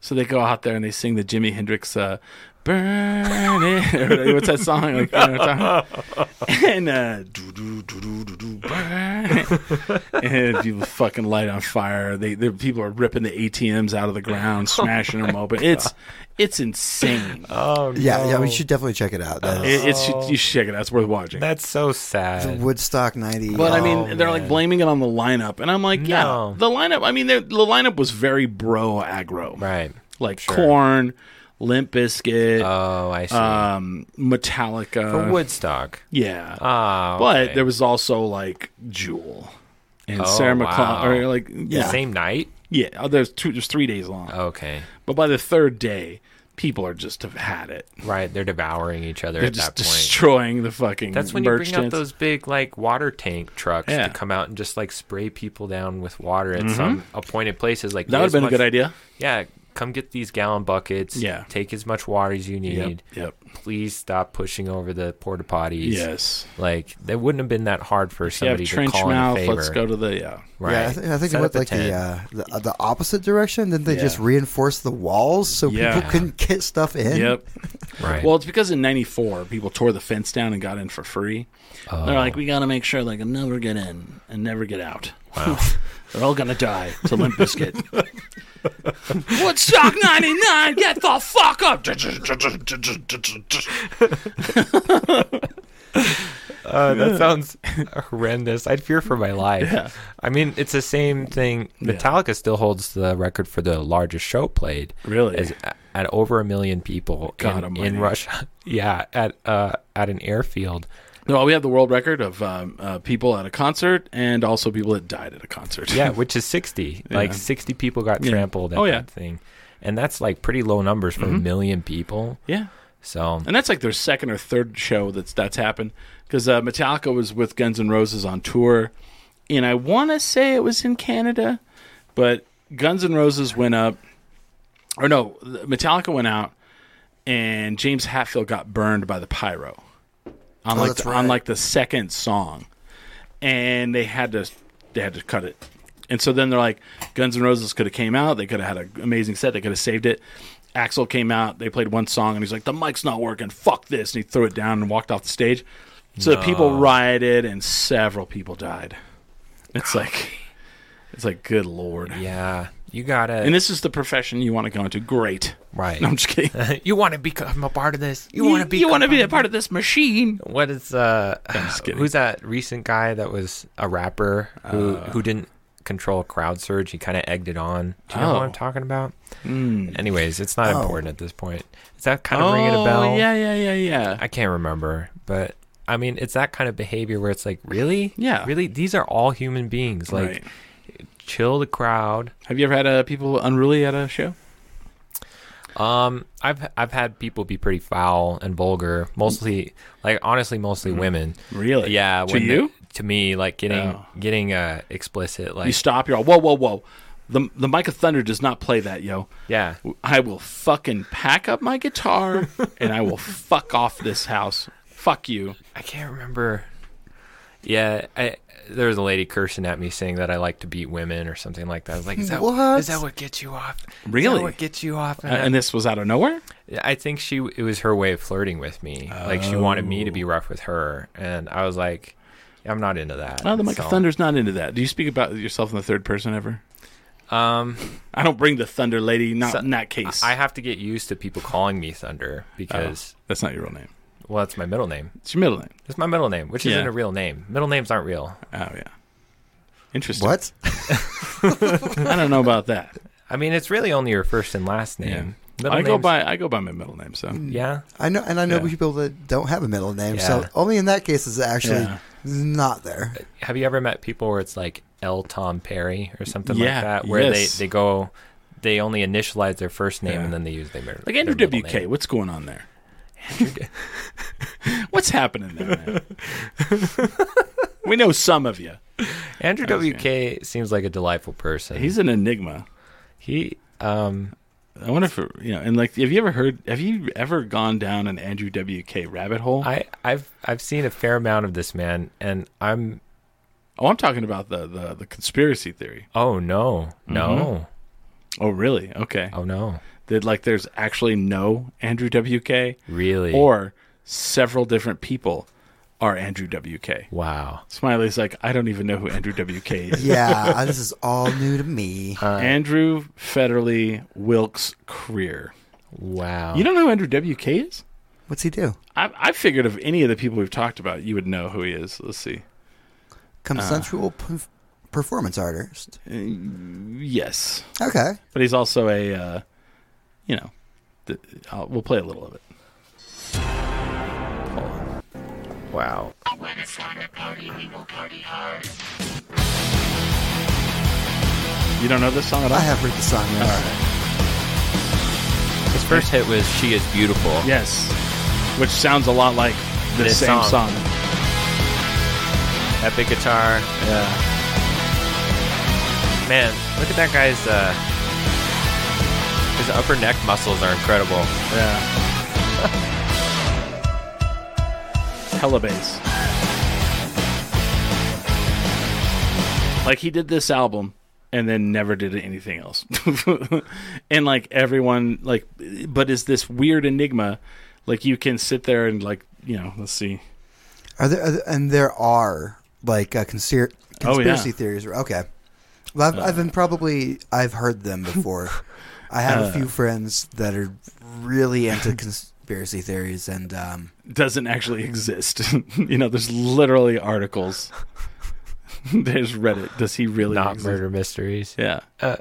Speaker 2: So they go out there and they sing the Jimi Hendrix uh, "Burn It." (laughs) What's that song? Like, you know what I'm talking- (laughs) and uh, do do do do do do burn. it. (laughs) and people fucking light on fire. They they- people are ripping the ATMs out of the ground, smashing them open. It's it's insane.
Speaker 4: Oh
Speaker 3: Yeah, yeah,
Speaker 4: no.
Speaker 3: we should definitely check it out. That is
Speaker 2: It- it's you should check it out. It's worth watching.
Speaker 4: That's so
Speaker 3: the
Speaker 4: sad.
Speaker 3: Woodstock '90.
Speaker 2: But I mean,
Speaker 4: Oh,
Speaker 2: they're like
Speaker 4: man.
Speaker 2: blaming it on the lineup, and I'm like, yeah,
Speaker 4: No.
Speaker 2: the lineup. I mean, they're- the lineup was very bro aggro,
Speaker 4: Right.
Speaker 2: like Corn, Limp Bizkit,
Speaker 4: Oh, I see.
Speaker 2: um, Metallica,
Speaker 4: For Woodstock.
Speaker 2: yeah.
Speaker 4: Ah.
Speaker 2: But
Speaker 4: okay.
Speaker 2: there was also like Jewel and
Speaker 4: Oh,
Speaker 2: Sarah
Speaker 4: wow.
Speaker 2: McLaughlin, or like
Speaker 4: the
Speaker 2: yeah,
Speaker 4: same Oh. night.
Speaker 2: yeah. There's two, there's three days long,
Speaker 4: Okay.
Speaker 2: but by the third day, people are just have had it.
Speaker 4: Right. They're devouring each other
Speaker 2: They're
Speaker 4: at
Speaker 2: just
Speaker 4: that point.
Speaker 2: destroying the fucking.
Speaker 4: That's when you
Speaker 2: merch
Speaker 4: bring out
Speaker 2: tents.
Speaker 4: those big like water tank trucks
Speaker 2: Yeah. Mm-hmm.
Speaker 4: to come out and just like spray people down with water at some appointed places. Like
Speaker 2: That would have
Speaker 4: as
Speaker 2: been a
Speaker 4: much-
Speaker 2: good idea.
Speaker 4: Yeah, come get these gallon buckets.
Speaker 2: Yeah.
Speaker 4: take as much water as you need.
Speaker 2: Yep. Yep.
Speaker 4: Please stop pushing over the porta potties.
Speaker 2: Yes.
Speaker 4: like that wouldn't have been that hard for
Speaker 2: You have
Speaker 4: somebody to
Speaker 2: trench
Speaker 4: call
Speaker 2: mouth.
Speaker 4: in a favor.
Speaker 2: Let's go to the yeah.
Speaker 4: Right.
Speaker 3: Yeah, I, th- I think it
Speaker 4: Set up
Speaker 3: went
Speaker 4: a
Speaker 3: like the,
Speaker 4: tent.
Speaker 3: uh, the uh, the opposite direction. Then they just
Speaker 2: Yeah.
Speaker 3: reinforced the walls so
Speaker 2: Yeah.
Speaker 3: people couldn't get stuff in.
Speaker 2: Yep.
Speaker 4: right.
Speaker 2: Well, it's because in '94 people tore the fence down and got in for free. They're
Speaker 4: Oh.
Speaker 2: like, we got to make sure they can never get in and never get out. Wow. (laughs) They're all gonna die to Limp Bizkit. (laughs) Woodstock '99, get the fuck up! (laughs) (laughs)
Speaker 4: Uh, that sounds horrendous. I'd fear for my life. I mean, it's the same thing. Metallica still holds the record for the largest show played.
Speaker 2: Really?
Speaker 4: As, at over a million people
Speaker 2: God
Speaker 4: in,
Speaker 2: almighty.
Speaker 4: in Russia. (laughs) yeah, at uh, at an airfield.
Speaker 2: no, we have the world record of um, uh, people at a concert and also people that died at a concert.
Speaker 4: Yeah, which is 60. Like
Speaker 2: Yeah.
Speaker 4: 60 people got
Speaker 2: Yeah.
Speaker 4: trampled at
Speaker 2: Oh, yeah.
Speaker 4: that thing. And that's like pretty low numbers for a million people.
Speaker 2: (laughs) yeah.
Speaker 4: So,
Speaker 2: and that's like their second or third show that's that's happened because uh, Metallica was with Guns N' Roses on tour, and I want to say it was in Canada, but Guns N' Roses went up, or no, Metallica went out, and James Hatfield got burned by the pyro on
Speaker 3: Oh,
Speaker 2: like
Speaker 3: that's
Speaker 2: the, on
Speaker 3: right.
Speaker 2: like the second song, and they had to they had to cut it. And so then they're like, Guns N' Roses could have came out. They could have had an amazing set. They could have saved it. Axel came out. They played one song, and he's like, "The mic's not working. Fuck this!" And he threw it down and walked off the stage. So the people rioted, and several people died. It's like, it's like, good lord.
Speaker 4: yeah, you got to.
Speaker 2: And this is the profession you want to go into. Great.
Speaker 4: right.
Speaker 2: No, I'm just
Speaker 3: (laughs)
Speaker 2: kidding.
Speaker 4: (laughs) you want to become a part of this. You,
Speaker 2: You
Speaker 4: want to be.
Speaker 2: you want to be a part of this machine?
Speaker 4: What is uh?
Speaker 2: just kidding.
Speaker 4: Who's that recent guy that was a rapper who
Speaker 2: Uh.
Speaker 4: who didn't control a crowd surge? He kind of egged it on. Do you know what
Speaker 2: Oh.
Speaker 4: I'm talking about? hmm,
Speaker 2: Mm.
Speaker 4: Anyways, it's not
Speaker 3: Oh.
Speaker 4: important at this point. Is that kind of ringing a bell?
Speaker 2: Oh, yeah, yeah, yeah, yeah.
Speaker 4: I can't remember, but I mean, it's that kind of behavior where it's like, really,
Speaker 2: Yeah.
Speaker 4: really, these are all human beings. Like,
Speaker 2: Right.
Speaker 4: chill the crowd.
Speaker 2: Have you ever had uh, people unruly at a show?
Speaker 4: Um, I've I've had people be pretty foul and vulgar, mostly like honestly, mostly women.
Speaker 2: Mm. Really?
Speaker 4: Yeah.
Speaker 2: To
Speaker 4: when they-
Speaker 2: you?
Speaker 4: to me, like getting
Speaker 2: Oh.
Speaker 4: getting uh explicit, like
Speaker 2: You stop. You're all whoa, whoa, whoa. The the Mike of Thunder does not play that, yo.
Speaker 4: yeah,
Speaker 2: I will fucking pack up my
Speaker 4: (laughs)
Speaker 2: guitar and I will fuck off this house. Fuck you.
Speaker 4: I can't remember. Yeah, I, there was a lady cursing at me saying that I like to beat women or something like that. I was like, is that
Speaker 3: What?
Speaker 4: is that what gets you off? Is
Speaker 2: Really?
Speaker 4: that what gets you off?
Speaker 2: Uh, and this was out of nowhere.
Speaker 4: I think she it was her way of flirting with me. Like she wanted me
Speaker 2: Oh.
Speaker 4: to be rough with her, and I was like, I'm not into that.
Speaker 2: Oh, the Mike of
Speaker 4: So,
Speaker 2: Thunder's not into that. Do you speak about yourself in the third person ever?
Speaker 4: Um,
Speaker 2: I don't bring the thunder lady. Not
Speaker 4: So-
Speaker 2: in that case.
Speaker 4: I have to get used to people calling me Thunder because
Speaker 2: That's not your real name.
Speaker 4: well, that's my middle name.
Speaker 2: It's your middle name.
Speaker 4: It's my middle name, which
Speaker 2: Yeah.
Speaker 4: isn't a real name. Middle names aren't real.
Speaker 2: Oh yeah. Interesting.
Speaker 3: What?
Speaker 2: (laughs) I don't know about that.
Speaker 4: I mean, it's really only your first and last name. Middle
Speaker 2: I go
Speaker 4: names- Hmm.
Speaker 2: by I go by my middle name. So
Speaker 4: yeah.
Speaker 3: I know, and I know
Speaker 2: Yeah.
Speaker 3: people that don't have a middle name. So
Speaker 4: Yeah.
Speaker 3: only in that case is it actually
Speaker 2: Yeah.
Speaker 3: not there.
Speaker 4: Have you ever met people where it's like L. Tom Perry or something
Speaker 2: Yeah,
Speaker 4: like that, where
Speaker 2: yes.
Speaker 4: they they go, they only initialize their first name and then they use their middle.
Speaker 2: like Andrew
Speaker 4: their middle
Speaker 2: WK,
Speaker 4: name.
Speaker 2: what's going on there? (laughs) What's happening there, man? we know some of you.
Speaker 4: Andrew
Speaker 2: was
Speaker 4: WK seems like a delightful person.
Speaker 2: He's an enigma.
Speaker 4: he um
Speaker 2: I wonder if you know. And like, have you ever heard? Have you ever gone down an Andrew WK rabbit hole?
Speaker 4: I I've I've seen a fair amount of this man and I'm
Speaker 2: oh, I'm talking about the the, the conspiracy theory.
Speaker 4: oh no.
Speaker 2: Mm-hmm.
Speaker 4: No.
Speaker 2: Oh, really? Okay.
Speaker 4: Oh no.
Speaker 2: That like, there's actually no Andrew WK,
Speaker 4: Really?
Speaker 2: or several different people are Andrew WK.
Speaker 4: wow.
Speaker 2: Smiley's like, I don't even know who Andrew WK
Speaker 3: (laughs)
Speaker 2: is. (laughs)
Speaker 3: Yeah, this is all new to me.
Speaker 2: Uh, Andrew Federley Wilkes Creer.
Speaker 4: Wow.
Speaker 2: You don't know who Andrew WK is?
Speaker 3: What's he do?
Speaker 2: I, I figured of any of the people we've talked about, you would know who he is. Let's see. uh.
Speaker 3: Consensual perf- performance artist.
Speaker 2: Yes,
Speaker 3: Okay.
Speaker 2: but he's also a, uh, you know, th- I'll, we'll play a little of it. Hold on.
Speaker 4: wow.
Speaker 2: You don't know this song at all?
Speaker 3: I have heard the song. Yes.
Speaker 2: (laughs)
Speaker 4: His first hit was She is Beautiful.
Speaker 2: Yes, which sounds a lot like the
Speaker 4: This
Speaker 2: same
Speaker 4: song.
Speaker 2: song.
Speaker 4: Epic guitar.
Speaker 2: Yeah,
Speaker 4: Man, look at that guy's uh his upper neck muscles are incredible.
Speaker 2: yeah. (laughs) Hella bass. Like he did this album and then never did anything else. (laughs) and like everyone like but is this weird enigma like you can sit there and like, you know, let's see.
Speaker 3: Are there, are there- and there are like uh, conspir-
Speaker 2: Oh, yeah. Uh.
Speaker 3: conspiracy theories. Okay. Well, I've, I've been probably I've heard them before. I have
Speaker 2: Uh.
Speaker 3: a few friends that are really
Speaker 2: (laughs)
Speaker 3: into conspiracy theories, and um,
Speaker 2: Doesn't actually exist. (laughs) you know, there's literally articles. (laughs) there's Reddit. Does he really
Speaker 4: Not
Speaker 2: exist?
Speaker 4: murder mysteries.
Speaker 2: Yeah.
Speaker 4: Uh,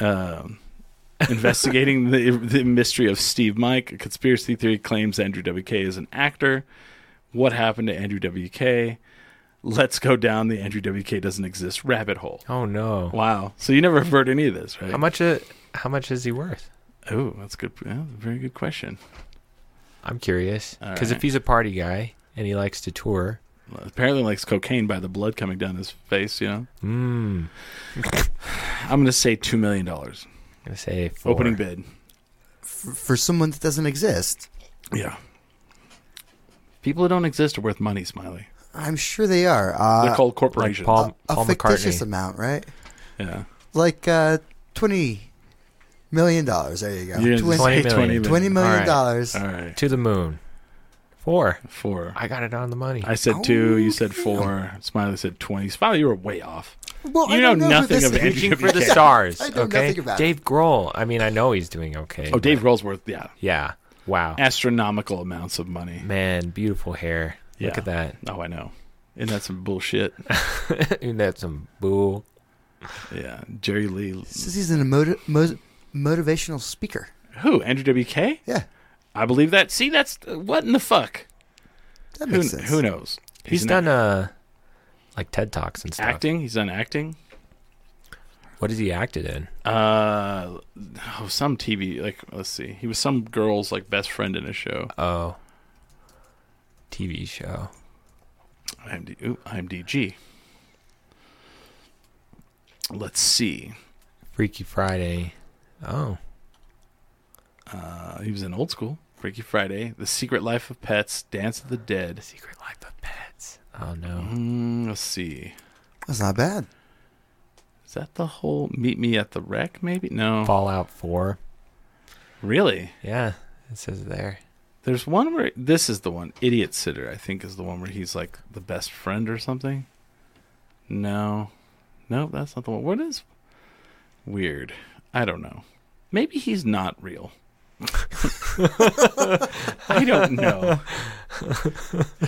Speaker 2: Um, (laughs) investigating the, the mystery of Steve Mike, a conspiracy theory claims Andrew WK is an actor. What happened to Andrew WK? Let's go down the Andrew WK doesn't exist rabbit hole.
Speaker 4: Oh no.
Speaker 2: Wow. So you never have heard any of this, right?
Speaker 4: How much uh, how much is he worth?
Speaker 2: Oh, that's good. yeah, very good question.
Speaker 4: I'm curious
Speaker 2: All
Speaker 4: because
Speaker 2: right.
Speaker 4: if he's a party guy and he likes to tour,
Speaker 2: Well, apparently likes cocaine by the blood coming down his face, you know?
Speaker 4: mm,
Speaker 2: I'm going to say $2 million.
Speaker 4: I'm gonna say four.
Speaker 2: Opening bid.
Speaker 3: f- for someone that doesn't exist,
Speaker 2: Yeah. People who don't exist are worth money, Smiley.
Speaker 3: I'm sure they are.
Speaker 2: They're
Speaker 3: Uh,
Speaker 2: called
Speaker 4: like
Speaker 2: corporations.
Speaker 4: Paul,
Speaker 3: a
Speaker 4: Paul
Speaker 3: fictitious
Speaker 4: McCartney.
Speaker 3: amount, right?
Speaker 2: yeah.
Speaker 3: Like uh, twenty million dollars. There you go.
Speaker 2: You're gonna
Speaker 3: Twen-
Speaker 2: just
Speaker 3: Twenty
Speaker 2: say $20
Speaker 4: $20 million.
Speaker 2: million.
Speaker 3: million
Speaker 4: All right.
Speaker 3: dollars.
Speaker 2: All right.
Speaker 4: to the moon. Four.
Speaker 2: Four.
Speaker 4: I got it on the money.
Speaker 3: (laughs)
Speaker 2: I said two. You said four. Smiley said twenty. Smiley, you were way off. Oh,
Speaker 3: Well,
Speaker 2: You
Speaker 3: (laughs) I
Speaker 2: know
Speaker 3: don't know who
Speaker 2: nothing
Speaker 3: this
Speaker 2: of
Speaker 3: is.
Speaker 2: Andrew
Speaker 4: Reaching for the
Speaker 2: WK.
Speaker 4: stars.
Speaker 3: I know
Speaker 4: okay.
Speaker 3: nothing about it.
Speaker 4: Dave Grohl. I mean, I know he's doing okay.
Speaker 2: Oh, Dave
Speaker 4: but-
Speaker 2: Rollsworth. Yeah,
Speaker 4: Yeah. Wow.
Speaker 2: astronomical amounts of money.
Speaker 4: Man, beautiful hair.
Speaker 2: Yeah.
Speaker 4: Look at that. (laughs)
Speaker 2: Oh, I know. Isn't that some bullshit?
Speaker 4: Isn't that some bull?
Speaker 2: yeah, Jerry Lee.
Speaker 3: Says he's an emoti- mo- motivational speaker.
Speaker 2: Who? Andrew WK?
Speaker 3: Yeah,
Speaker 2: I believe that. See, that's what in the fuck.
Speaker 3: that
Speaker 2: Who,
Speaker 3: makes sense.
Speaker 2: who knows?
Speaker 4: He's
Speaker 2: an
Speaker 4: done uh, like TED talks and stuff.
Speaker 2: acting. He's done acting.
Speaker 4: What has he acted in?
Speaker 2: Uh, oh, some TV like let's see, he was some girl's like best friend in a show.
Speaker 4: Oh, TV show.
Speaker 2: IMD, ooh, IMDG. Let's see.
Speaker 4: Freaky Friday. Oh,
Speaker 2: Uh, he was in Old School, Freaky Friday, The Secret Life of Pets, Dance of the Dead.
Speaker 4: Secret Life of Pets. Oh no.
Speaker 2: Mm, let's see.
Speaker 3: That's not bad.
Speaker 2: Is that the whole Meet Me at the Wreck? Maybe no.
Speaker 4: Fallout Four.
Speaker 2: Really?
Speaker 4: Yeah, it says there.
Speaker 2: There's one where this is the one. Idiot Sitter, I think, is the one where he's like the best friend or something. No, no, that's not the one. What is weird? I don't know. Maybe he's not real. (laughs) I don't know.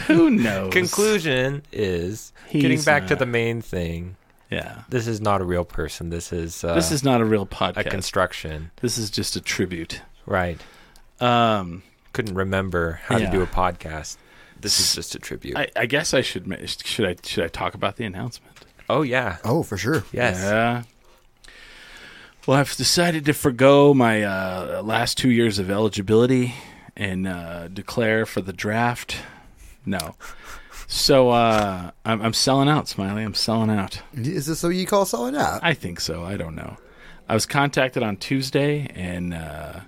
Speaker 2: Who knows?
Speaker 4: Conclusion is
Speaker 2: He's
Speaker 4: getting back to
Speaker 2: not.
Speaker 4: the main thing.
Speaker 2: Yeah,
Speaker 4: This is not a real person. This is uh,
Speaker 2: this is not a real
Speaker 4: a
Speaker 2: podcast.
Speaker 4: construction,
Speaker 2: this is just a tribute.
Speaker 4: right?
Speaker 2: Um,
Speaker 4: Couldn't remember how
Speaker 2: Yeah.
Speaker 4: to do a podcast. This is
Speaker 2: S-
Speaker 4: just a tribute.
Speaker 2: I, I guess I should ma- should I should I talk about the announcement?
Speaker 4: oh yeah,
Speaker 3: Oh, for sure.
Speaker 4: yes.
Speaker 2: Yeah. Well, I've decided to forego my uh, last two years of eligibility and uh, declare for the draft. No. So uh, I'm, I'm selling out, Smiley. I'm selling out.
Speaker 3: Is this what you call selling out?
Speaker 2: I think so. I don't know. I was contacted on Tuesday, and uh,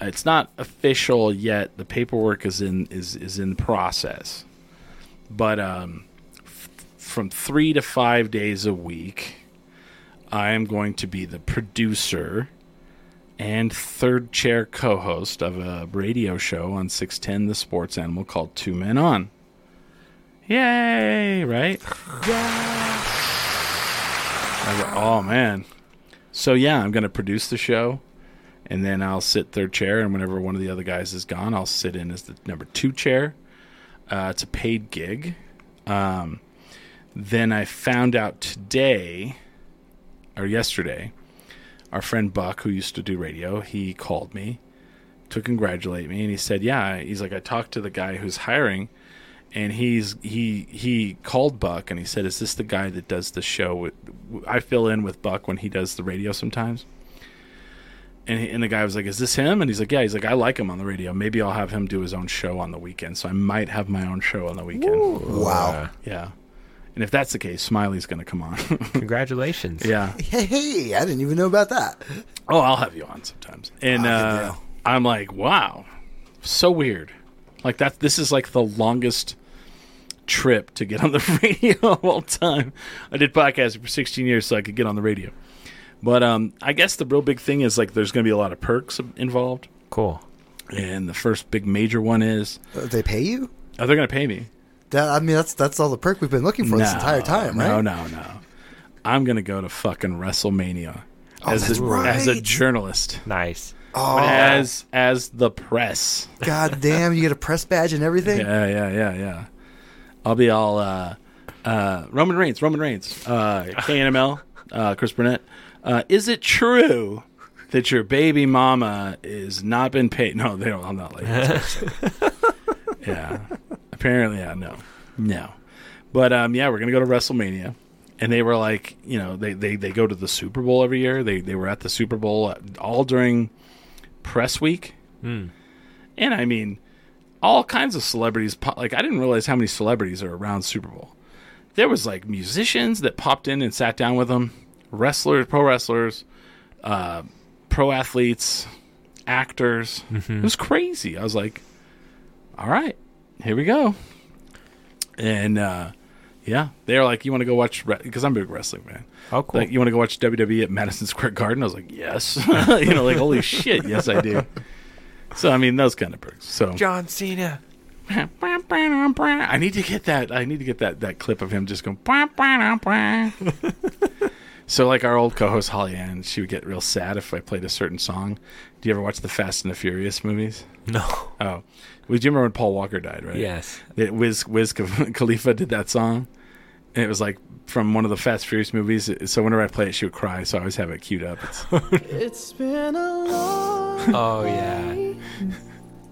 Speaker 2: it's not official yet. The paperwork is in is is in process, but um, f- from three to five days a week, I am going to be the producer and third chair co-host of a radio show on 610 the sports animal called two men on yay right I go, oh man. So yeah, I'm gonna produce the show, and then I'll sit third chair, and whenever one of the other guys is gone, I'll sit in as the number two chair. Uh, it's a paid gig. Um, then I found out today, or yesterday, our friend Buck, who used to do radio, he called me to congratulate me, and he said, "Yeah." He's like, "I talked to the guy who's hiring." and he's he he called Buck and he said, "Is this the guy that does the show?" With, I fill in with Buck when he does the radio sometimes. And, he, and the guy was like, "Is this him?" And he's like, "Yeah." He's like, "I like him on the radio. Maybe I'll have him do his own show on the weekend. So I might have my own show on the weekend. Uh.
Speaker 3: Wow.
Speaker 2: Yeah. And if that's the case, Smiley's going to come on. (laughs)
Speaker 4: Congratulations.
Speaker 2: yeah.
Speaker 3: Hey, hey, I didn't even know about that.
Speaker 2: Oh, I'll have you on sometimes. And
Speaker 3: Ah, good
Speaker 2: uh,
Speaker 3: deal.
Speaker 2: I'm like, wow, so weird. Like that. This is like the longest trip to get on the (laughs) radio of all time. I did podcasting for 16 years, so I could get on the radio. But um, I guess the real big thing is like there's going to be a lot of perks involved,
Speaker 4: Cool.
Speaker 2: and the first big major one is
Speaker 3: Uh, They pay you?
Speaker 2: oh, they're going to pay me.
Speaker 3: That I mean, that's that's all the perk we've been looking for this entire time, right?
Speaker 2: No, no, no. I'm going to go to fucking WrestleMania as
Speaker 3: Oh, that's
Speaker 2: a, as a
Speaker 3: right.
Speaker 2: journalist,
Speaker 4: Nice.
Speaker 2: as as the press.
Speaker 3: Oh, God damn, you get a press badge and everything.
Speaker 2: Yeah, yeah, yeah, yeah. I'll be all uh, uh, Roman Reigns, Roman Reigns, uh, KNML, uh, Chris Burnett. Uh, is it true that your baby mama is not been paid? No, they don't. I'm not like. yeah. Apparently, yeah. No, no. But um, yeah, we're gonna go to WrestleMania, and they were like, you know, they they, they go to the Super Bowl every year. They they were at the Super Bowl uh, all during press week, and I mean, all kinds of celebrities. Po- like I didn't realize how many celebrities are around Super Bowl. There was like musicians that popped in and sat down with them, wrestlers, pro wrestlers, uh, pro athletes, actors.
Speaker 4: Mm-hmm.
Speaker 2: It was crazy. I was like, all right, here we go. And uh, yeah, they're like, you want to go watch because I'm a big wrestling fan.
Speaker 4: Oh, cool.
Speaker 2: Like, you want to go watch WWE at Madison Square Garden? I was like, yes. (laughs) you know, like, holy shit, yes, I do. So, I mean, those kind of perks. So,
Speaker 4: John Cena.
Speaker 2: I need to get that. I need to get that that clip of him just going. "Bah, bah, bah, bah." so, like our old co-host Holly Ann, she would get real sad if I played a certain song. Do you ever watch the Fast and the Furious movies?
Speaker 4: No.
Speaker 2: Oh, was do you remember when Paul Walker died? (laughs) Right.
Speaker 4: Yes.
Speaker 2: That Wiz Wiz (laughs) Khalifa did that song, and it was like from one of the Fast and Furious movies. So whenever I play it, she would cry. So I always have it queued up. It's,
Speaker 6: It's been a
Speaker 4: (laughs)
Speaker 6: long
Speaker 4: Oh yeah.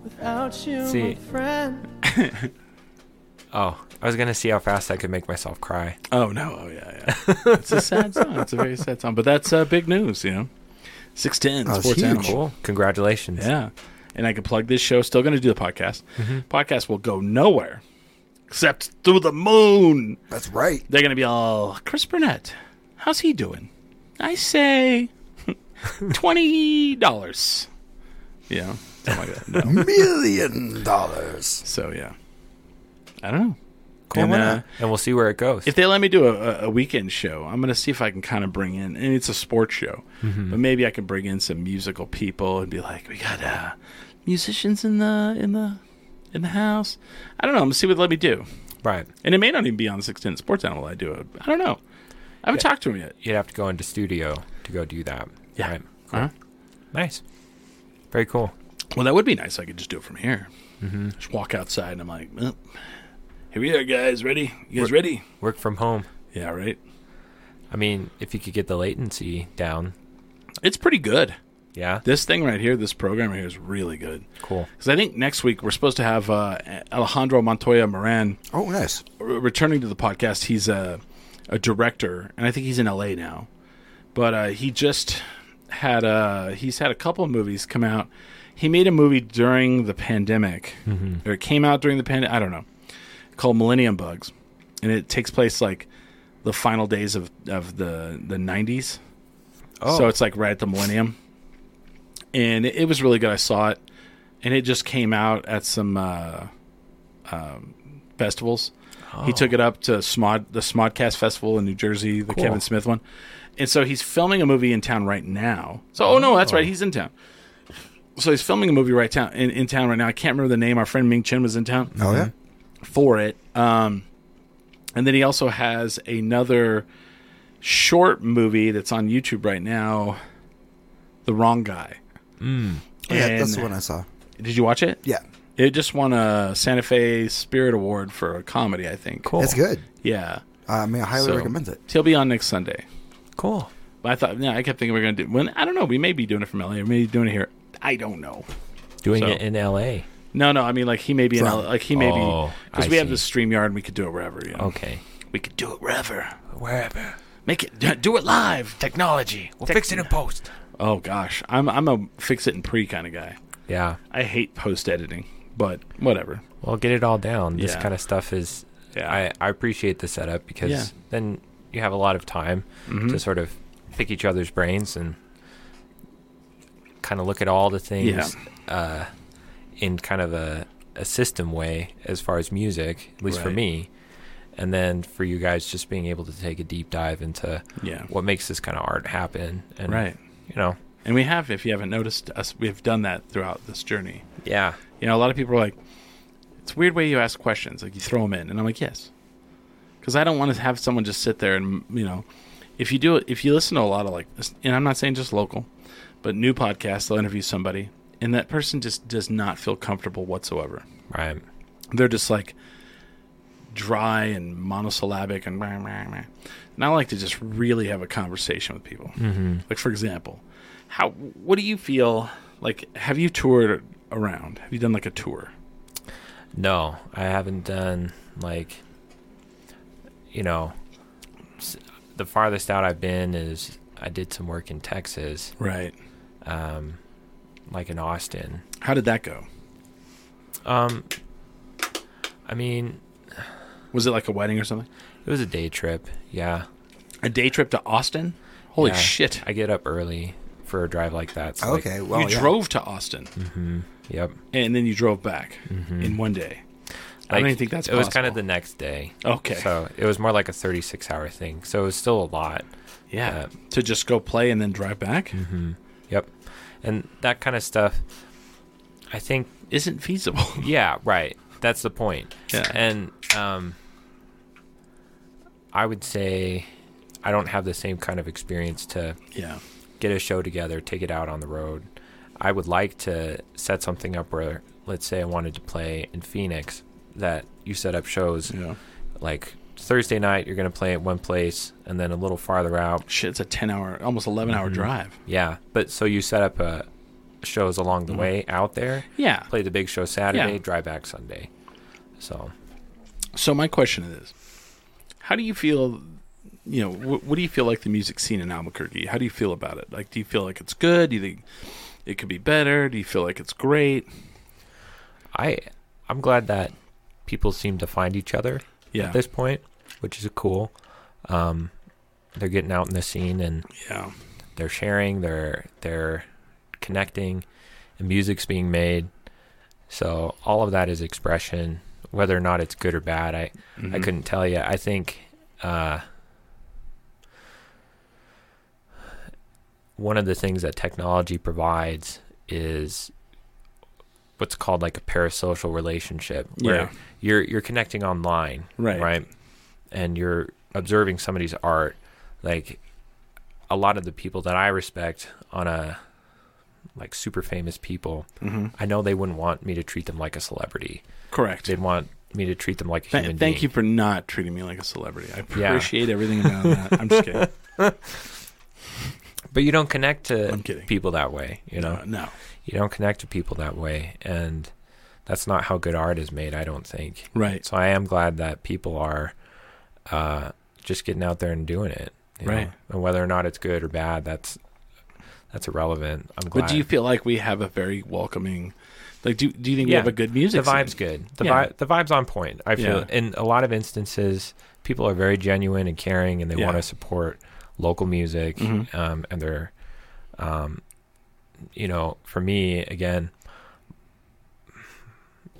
Speaker 6: without you,
Speaker 4: See.
Speaker 6: my friend.
Speaker 4: Oh, I was gonna see how fast I could make myself cry.
Speaker 2: Oh no! Oh yeah, yeah. it's a sad song. It's a very sad song, but that's uh, big news, you know. Six ten
Speaker 3: Oh, it's
Speaker 2: sports
Speaker 3: huge.
Speaker 2: animal.
Speaker 4: Cool. Congratulations.
Speaker 2: Yeah, and I can plug this show. Still going to do the podcast. Podcast will go nowhere except through the moon.
Speaker 3: That's right.
Speaker 2: They're going to be all Chris Burnett. How's he doing? I say (laughs) twenty dollars. Yeah, something like that. No.
Speaker 3: Million dollars.
Speaker 2: so yeah, I don't know.
Speaker 4: Cool.
Speaker 2: And,
Speaker 4: And,
Speaker 2: uh,
Speaker 4: we'll see where it goes.
Speaker 2: if they let me do a, a weekend show, I'm going to see if I can kind of bring in, and it's a sports show, but maybe I can bring in some musical people and be like, we got uh, musicians in the in the in the house. I don't know. I'm going to see what they let me do,
Speaker 4: right.
Speaker 2: and it may not even be on the 16 Sports Animal. I do it. I don't know. I haven't talked to him yet.
Speaker 4: You'd have to go into studio to go do that.
Speaker 2: Yeah.
Speaker 4: Right.
Speaker 2: Uh-huh.
Speaker 4: Nice. Very cool.
Speaker 2: Well, that would be nice. I could just do it from here. Just walk outside, and I'm like, well, here we are, guys. Ready? You guys ready?
Speaker 4: Work from home.
Speaker 2: Yeah, right.
Speaker 4: I mean, if you could get the latency down,
Speaker 2: It's pretty good.
Speaker 4: yeah,
Speaker 2: This thing right here, this program right here, is really good.
Speaker 4: cool.
Speaker 2: Because I think next week we're supposed to have uh, Alejandro Montoya Moran
Speaker 3: Oh, nice.
Speaker 2: r- returning to the podcast. He's a, a director, and I think he's in LA now. But uh, he just had a he's had a couple of movies come out. He made a movie during the pandemic, or it came out during the pandemic. I don't know. Called Millennium Bugs, and it takes place like the final days of of the the nineties.
Speaker 4: Oh.
Speaker 2: So it's like right at the millennium, and it, it was really good. I saw it, and it just came out at some uh, um, festivals. He took it up to Smod the Smodcast Festival in New Jersey, the
Speaker 4: Oh. Cool.
Speaker 2: Kevin Smith one, and so he's filming a movie in town right now. So oh no, that's right, he's in town. So he's filming a movie right town in, in town right now. I can't remember the name. Our friend Ming Chen was in town
Speaker 3: Oh yeah.
Speaker 2: for it. Um, and then he also has another short movie that's on YouTube right now, The Wrong Guy.
Speaker 4: Hmm.
Speaker 3: Oh, yeah,
Speaker 2: And-
Speaker 3: that's the one I saw.
Speaker 2: Did you watch it?
Speaker 3: Yeah,
Speaker 2: It just won a Santa Fe Spirit Award for a comedy, I think.
Speaker 4: Cool.
Speaker 3: it's good.
Speaker 2: Yeah.
Speaker 3: I mean, I highly
Speaker 2: So,
Speaker 3: recommend it.
Speaker 2: He'll be on next Sunday.
Speaker 4: Cool.
Speaker 2: But I thought, no, I kept thinking we are going to do when I don't know. We may be doing it from LA. We may be doing it here. I don't know.
Speaker 4: Doing
Speaker 2: So-
Speaker 4: it in L.A.
Speaker 2: No, no. I mean, like he may be in
Speaker 3: From-
Speaker 2: LA, like he may
Speaker 4: Oh,
Speaker 2: be because
Speaker 4: I
Speaker 2: we have
Speaker 4: see.
Speaker 2: the stream yard and we could do it wherever. You know?
Speaker 4: Okay.
Speaker 2: we could do it wherever.
Speaker 4: Wherever.
Speaker 2: Make it do it live.
Speaker 4: Technology. We'll fix it in post.
Speaker 2: Oh gosh, I'm I'm a fix it in pre kind of guy.
Speaker 4: Yeah.
Speaker 2: I hate post editing, but whatever.
Speaker 4: Well, get it all down. This
Speaker 2: Yeah.
Speaker 4: kind of stuff is.
Speaker 2: Yeah.
Speaker 4: I, I appreciate the setup because
Speaker 2: Yeah. Mm-hmm.
Speaker 4: then you have a lot of time to sort of pick each other's brains and kind of look at all the things uh, in kind of a, a system way as far as music, at least for
Speaker 2: Right.
Speaker 4: me. And then for you guys, just being able to take a deep dive into
Speaker 2: Yeah.
Speaker 4: what makes this kind of art happen. And,
Speaker 2: Right.
Speaker 4: You know,
Speaker 2: And we have, if you haven't noticed, us we have done that throughout this journey.
Speaker 4: yeah.
Speaker 2: You know, a lot of people are like, it's a weird way you ask questions, like you throw them in, and I'm like, yes, because I don't want to have someone just sit there and you know, if you do it, if you listen to a lot of like, this- and I'm not saying just local, but new podcasts, they'll interview somebody, and that person just does not feel comfortable whatsoever.
Speaker 4: Right.
Speaker 2: they're just like dry and monosyllabic and blah, blah, blah. and I like to just really have a conversation with people. Mm-hmm. Like for example, how what do you feel like? Have you toured around? Have you done like a tour?
Speaker 4: No, I haven't done like you know s- the farthest out I've been is I did some work in Texas,
Speaker 2: Right.
Speaker 4: um, like in Austin.
Speaker 2: How did that go?
Speaker 4: Um, I mean,
Speaker 2: Was it like a wedding or something?
Speaker 4: it was a day trip. Yeah,
Speaker 2: A day trip to Austin? Holy
Speaker 4: Yeah.
Speaker 2: shit!
Speaker 4: I get up early for a drive like that. so, like-
Speaker 3: Okay, well,
Speaker 2: you
Speaker 3: yeah.
Speaker 2: drove to Austin
Speaker 4: yep.
Speaker 2: and then you drove back in one day. I don't
Speaker 4: Like,
Speaker 2: even think that's
Speaker 4: It was kind of the
Speaker 2: possible.
Speaker 4: next day.
Speaker 2: Okay.
Speaker 4: So it was more like a 36 hour thing. So it was still a lot.
Speaker 2: yeah
Speaker 4: uh,
Speaker 2: to just go play and then drive back
Speaker 4: Yep. And that kind of stuff. I think
Speaker 2: isn't feasible. (laughs)
Speaker 4: Yeah, right. That's the point.
Speaker 2: Yeah.
Speaker 4: And um, I would say I don't have the same kind of experience to
Speaker 2: yeah.
Speaker 4: get a show together, take it out on the road. I would like to set something up where, let's say, I wanted to play in Phoenix, that you set up shows
Speaker 2: Yeah.
Speaker 4: like Thursday night, you're going to play at one place, and then a little farther out.
Speaker 2: shit, it's a 10 hour, almost 11
Speaker 4: Mm-hmm.
Speaker 2: hour drive.
Speaker 4: Yeah. But so you set up uh shows along the way out there,
Speaker 2: Mm-hmm. Yeah.
Speaker 4: play the big show Saturday,
Speaker 2: Yeah.
Speaker 4: drive back Sunday. So
Speaker 2: So my question is, how do you feel? You know, wh- what do you feel like the music scene in Albuquerque? How do you feel about it? Like, do you feel like it's good? Do you think it could be better? Do you feel like it's great?
Speaker 4: I I'm glad that people seem to find each other
Speaker 2: Yeah,
Speaker 4: at this point, which is cool. Um, they're getting out in the scene and
Speaker 2: yeah,
Speaker 4: they're sharing, they're they're connecting, and music's being made. So all of that is expression, whether or not it's good or bad. I I
Speaker 2: Mhm.
Speaker 4: couldn't tell you. I think uh, one of the things that technology provides is what's called like a parasocial relationship, where
Speaker 2: Yeah.
Speaker 4: you're you're connecting online,
Speaker 2: Right.
Speaker 4: and you're observing somebody's art. Like a lot of the people that I respect on a like super famous people,
Speaker 2: Mhm.
Speaker 4: I know they wouldn't want me to treat them like a celebrity.
Speaker 2: correct.
Speaker 4: They'd want me to treat them like a
Speaker 2: Th-
Speaker 4: human
Speaker 2: thank
Speaker 4: being.
Speaker 2: you for not treating me like a celebrity. I
Speaker 4: Yeah.
Speaker 2: appreciate everything about that. I'm just kidding.
Speaker 4: But you don't connect to
Speaker 2: I'm kidding.
Speaker 4: people that way, (laughs) you know.
Speaker 2: Uh, no,
Speaker 4: You don't connect to people that way, and that's not how good art is made, I don't think.
Speaker 2: right,
Speaker 4: So I am glad that people are uh, just getting out there and doing it, you know?
Speaker 2: Right.
Speaker 4: And whether or not it's good or bad, that's that's irrelevant. I'm glad.
Speaker 2: but do you feel like we have a very welcoming? Like, do do you think we have a good music?
Speaker 4: The
Speaker 2: scene?
Speaker 4: vibe's good. The
Speaker 2: Yeah.
Speaker 4: vibe, the vibe's on point. I feel
Speaker 2: Yeah.
Speaker 4: in a lot of instances, people are very genuine and caring, and they
Speaker 2: Yeah.
Speaker 4: want to support local music.
Speaker 2: Mhm.
Speaker 4: Um, and they're, um, you know, for me again,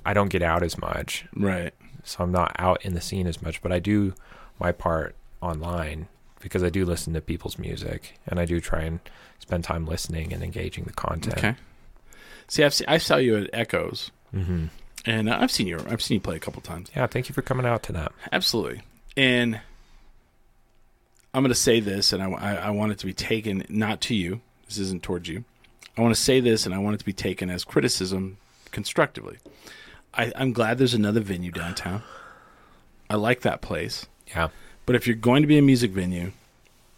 Speaker 4: I don't get out as much,
Speaker 2: right?
Speaker 4: so I'm not out in the scene as much. But I do my part online because I do listen to people's music, and I do try and spend time listening and engaging the content.
Speaker 2: Okay. See, I've se- I saw you at Echoes,
Speaker 4: hmm
Speaker 2: and uh, I've seen you. I've seen you play a couple times.
Speaker 4: Yeah, thank you for coming out to that.
Speaker 2: Absolutely. And I'm going to say this, and I, I, I want it to be taken not to you. This isn't towards you. I want to say this, and I want it to be taken as criticism constructively. I, I'm glad there's another venue downtown. I like that place.
Speaker 4: Yeah,
Speaker 2: But if you're going to be a music venue,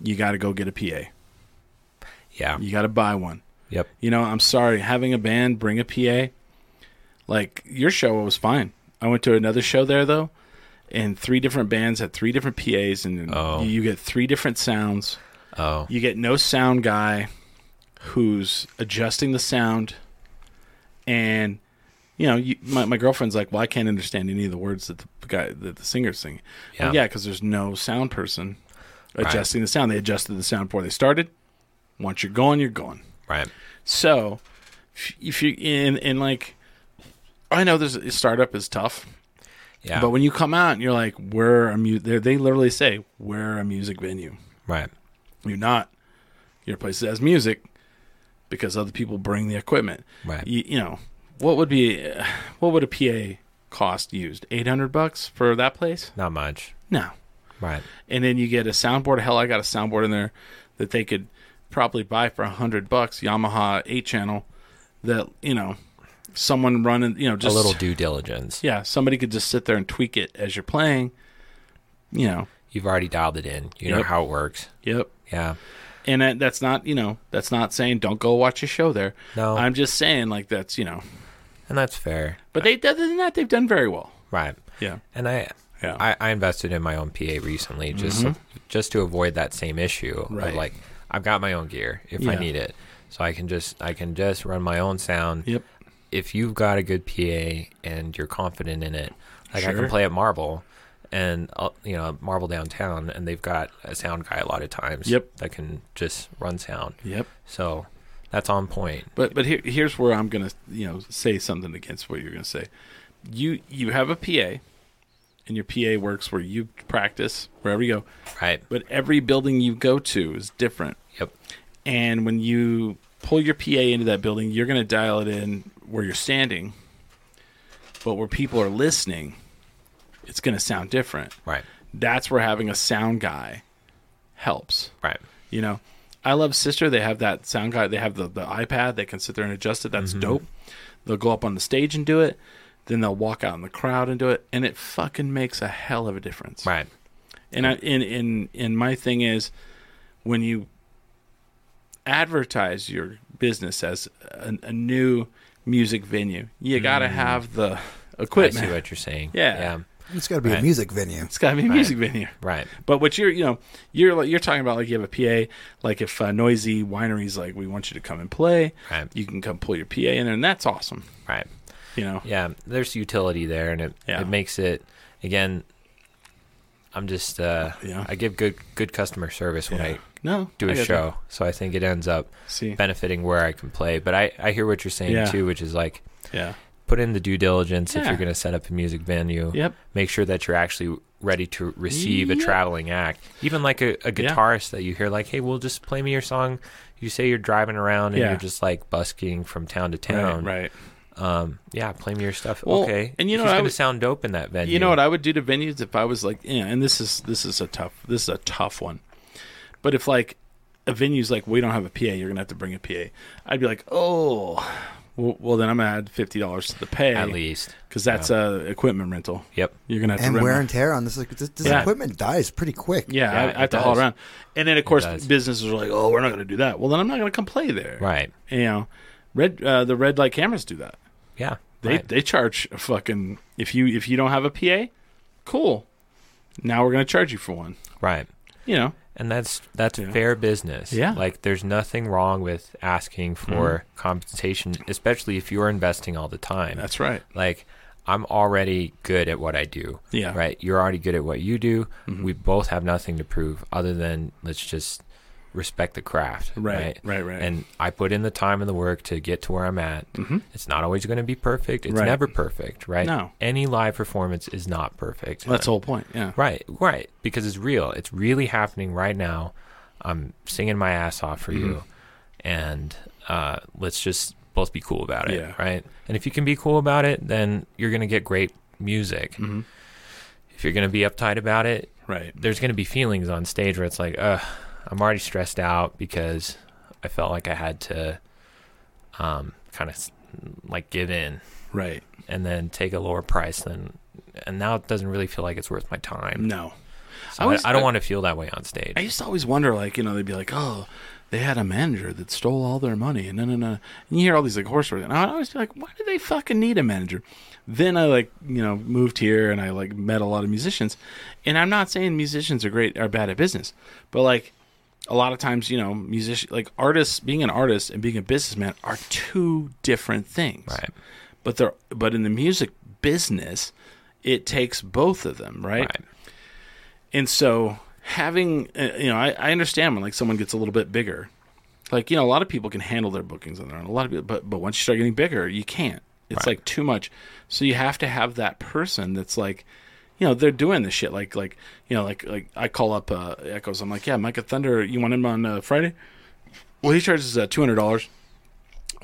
Speaker 2: you got to go get a PA.
Speaker 4: yeah,
Speaker 2: You got to buy one.
Speaker 4: yep.
Speaker 2: You know, I'm sorry, having a band bring a PA. Like your show was fine. I went to another show there though, and three different bands had three different PAs, and
Speaker 4: Oh.
Speaker 2: you get three different sounds.
Speaker 4: Oh,
Speaker 2: You get no sound guy who's adjusting the sound, and you know, you, my my girlfriend's like, "Well, I can't understand any of the words that the guy that the singer's singing."
Speaker 4: Yeah.
Speaker 2: Well, yeah, because there's no sound person adjusting the sound. They adjusted the sound before they started. Once you're going, you're going.
Speaker 4: right.
Speaker 2: So, if- if you in and like, I know this startup is tough,
Speaker 4: Yeah.
Speaker 2: but when you come out and you're like, we're a mu- they they literally say we're a music venue.
Speaker 4: right.
Speaker 2: You're not. Your place that has music because other people bring the equipment.
Speaker 4: Right.
Speaker 2: You, you know what would be (sighs) what would a PA cost used? Eight hundred bucks for that place?
Speaker 4: Not much.
Speaker 2: No.
Speaker 4: Right.
Speaker 2: And then you get a soundboard. Hell, I got a soundboard in there that they could probably buy for a hundred bucks. Yamaha eight channel. That you know, someone running. You know, just
Speaker 4: a little due diligence.
Speaker 2: yeah, somebody could just sit there and tweak it as you're playing. You know,
Speaker 4: You've already dialed it in. You know
Speaker 2: Yep.
Speaker 4: how it works.
Speaker 2: yep.
Speaker 4: Yeah.
Speaker 2: And that, that's not you know that's not saying don't go watch a show there.
Speaker 4: No.
Speaker 2: I'm just saying like that's you know.
Speaker 4: And that's fair.
Speaker 2: But they other than that they've done very well.
Speaker 4: Right.
Speaker 2: Yeah.
Speaker 4: And I
Speaker 2: Yeah. Mm-hmm.
Speaker 4: I, I invested in my own PA recently just just to avoid that same issue. of,
Speaker 2: Right.
Speaker 4: like I've got my own gear if I
Speaker 2: Yeah.
Speaker 4: need it. So I can just I can just run my own sound.
Speaker 2: Yep.
Speaker 4: If you've got a good PA and you're confident in it, like I can
Speaker 2: Sure.
Speaker 4: play at Marble and uh, you know Marble downtown, and they've got a sound guy a lot of times.
Speaker 2: Yep.
Speaker 4: That can just run sound.
Speaker 2: Yep.
Speaker 4: So that's on point.
Speaker 2: But but here, here's where I'm gonna you know say something against what you're gonna say. You you have a PA, and your PA works where you practice wherever you go.
Speaker 4: Right.
Speaker 2: But every building you go to is different,
Speaker 4: Yep.
Speaker 2: and when you pull your PA into that building, you're gonna dial it in where you're standing. But where people are listening, it's gonna sound different.
Speaker 4: Right.
Speaker 2: That's where having a sound guy helps.
Speaker 4: Right.
Speaker 2: You know, I love Sister. They have that sound guy. They have the, the iPad. They can sit there and adjust it. That's dope. They'll go up on the stage and do it. Then they'll walk out in the crowd and do it. And it fucking makes a hell of a difference.
Speaker 4: Right.
Speaker 2: And I, and, and, and my thing is when you advertise your business as a, a new music venue, you got to have the
Speaker 4: I
Speaker 2: equipment. (laughs)
Speaker 4: see what (laughs) you're saying.
Speaker 2: Yeah.
Speaker 4: Yeah.
Speaker 3: It's got to be a
Speaker 4: Right.
Speaker 3: music venue.
Speaker 2: It's got to be a music venue.
Speaker 4: Right.
Speaker 2: But what you're, you know, you're like- you're talking about like you have a PA. Like if uh, noisy wineries, like we want you to come and play,
Speaker 4: Right.
Speaker 2: you can come pull your PA in, there, and that's awesome.
Speaker 4: Right.
Speaker 2: You know,
Speaker 4: Yeah. There's utility there, and it
Speaker 2: Yeah.
Speaker 4: it makes it again. I'm just uh,
Speaker 2: Yeah.
Speaker 4: I give good good customer service when I
Speaker 2: no,
Speaker 4: do
Speaker 2: a
Speaker 4: a show, so I think it ends up
Speaker 2: See,
Speaker 4: benefiting where I can play. But I I hear what you're saying
Speaker 2: Yeah.
Speaker 4: too, which is like
Speaker 2: yeah,
Speaker 4: put in the due diligence if
Speaker 2: Yeah.
Speaker 4: you're going to set up a music venue.
Speaker 2: yep,
Speaker 4: Make sure that you're actually ready to receive a
Speaker 2: Yep.
Speaker 4: traveling act. Even like a,
Speaker 2: Yeah.
Speaker 4: a guitarist that you hear, like, hey, we'll just play me your song. You say you're driving around and
Speaker 2: Yeah.
Speaker 4: you're just like busking from town to
Speaker 2: right,
Speaker 4: town.
Speaker 2: right.
Speaker 4: Um, yeah, play me your stuff.
Speaker 2: Well,
Speaker 4: okay.
Speaker 2: and you know
Speaker 4: Who's
Speaker 2: what I
Speaker 4: going to
Speaker 2: would-
Speaker 4: sound dope in that venue.
Speaker 2: You know what I would do to venues if I was like, yeah, and this is this is a tough this is a tough one. But if like a venue's like, we don't have a PA, you're gonna have to bring a PA. I'd be like, oh, well, well then I'm gonna add fifty dollars to the pay
Speaker 4: At least.
Speaker 2: because that's uh, equipment rental.
Speaker 4: Yep.
Speaker 2: You're gonna have to
Speaker 3: And
Speaker 2: rent
Speaker 3: wear
Speaker 2: that.
Speaker 3: and tear on this. like, This, this
Speaker 2: Yeah.
Speaker 3: equipment dies pretty quick.
Speaker 2: Yeah,
Speaker 4: Yeah,
Speaker 2: I,
Speaker 4: it
Speaker 2: I have to haul
Speaker 4: does.
Speaker 2: around. And then of course
Speaker 4: does.
Speaker 2: businesses are like, "Oh, we're not going to do that." Well, then I'm not going to come play there.
Speaker 4: Right.
Speaker 2: You know, red uh, the red light cameras do that.
Speaker 4: Yeah.
Speaker 2: They
Speaker 4: right.
Speaker 2: they charge a fucking if you if you don't have a PA, cool. Now we're going to charge you for one.
Speaker 4: right.
Speaker 2: You know.
Speaker 4: And that's that's
Speaker 2: Yeah.
Speaker 4: fair business.
Speaker 2: Yeah. Mm-hmm.
Speaker 4: Like there's nothing wrong with asking for compensation, especially if you're investing all the time.
Speaker 2: That's right.
Speaker 4: like I'm already good at what I do.
Speaker 2: Yeah. Mm-hmm.
Speaker 4: Right. You're already good at what you do. We both have nothing to prove other than let's just respect the craft.
Speaker 2: Right, right, right. Mm-hmm.
Speaker 4: And I put in the time and the work to get to where I'm at. It's not always going to be perfect. It's
Speaker 2: Right.
Speaker 4: never perfect. Right.
Speaker 2: No.
Speaker 4: Any live performance is not perfect.
Speaker 2: That's the whole point. Yeah.
Speaker 4: Right, right, because it's real. It's really happening right now. I'm singing my ass off for you, and uh, let's just both be cool about it,
Speaker 2: Yeah.
Speaker 4: right? And if you can be cool about it, then you're gonna get great music. If you're gonna be uptight about it,
Speaker 2: Right.
Speaker 4: there's gonna be feelings on stage where it's like, ugh, I'm already stressed out because I felt like I had to, um, kind of like give in
Speaker 2: Right.
Speaker 4: and then take a lower price than. And now it doesn't really feel like it's worth my time.
Speaker 2: No.
Speaker 4: So I,
Speaker 2: I was-
Speaker 4: I don't
Speaker 2: I-
Speaker 4: want to feel that way on stage.
Speaker 2: I used to always wonder, like, you know, they'd be like, oh, they had a manager that stole all their money, and no, no, no. And you hear all these like horse stories, and I would always be like, why do they fucking need a manager? Then I like, you know, moved here and I like met a lot of musicians, and I'm not saying musicians are great are bad at business, but like a lot of times, you know, musician like artists being an artist and being a businessman are two different things,
Speaker 4: Right.
Speaker 2: But they're but in the music business, it takes both of them, right.
Speaker 4: Right.
Speaker 2: And so having, uh, you know, I, I understand when like someone gets a little bit bigger, like, you know, a lot of people can handle their bookings on their own. A lot of people, but, but once you start getting bigger, you can't, it's
Speaker 4: Right.
Speaker 2: like too much. So you have to have that person that's like, you know, they're doing this shit. Like, like, you know, like, like I call up, uh, echoes. I'm like, yeah, Micah Thunder, you want him on uh, Friday? Well, he charges uh, $200.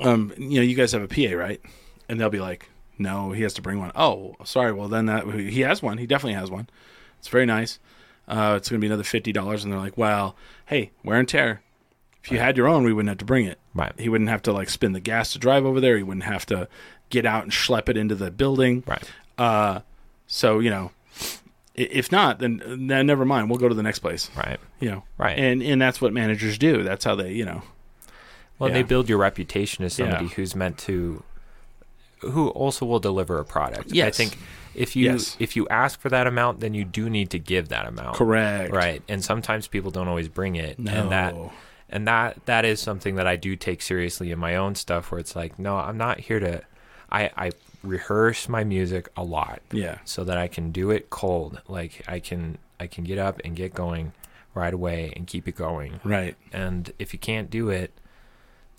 Speaker 2: Um, you know, you guys have a PA, right? And they'll be like, no, he has to bring one. Oh, sorry. Well, then that he has one. He definitely has one. It's very nice. Uh, it's going to be another fifty dollars, and they're like, "Well, hey, wear and tear. If you had your own, we wouldn't have to bring it.
Speaker 4: Right.
Speaker 2: He wouldn't have to like spin the gas to drive over there. He wouldn't have to get out and schlep it into the building.
Speaker 4: right.
Speaker 2: Uh, so you know, i- if not, then, then never mind. We'll go to the next place.
Speaker 4: Right.
Speaker 2: You know,
Speaker 4: Right.
Speaker 2: And and that's what managers do. That's how they, you know,
Speaker 4: Well,
Speaker 2: Yeah.
Speaker 4: they build your reputation as somebody
Speaker 2: Yeah.
Speaker 4: who's meant to, who also will deliver a product. I
Speaker 2: Yes.
Speaker 4: think if you
Speaker 2: Yes.
Speaker 4: if you ask for that amount, then you do need to give that amount.
Speaker 2: correct.
Speaker 4: Right. And sometimes people don't always bring it.
Speaker 2: No.
Speaker 4: And that and that that is something that I do take seriously in my own stuff where it's like, no, I'm not here to I, I rehearse my music a lot.
Speaker 2: Yeah.
Speaker 4: so that I can do it cold. Like I can I can get up and get going right away and keep it going.
Speaker 2: Right.
Speaker 4: And if you can't do it,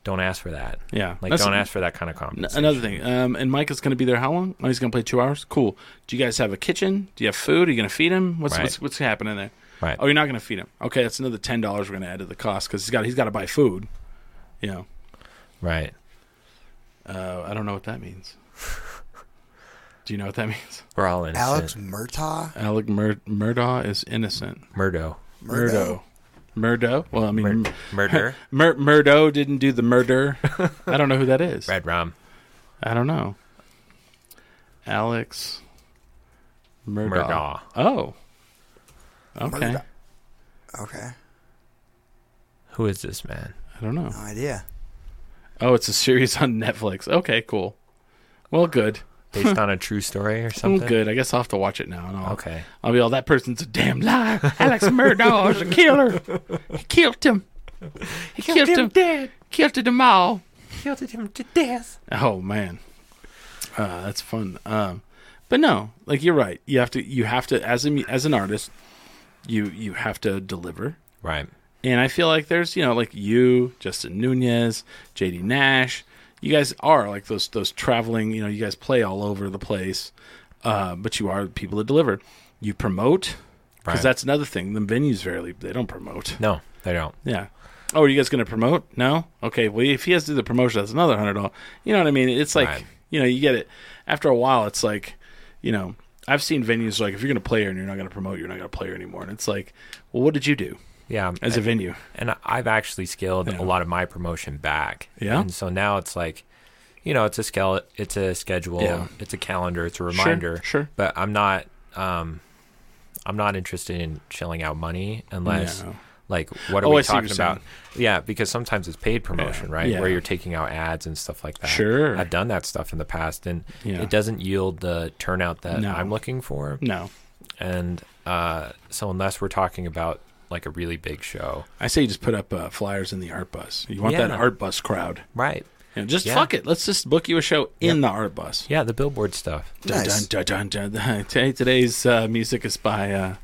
Speaker 4: don't ask for that.
Speaker 2: Yeah.
Speaker 4: Like
Speaker 2: That's-
Speaker 4: don't ask for that kind of
Speaker 2: N-
Speaker 4: compensation.
Speaker 2: Another thing, um, and Micah's going to be there. How long? Oh, he's going to play two hours. Cool. Do you guys have a kitchen? Do you have food? Are you going to feed him? What's
Speaker 4: Right.
Speaker 2: what's, what's happening there?
Speaker 4: Right.
Speaker 2: Oh, you're not going to feed him. Okay, that's another ten dollars we're going to add to the cost because he's got he's got to buy food. You know,
Speaker 4: Right.
Speaker 2: uh, I don't know what that means. (laughs) Do you know what that means?
Speaker 4: We're all innocent.
Speaker 3: Alex Murtaugh.
Speaker 2: Alec Mur- Murdaugh is innocent.
Speaker 4: Murdo.
Speaker 3: Murdo.
Speaker 2: Murdo. Well, I mean,
Speaker 4: Mur-
Speaker 2: (laughs)
Speaker 4: murder.
Speaker 2: Mur- Murdo didn't do the murder. I don't know who that is.
Speaker 4: Red Rum.
Speaker 2: I don't know. Alex Murdaugh.
Speaker 4: Murdaugh.
Speaker 2: Oh. Okay.
Speaker 3: Murdaugh. Okay,
Speaker 4: Who is this man?
Speaker 2: I don't know.
Speaker 3: no idea.
Speaker 2: Oh, it's a series on Netflix. Okay, cool. Well, good.
Speaker 4: based on a true story
Speaker 2: (laughs)
Speaker 4: or
Speaker 2: I'm
Speaker 4: something?
Speaker 2: good. I guess I'll have to watch it now. And I'll,
Speaker 4: Okay.
Speaker 2: I'll be all that person's a damn liar. Alex Murdaugh is a killer. He killed him. He killed, him. dead. Killed them all.
Speaker 4: Killed him to death.
Speaker 2: Oh man, uh, that's fun. Um, but no, like you're right. You have to. You have to as a mu- as an artist, you you have to deliver.
Speaker 4: Right.
Speaker 2: And I feel like there's, you know, like you, Justin Nunez, JD Nash, you guys are like those those traveling, you know, you guys play all over the place, uh, but you are people that deliver. You promote because
Speaker 4: Right.
Speaker 2: that's another thing. The venues rarely they don't promote.
Speaker 4: No, they don't.
Speaker 2: Yeah. Oh, are you guys going to promote? No. Okay. Well, if he has to do the promotion, that's another hundred dollars. You know what I mean? It's like
Speaker 4: Right.
Speaker 2: you know, you get it. After a while, it's like you know, I've seen venues like if you're going to play here and you're not going to promote, you're not going to play here anymore. And it's like, well, what did you do
Speaker 4: Yeah.
Speaker 2: as a venue?
Speaker 4: and I've actually scaled
Speaker 2: Yeah.
Speaker 4: a lot of my promotion back.
Speaker 2: Yeah?
Speaker 4: And so now it's like, you know, it's a scale, it's a schedule,
Speaker 2: Yeah.
Speaker 4: it's a calendar, it's a reminder.
Speaker 2: sure.
Speaker 4: But I'm not, um, I'm not interested in shelling out money unless,
Speaker 2: No.
Speaker 4: like, what are
Speaker 2: Oh,
Speaker 4: we
Speaker 2: I see what
Speaker 4: talking
Speaker 2: you're
Speaker 4: about? Yeah, because sometimes it's paid promotion, right?
Speaker 2: Yeah.
Speaker 4: Where you're taking out ads and stuff like that.
Speaker 2: Sure.
Speaker 4: I've done that stuff in the past, and
Speaker 2: Yeah.
Speaker 4: it doesn't yield the turnout that
Speaker 2: No. Mm.
Speaker 4: I'm looking for.
Speaker 2: No.
Speaker 4: And uh, so unless we're talking about like a really big show,
Speaker 2: I say you just put up uh, flyers in the art bus. You want that
Speaker 4: Yeah.
Speaker 2: art bus crowd.
Speaker 4: right?
Speaker 2: You know, just
Speaker 4: Yeah.
Speaker 2: fuck it. Let's just book you a show in the art bus.
Speaker 4: Yeah, the billboard stuff.
Speaker 2: Dun,
Speaker 3: Nice.
Speaker 2: dun, dun, dun, dun. (laughs) Today- Today's uh, music is by. Uh,
Speaker 4: (laughs)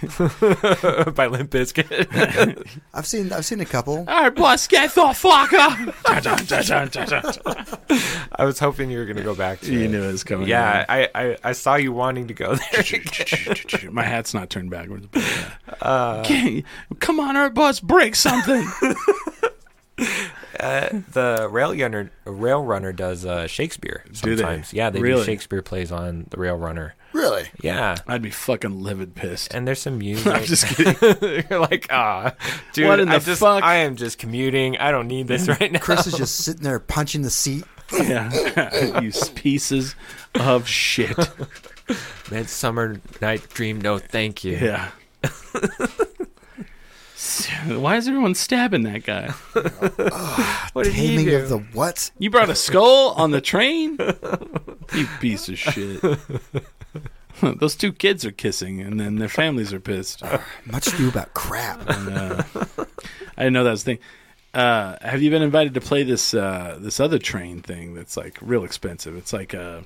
Speaker 4: by Limp (laughs) Bizkit.
Speaker 3: I've seen I've seen a couple.
Speaker 2: art bus, get the fuck up! (laughs) Dun, dun, dun, dun, dun, dun.
Speaker 4: I was hoping you were going to go back to
Speaker 2: You
Speaker 4: it.
Speaker 2: knew it was coming.
Speaker 4: Yeah, I, I, I saw you wanting to go (laughs) there.
Speaker 2: (laughs) My hat's not turned backwards. (laughs) But, uh, Okay, Come on, art bus, break
Speaker 4: (laughs)
Speaker 2: something.
Speaker 4: The Rail Runner, Rail Runner does uh, Shakespeare
Speaker 2: they?
Speaker 4: sometimes. Yeah, they
Speaker 2: Really?
Speaker 4: do Shakespeare plays on the Rail Runner.
Speaker 3: Really?
Speaker 4: Yeah.
Speaker 2: I'd be fucking livid pissed.
Speaker 4: And there's
Speaker 2: (laughs)
Speaker 4: some
Speaker 2: I'm
Speaker 4: music. (laughs)
Speaker 2: just kidding. (laughs)
Speaker 4: You're like, ah, dude,
Speaker 2: What in
Speaker 4: I
Speaker 2: the
Speaker 4: just,
Speaker 2: fuck?
Speaker 4: I am just commuting. I don't need this right now. (laughs)
Speaker 3: Chris is just sitting there punching the seat.
Speaker 2: Yeah. (laughs) you pieces of shit.
Speaker 4: Midsummer Night Dream, no thank you.
Speaker 2: Yeah. (laughs) Why is everyone stabbing that guy?
Speaker 4: What did he
Speaker 3: Taming
Speaker 4: do?
Speaker 3: of the what?
Speaker 2: You brought a skull on the train? You piece of shit. (laughs) Those two kids are kissing, and then their families are pissed. I
Speaker 3: Much ado about crap.
Speaker 2: didn't know that was a thing. Uh, have you been invited to play this uh, this other train thing that's like real expensive? It's like a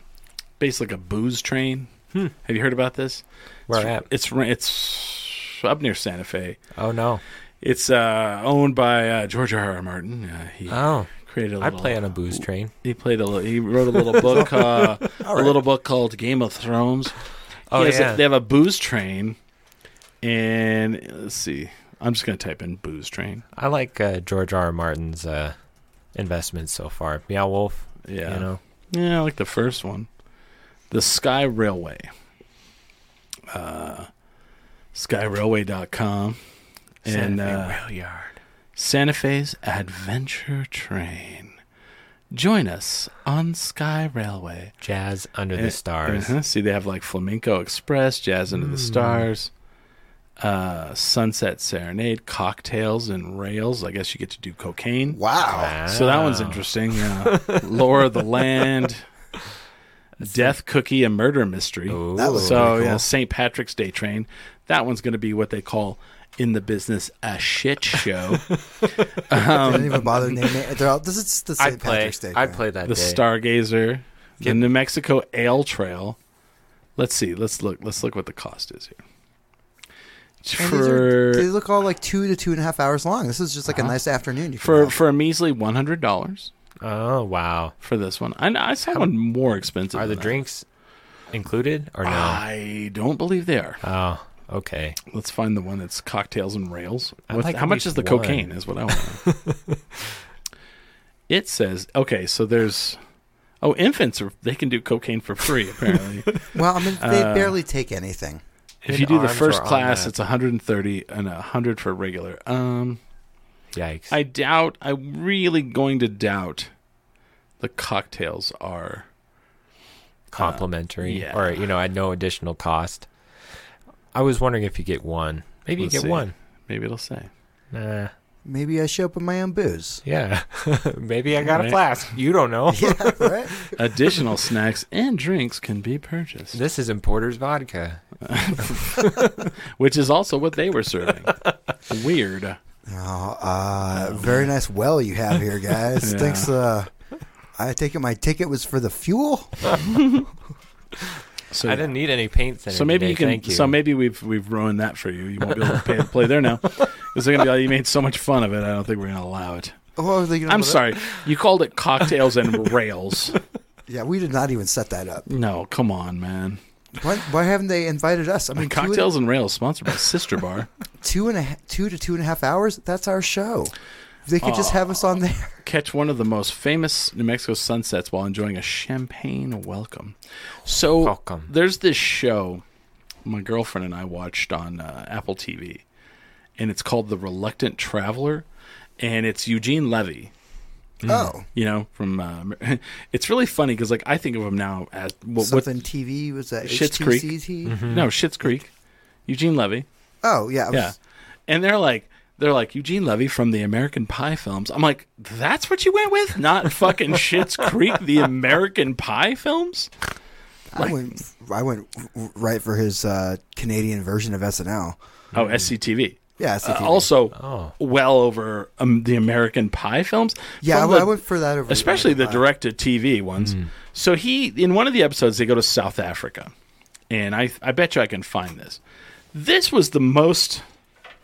Speaker 2: basically like a booze train. Have you heard about this?
Speaker 4: Hmm. Where
Speaker 2: it's,
Speaker 4: at?
Speaker 2: It's it's up near Santa Fe.
Speaker 4: Oh, no.
Speaker 2: It's uh, owned by uh, George R. R. Martin. Uh, he
Speaker 4: Oh,
Speaker 2: created a
Speaker 4: I
Speaker 2: little,
Speaker 4: play on a booze train.
Speaker 2: He played a little. He wrote a little book,
Speaker 4: (laughs)
Speaker 2: uh, a little book called Game of Thrones.
Speaker 4: Oh,
Speaker 2: He has a-
Speaker 4: yeah.
Speaker 2: they have a booze train, and let's see. I'm just gonna type in booze train.
Speaker 4: I like uh, George R. R. Martin's uh, investments so far. Meow Wolf,
Speaker 2: Yeah,
Speaker 4: you know.
Speaker 2: yeah. I like the first one, the Sky Railway. Uh, SkyRailway.com and uh,
Speaker 4: Yard.
Speaker 2: Santa Fe's Adventure Train. Join us on Sky Railway.
Speaker 4: Jazz Under the Stars. Mm.
Speaker 2: Uh-huh. See, they have like Flamenco Express, Jazz Under the Stars, uh, Sunset Serenade, Cocktails and Rails. I guess you get to do cocaine.
Speaker 3: Wow.
Speaker 2: So that one's
Speaker 4: Wow.
Speaker 2: interesting.
Speaker 4: (laughs)
Speaker 2: Yeah. Lore of the Land, Death Cookie, a Murder Mystery.
Speaker 4: Ooh.
Speaker 3: That was
Speaker 2: So
Speaker 3: pretty
Speaker 2: yeah,
Speaker 3: cool.
Speaker 2: St. Patrick's Day Train. That one's going to be what they call in the business a shit
Speaker 4: (laughs)
Speaker 2: show.
Speaker 3: I
Speaker 2: Um,
Speaker 3: didn't even bother naming it. They're all, this is the
Speaker 4: I'd
Speaker 3: St.
Speaker 4: play.
Speaker 3: Patrick's Day.
Speaker 4: I'd
Speaker 3: man.
Speaker 4: play that
Speaker 2: the
Speaker 4: day.
Speaker 2: Stargazer, the
Speaker 4: Yep.
Speaker 2: New Mexico Ale Trail. Let's see. Let's look. Let's look what the cost is here.
Speaker 3: And these are-
Speaker 2: For
Speaker 3: they
Speaker 2: Uh-huh.
Speaker 3: look all like two to two and a half hours long. This is just like a nice afternoon. You can
Speaker 2: for
Speaker 3: have.
Speaker 2: for a measly one hundred dollars
Speaker 4: Oh wow.
Speaker 2: for this one. I, I saw one more expensive.
Speaker 4: Are
Speaker 2: than
Speaker 4: the
Speaker 2: that.
Speaker 4: drinks included or no?
Speaker 2: I don't believe they are.
Speaker 4: oh, okay.
Speaker 2: Let's find the one that's cocktails and rails.
Speaker 4: I'd
Speaker 2: What-
Speaker 4: like
Speaker 2: how
Speaker 4: at
Speaker 2: much
Speaker 4: least
Speaker 2: is the
Speaker 4: one.
Speaker 2: cocaine? Is what I want.
Speaker 4: (laughs)
Speaker 2: it says okay. So there's oh infants are, they can do cocaine for free
Speaker 4: (laughs)
Speaker 2: apparently.
Speaker 3: well, I mean,
Speaker 2: uh,
Speaker 3: they barely take anything.
Speaker 2: if
Speaker 4: In
Speaker 2: you do the
Speaker 4: arms
Speaker 2: first
Speaker 4: or on
Speaker 2: class,
Speaker 4: that.
Speaker 2: it's 130 and 100 for regular. Um,
Speaker 4: Yikes.
Speaker 2: I doubt. I'm really going to doubt the cocktails are.
Speaker 4: Complimentary.
Speaker 2: yeah.
Speaker 4: Or you know, at no additional cost. I was wondering if you get one. Maybe
Speaker 2: Let's
Speaker 4: you get
Speaker 2: see.
Speaker 4: one.
Speaker 2: Maybe it'll say.
Speaker 4: Nah.
Speaker 3: Maybe I show up with my
Speaker 2: (laughs)
Speaker 3: own booze.
Speaker 4: Yeah. (laughs) Maybe I got
Speaker 2: Right.
Speaker 4: a flask. You don't know. (laughs)
Speaker 3: Yeah, (laughs) right?
Speaker 2: Additional snacks and drinks can be purchased,
Speaker 4: This is importer's vodka.
Speaker 2: which is also what they were
Speaker 4: (laughs)
Speaker 2: serving. Weird.
Speaker 3: Oh, uh, very nice well you have here,
Speaker 2: (laughs)
Speaker 3: guys.
Speaker 2: Yeah.
Speaker 3: Thanks. Uh, I take it my ticket was for the fuel.
Speaker 2: So
Speaker 4: I didn't need any paints in it.
Speaker 2: So maybe
Speaker 4: today,
Speaker 2: you can.
Speaker 4: Thank you.
Speaker 2: So maybe we've we've ruined that for you. You won't be able to pay, play there now. It's gonna be like you made so much fun of it. I don't think we're gonna allow it.
Speaker 3: Oh, are they gonna
Speaker 2: I'm
Speaker 3: put it-
Speaker 2: sorry. You called it cocktails and rails.
Speaker 3: Yeah, we did not even set that up.
Speaker 2: No, come on, man.
Speaker 3: Why, why haven't they invited us? I mean, two and-
Speaker 2: Cocktails and rails sponsored by Sister Bar.
Speaker 3: two and a ha- two to two and a half hours. That's our show. They could just have us on there.
Speaker 2: Catch one of the most famous New Mexico sunsets while enjoying a champagne welcome. So
Speaker 4: Welcome.
Speaker 2: there's this show my girlfriend and I watched on uh, Apple TV, and it's called The Reluctant Traveler, and it's Eugene Levy. Mm.
Speaker 3: Oh,
Speaker 2: you know from uh, (laughs) it's really funny because like i think of him now as what, what
Speaker 3: something TV was that
Speaker 2: Schitt's Creek.
Speaker 3: HTCT?
Speaker 2: no Schitt's creek eugene levy
Speaker 3: Mm-hmm. Oh yeah, I was-
Speaker 2: yeah and they're like they're like eugene levy from the american pie films i'm like that's what you went with not
Speaker 3: (laughs)
Speaker 2: fucking Schitt's creek the american pie films
Speaker 3: I went. I went r- right for his uh, Canadian version of SNL.
Speaker 2: oh sctv
Speaker 3: Yeah,
Speaker 2: Uh,
Speaker 3: SNL.
Speaker 2: also
Speaker 4: Oh.
Speaker 2: well over um, the american pie films
Speaker 3: yeah, I,
Speaker 2: From
Speaker 3: w-
Speaker 2: the-
Speaker 3: I went for that over,
Speaker 2: especially the
Speaker 3: uh,
Speaker 2: direct to TV ones. So he in one of the episodes they go to South Africa, and I I bet you I can find this. This was the most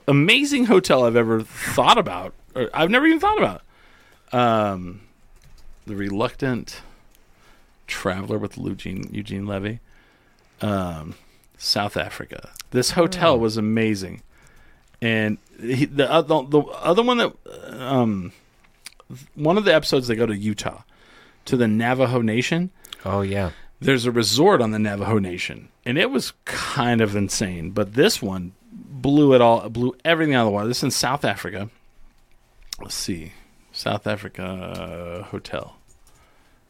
Speaker 2: amazing hotel I've ever thought about, or I've never even thought about. Um, the reluctant traveler with Eugene Eugene Levy, um, South Africa. This hotel was amazing, and he, the, oth- the other one that um one of the episodes they go to Utah to the Navajo Nation.
Speaker 4: Oh yeah.
Speaker 2: There's a resort on the Navajo Nation, and it was kind of insane. But this one blew it all, blew everything out of the water. This is in South Africa. Let's see, South Africa uh, hotel.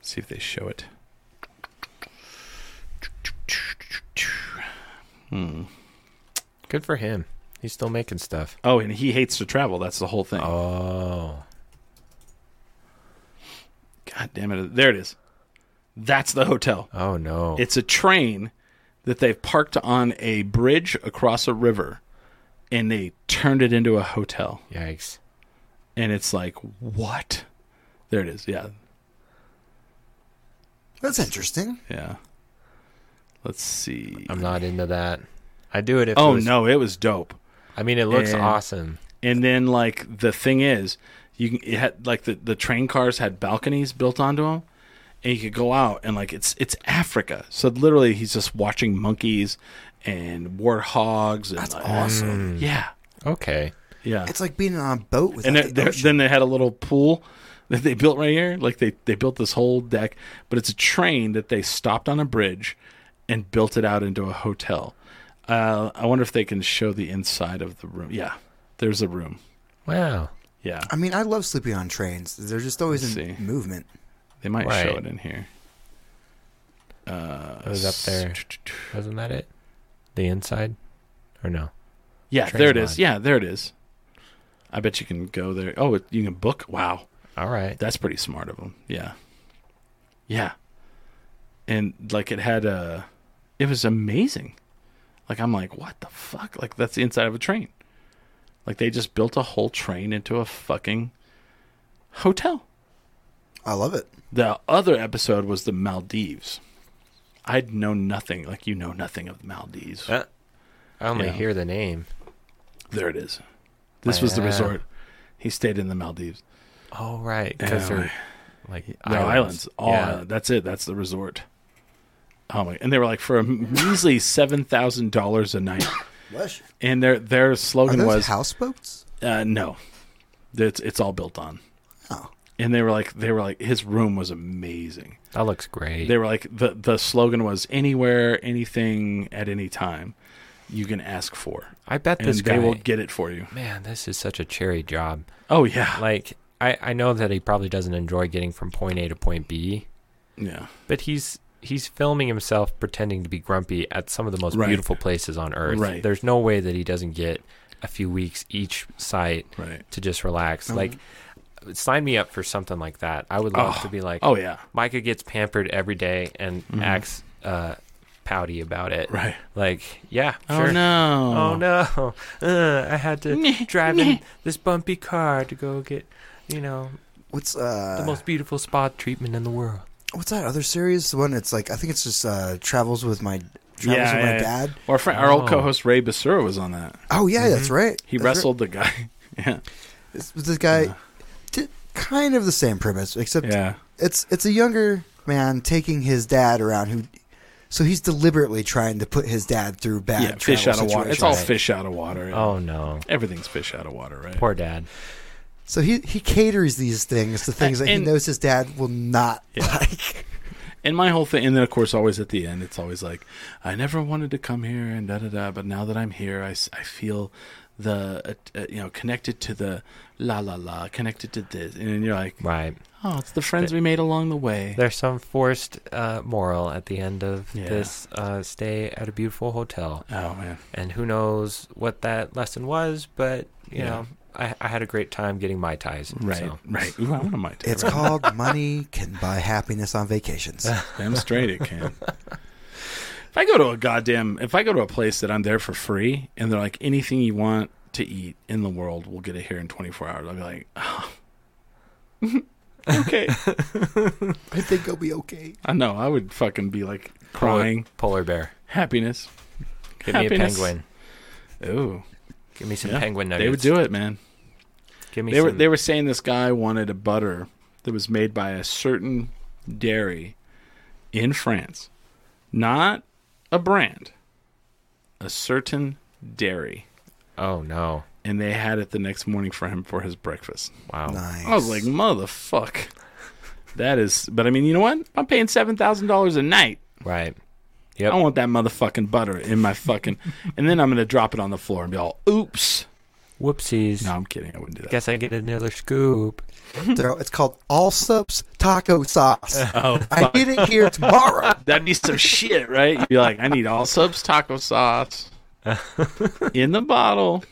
Speaker 2: see if they show it.
Speaker 4: Good for him. He's still making stuff.
Speaker 2: Oh, and he hates to travel. That's the whole thing.
Speaker 4: Oh.
Speaker 2: God damn it! There it is. That's the hotel.
Speaker 4: Oh no.
Speaker 2: It's a train that they've parked on a bridge across a river and they turned it into a hotel.
Speaker 4: Yikes.
Speaker 2: And it's like, what? There it is. Yeah.
Speaker 3: That's interesting.
Speaker 2: Yeah. Let's see.
Speaker 4: I'm not into that. I do it if
Speaker 2: Oh,
Speaker 4: it was-
Speaker 2: no, it was dope.
Speaker 4: I mean it looks
Speaker 2: And-
Speaker 4: awesome.
Speaker 2: And then, like, the thing is, you can, it had, like, the, the train cars had balconies built onto them. And you could go out and like it's it's Africa, so literally he's just watching monkeys and warthogs. And That's
Speaker 3: Awesome.
Speaker 2: Yeah,
Speaker 4: Okay.
Speaker 2: yeah.
Speaker 3: It's like being on a boat with
Speaker 2: and
Speaker 3: the
Speaker 2: there- there-
Speaker 3: ocean.
Speaker 2: then they had a little pool that they built right here. Like they they built this whole deck, but it's a train that they stopped on a bridge and built it out into a hotel. Uh, I wonder if they can show the inside of the room. Yeah, there's a room.
Speaker 4: Wow.
Speaker 2: Yeah,
Speaker 3: I mean, I love sleeping on trains. They're just always in
Speaker 2: Let's see.
Speaker 3: movement.
Speaker 2: they might show
Speaker 4: Right.
Speaker 2: it in here. Uh,
Speaker 4: It was up there. Wasn't that it? The inside? Or no?
Speaker 2: Yeah,
Speaker 4: Train
Speaker 2: there it is.
Speaker 4: line.
Speaker 2: Yeah, there it is. I bet you can go there. Oh, it, you can book. Wow.
Speaker 4: All right.
Speaker 2: That's pretty smart of them. Yeah. Yeah. And like it had a it was amazing. Like I'm like, what the fuck? Like that's the inside of a train. Like they just built a whole train into a fucking hotel.
Speaker 3: I love it.
Speaker 2: The other episode was the Maldives. I'd know nothing, like you know nothing of the Maldives.
Speaker 4: Uh, I only
Speaker 2: Yeah.
Speaker 4: hear the name.
Speaker 2: There it is. This was the
Speaker 4: Wow.
Speaker 2: resort. He stayed in the Maldives.
Speaker 4: Oh right. Because
Speaker 2: Yeah.
Speaker 4: they're like
Speaker 2: No islands. All
Speaker 4: yeah.
Speaker 2: island. That's it. That's the resort. Oh my! And they were like for a measly seven thousand dollars a night,
Speaker 3: Lush.
Speaker 2: and their their
Speaker 3: Are
Speaker 2: slogan
Speaker 3: those
Speaker 2: was
Speaker 3: houseboats?
Speaker 2: uh, "No, it's it's all built on."
Speaker 3: Oh.
Speaker 2: And they were like, they were like, his room was amazing.
Speaker 4: That looks great.
Speaker 2: They were like, the the slogan was "Anywhere, anything, at any time, you can ask for,
Speaker 4: I bet
Speaker 2: and
Speaker 4: this
Speaker 2: they
Speaker 4: guy
Speaker 2: will get it for you."
Speaker 4: Man, this is such a cherry job.
Speaker 2: Oh yeah,
Speaker 4: Like I, I know that he probably doesn't enjoy getting from point A to point B,
Speaker 2: yeah.
Speaker 4: but he's he's filming himself pretending to be grumpy at some of the most
Speaker 2: Right.
Speaker 4: beautiful places on earth.
Speaker 2: Right.
Speaker 4: There's no way that he doesn't get a few weeks each site
Speaker 2: Right.
Speaker 4: to just relax.
Speaker 2: Mm-hmm.
Speaker 4: Like, sign me up for something like that. I would love to be like,
Speaker 2: Oh yeah.
Speaker 4: Micah gets pampered every day and acts uh, pouty about it.
Speaker 2: Right.
Speaker 4: Like, yeah,
Speaker 2: Oh
Speaker 4: sure.
Speaker 2: no.
Speaker 4: Oh no! (laughs) Uh, I
Speaker 2: (laughs)
Speaker 4: had to drive in this bumpy car to go get, you know,
Speaker 3: What's
Speaker 4: the
Speaker 3: uh?
Speaker 4: most beautiful spa treatment in the world.
Speaker 3: what's that other series? The one it's like I think it's just uh travels with my travels
Speaker 2: Yeah,
Speaker 3: with
Speaker 2: yeah,
Speaker 3: my
Speaker 2: yeah.
Speaker 3: dad.
Speaker 2: Our friend, our
Speaker 4: Oh.
Speaker 2: old co-host Ray Basura was on that.
Speaker 3: Oh yeah, that's right.
Speaker 2: Mm-hmm. He
Speaker 3: That's right.
Speaker 2: wrestled the guy. (laughs) yeah.
Speaker 3: This, this guy did kind of the same premise, except
Speaker 2: Yeah.
Speaker 3: it's it's a younger man taking his dad around who. So he's deliberately trying to put his dad through bad
Speaker 2: Yeah. Fish out
Speaker 3: travel
Speaker 2: of water. It's
Speaker 3: situations.
Speaker 2: all fish out of water. yeah.
Speaker 4: Oh no!
Speaker 2: Everything's fish out of water, right?
Speaker 4: Poor dad.
Speaker 3: So he he caters these things to things that
Speaker 2: and-
Speaker 3: he knows his dad will not
Speaker 2: Yeah.
Speaker 3: like.
Speaker 2: And my whole thing, and then of course, always at the end, it's always like, I never wanted to come here and da da da, but now that I'm here, I, s- I feel the, uh, uh, you know, connected to the la la la, connected to this. And then you're like,
Speaker 4: Right.
Speaker 2: oh, it's the friends we made along the way.
Speaker 4: There's some forced uh, moral at the end of
Speaker 2: Yeah.
Speaker 4: this uh, stay at a beautiful hotel,
Speaker 2: Oh, man.
Speaker 4: and who knows what that lesson was, but you
Speaker 2: Yeah.
Speaker 4: know, I, I had a great time getting my ties.
Speaker 2: Right.
Speaker 4: So.
Speaker 2: Right. Ooh, I want to mind.
Speaker 3: It's (laughs) called money can buy happiness on vacations.
Speaker 2: Damn straight it can. if I go to a goddamn, if I go to a place that I'm there for free, and they're like, anything you want to eat in the world, we'll get it here in 24 hours. I'll be like, oh. (laughs) okay.
Speaker 3: I think I'll be okay.
Speaker 2: I know. I would fucking be like
Speaker 4: Polar-
Speaker 2: crying.
Speaker 4: Polar bear.
Speaker 2: Happiness.
Speaker 4: Give
Speaker 2: Happiness.
Speaker 4: me a penguin.
Speaker 2: Ooh.
Speaker 4: Give me some
Speaker 2: Yeah.
Speaker 4: penguin nuggets.
Speaker 2: They would do it, man.
Speaker 4: Give me
Speaker 2: They were
Speaker 4: some-
Speaker 2: they were saying this guy wanted a butter that was made by a certain dairy in France. Not a brand. A certain dairy.
Speaker 4: Oh no!
Speaker 2: And they had it the next morning for him for his breakfast.
Speaker 4: Wow.
Speaker 3: Nice.
Speaker 2: I was like, motherfuck. That is but I mean, you know what? I'm paying seven thousand dollars a night.
Speaker 4: Right.
Speaker 2: I want that motherfucking butter in my fucking. and then I'm gonna drop it on the floor and be all, "Oops."
Speaker 4: Whoopsies.
Speaker 2: No, I'm kidding. I wouldn't do that.
Speaker 4: Guess I get another scoop.
Speaker 2: mm-hmm.
Speaker 3: They're- it's called all subs taco sauce.
Speaker 2: Oh,
Speaker 3: I
Speaker 2: fuck.
Speaker 3: get it here tomorrow.
Speaker 2: that'd be some shit, right? You'd be like, "I need all subs taco
Speaker 3: (laughs)
Speaker 2: sauce in the bottle."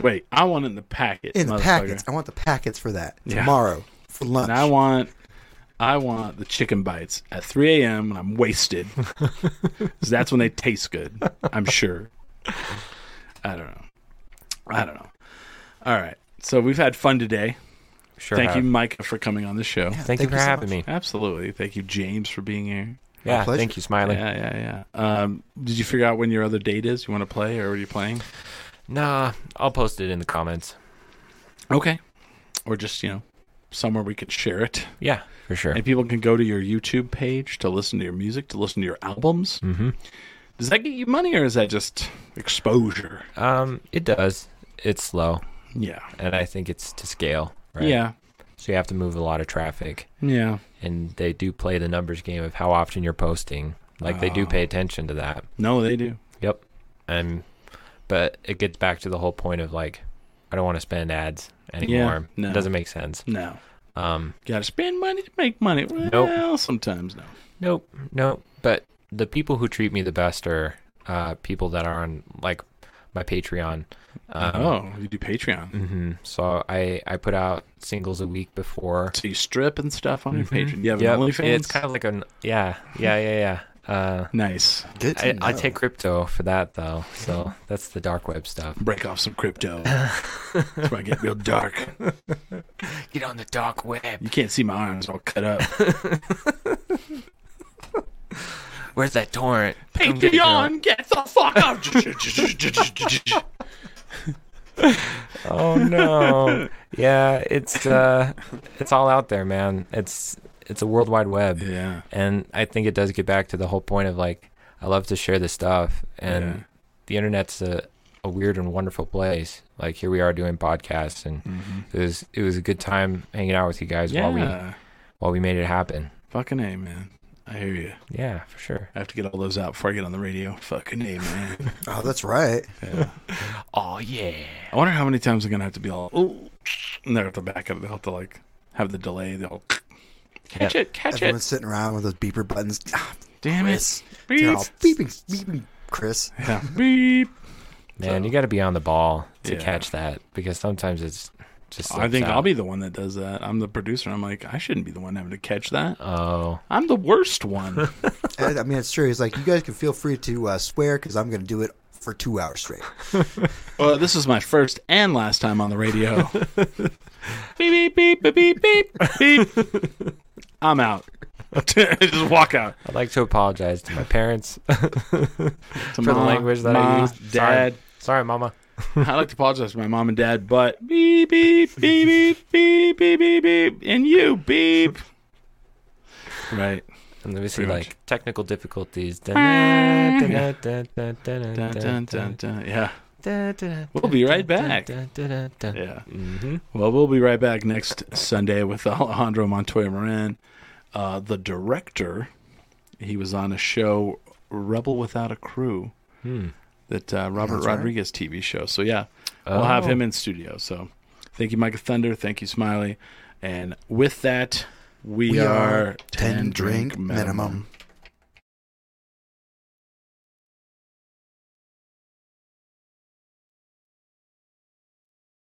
Speaker 2: Wait, I want it in the packet.
Speaker 3: In the
Speaker 2: motherfucker.
Speaker 3: packets. I want the packets for that
Speaker 2: Yeah.
Speaker 3: tomorrow for lunch.
Speaker 2: And I want, I want the chicken bites at 3 a.m. when I'm
Speaker 3: (laughs)
Speaker 2: wasted. 'Cause that's when they taste good. I'm sure. I don't know. I don't know. All right. So we've had fun today.
Speaker 4: Sure.
Speaker 2: Thank you,
Speaker 4: have.
Speaker 2: Mike, for coming on the show.
Speaker 4: Thank, you for
Speaker 3: so
Speaker 4: having
Speaker 3: much.
Speaker 4: me.
Speaker 2: Absolutely. Thank you, James, for being here.
Speaker 4: Yeah.
Speaker 3: pleasure.
Speaker 4: Thank you, Smiley.
Speaker 2: Yeah, yeah, yeah. Um, did you figure out when your other date is? You want to play, or are you playing?
Speaker 4: Nah, I'll post it in the comments.
Speaker 2: Okay. Or just you know, somewhere we could share it,
Speaker 4: Yeah, for sure.
Speaker 2: and people can go to your YouTube page to listen to your music, to listen to your albums. Mm-hmm. Does that get you money, or is that just exposure?
Speaker 4: Um, it does. It's slow,
Speaker 2: Yeah.
Speaker 4: and I think it's to scale. Right?
Speaker 2: Yeah.
Speaker 4: So you have to move a lot of traffic,
Speaker 2: Yeah.
Speaker 4: and they do play the numbers game of how often you're posting. Like they
Speaker 2: Ah.
Speaker 4: do pay attention to that.
Speaker 2: No, they do.
Speaker 4: Yep. And but it gets back to the whole point of like, I don't want to spend ads anymore.
Speaker 2: no.
Speaker 4: It doesn't make sense.
Speaker 2: No.
Speaker 4: Um,
Speaker 2: Got to spend money to make money. Well, sometimes no.
Speaker 4: Nope, nope. But the people who treat me the best are uh, people that are on like my Patreon. Um,
Speaker 2: oh, you do Patreon.
Speaker 4: mhm. So I I put out singles a week before.
Speaker 2: So you strip and stuff on your Patreon. You have
Speaker 4: Mm-hmm. Yep,
Speaker 2: an OnlyFans.
Speaker 4: it's kind of like an yeah, yeah, yeah, yeah. Uh,
Speaker 2: nice.
Speaker 3: Good to
Speaker 4: I, I
Speaker 3: know.
Speaker 4: take crypto for that though, so that's the dark web stuff.
Speaker 2: break off some crypto.
Speaker 4: (laughs)
Speaker 2: That's where I get real dark.
Speaker 4: Get on the dark web.
Speaker 2: You can't see my arms all cut (laughs) up.
Speaker 4: Where's that torrent?
Speaker 2: Patreon, get the fuck out!
Speaker 4: Oh no. (laughs) yeah, it's uh, it's all out there, man. It's it's a world wide web.
Speaker 2: (laughs) yeah.
Speaker 4: And I think it does get back to the whole point of like, I love to share this stuff. And
Speaker 2: Yeah.
Speaker 4: the internet's a, a weird and wonderful place. Like here we are doing podcasts and it was it was a good time hanging out with you guys while we
Speaker 2: Mm-hmm. Yeah.
Speaker 4: while we made it happen.
Speaker 2: uh, Fucking A, man. I hear you.
Speaker 4: Yeah, for sure.
Speaker 2: I have to get all those out before I get on the radio. Fucking A, man.
Speaker 3: Oh, that's right.
Speaker 4: Oh yeah.
Speaker 2: I wonder how many times I'm going to have to be all, ooh, and they'll have to back up. They'll have to, like, have the delay. They'll catch it, catch
Speaker 3: Everyone's
Speaker 2: it.
Speaker 3: sitting around with those beeper buttons. Ah,
Speaker 2: Damn it.
Speaker 3: Chris. They're all beeping, beeping, Chris.
Speaker 2: Yeah. (laughs) Beep.
Speaker 4: Man, you got to be on the ball to
Speaker 2: Yeah.
Speaker 4: catch that because sometimes it's just.
Speaker 2: I
Speaker 4: slips
Speaker 2: think I'll
Speaker 4: out.
Speaker 2: be the one that does that. I'm the producer. I'm like, I shouldn't be the one having to catch that.
Speaker 4: Oh,
Speaker 2: I'm the worst (laughs) one.
Speaker 3: I I mean, it's true. He's like, you guys can feel free to uh, swear because I'm going to do it for two hours straight.
Speaker 2: well, this is my first and last time on the (laughs) radio.
Speaker 4: beep beep beep beep beep.
Speaker 2: I'm (laughs) out. Just walk out.
Speaker 4: I'd like to apologize to my parents (laughs)
Speaker 2: To
Speaker 4: for the
Speaker 2: Ma,
Speaker 4: language that I
Speaker 2: Ma,
Speaker 4: used. (laughs)
Speaker 2: Dad.
Speaker 4: Sorry, Sorry Mama.
Speaker 2: I like to apologize to my mom and dad, but beep beep beep beep beep beep beep beep, and you beep. Right.
Speaker 4: And then we see
Speaker 2: Pretty much.
Speaker 4: like technical
Speaker 2: (laughs)
Speaker 4: difficulties. Dun-dun-dun-dun-dun-dun-dun.
Speaker 2: Dun, dun, dun, dun. Yeah. We'll be right back.
Speaker 4: Dun-dun-dun-dun.
Speaker 2: Yeah.
Speaker 4: Mm-hmm.
Speaker 2: Well, we'll be right back next Sunday with (laughs) Alejandro Montoya Moran, uh, the director. He was on a show, Rebel Without a Crew,
Speaker 4: Hmm.
Speaker 2: that uh, Robert
Speaker 3: right.
Speaker 2: Rodriguez TV show. So, yeah, we'll have
Speaker 4: Oh.
Speaker 2: him in studio. So, thank you, Micah Thunder. Thank you, Smiley. And with that, we,
Speaker 3: We
Speaker 2: are,
Speaker 3: are 10 drink minimum.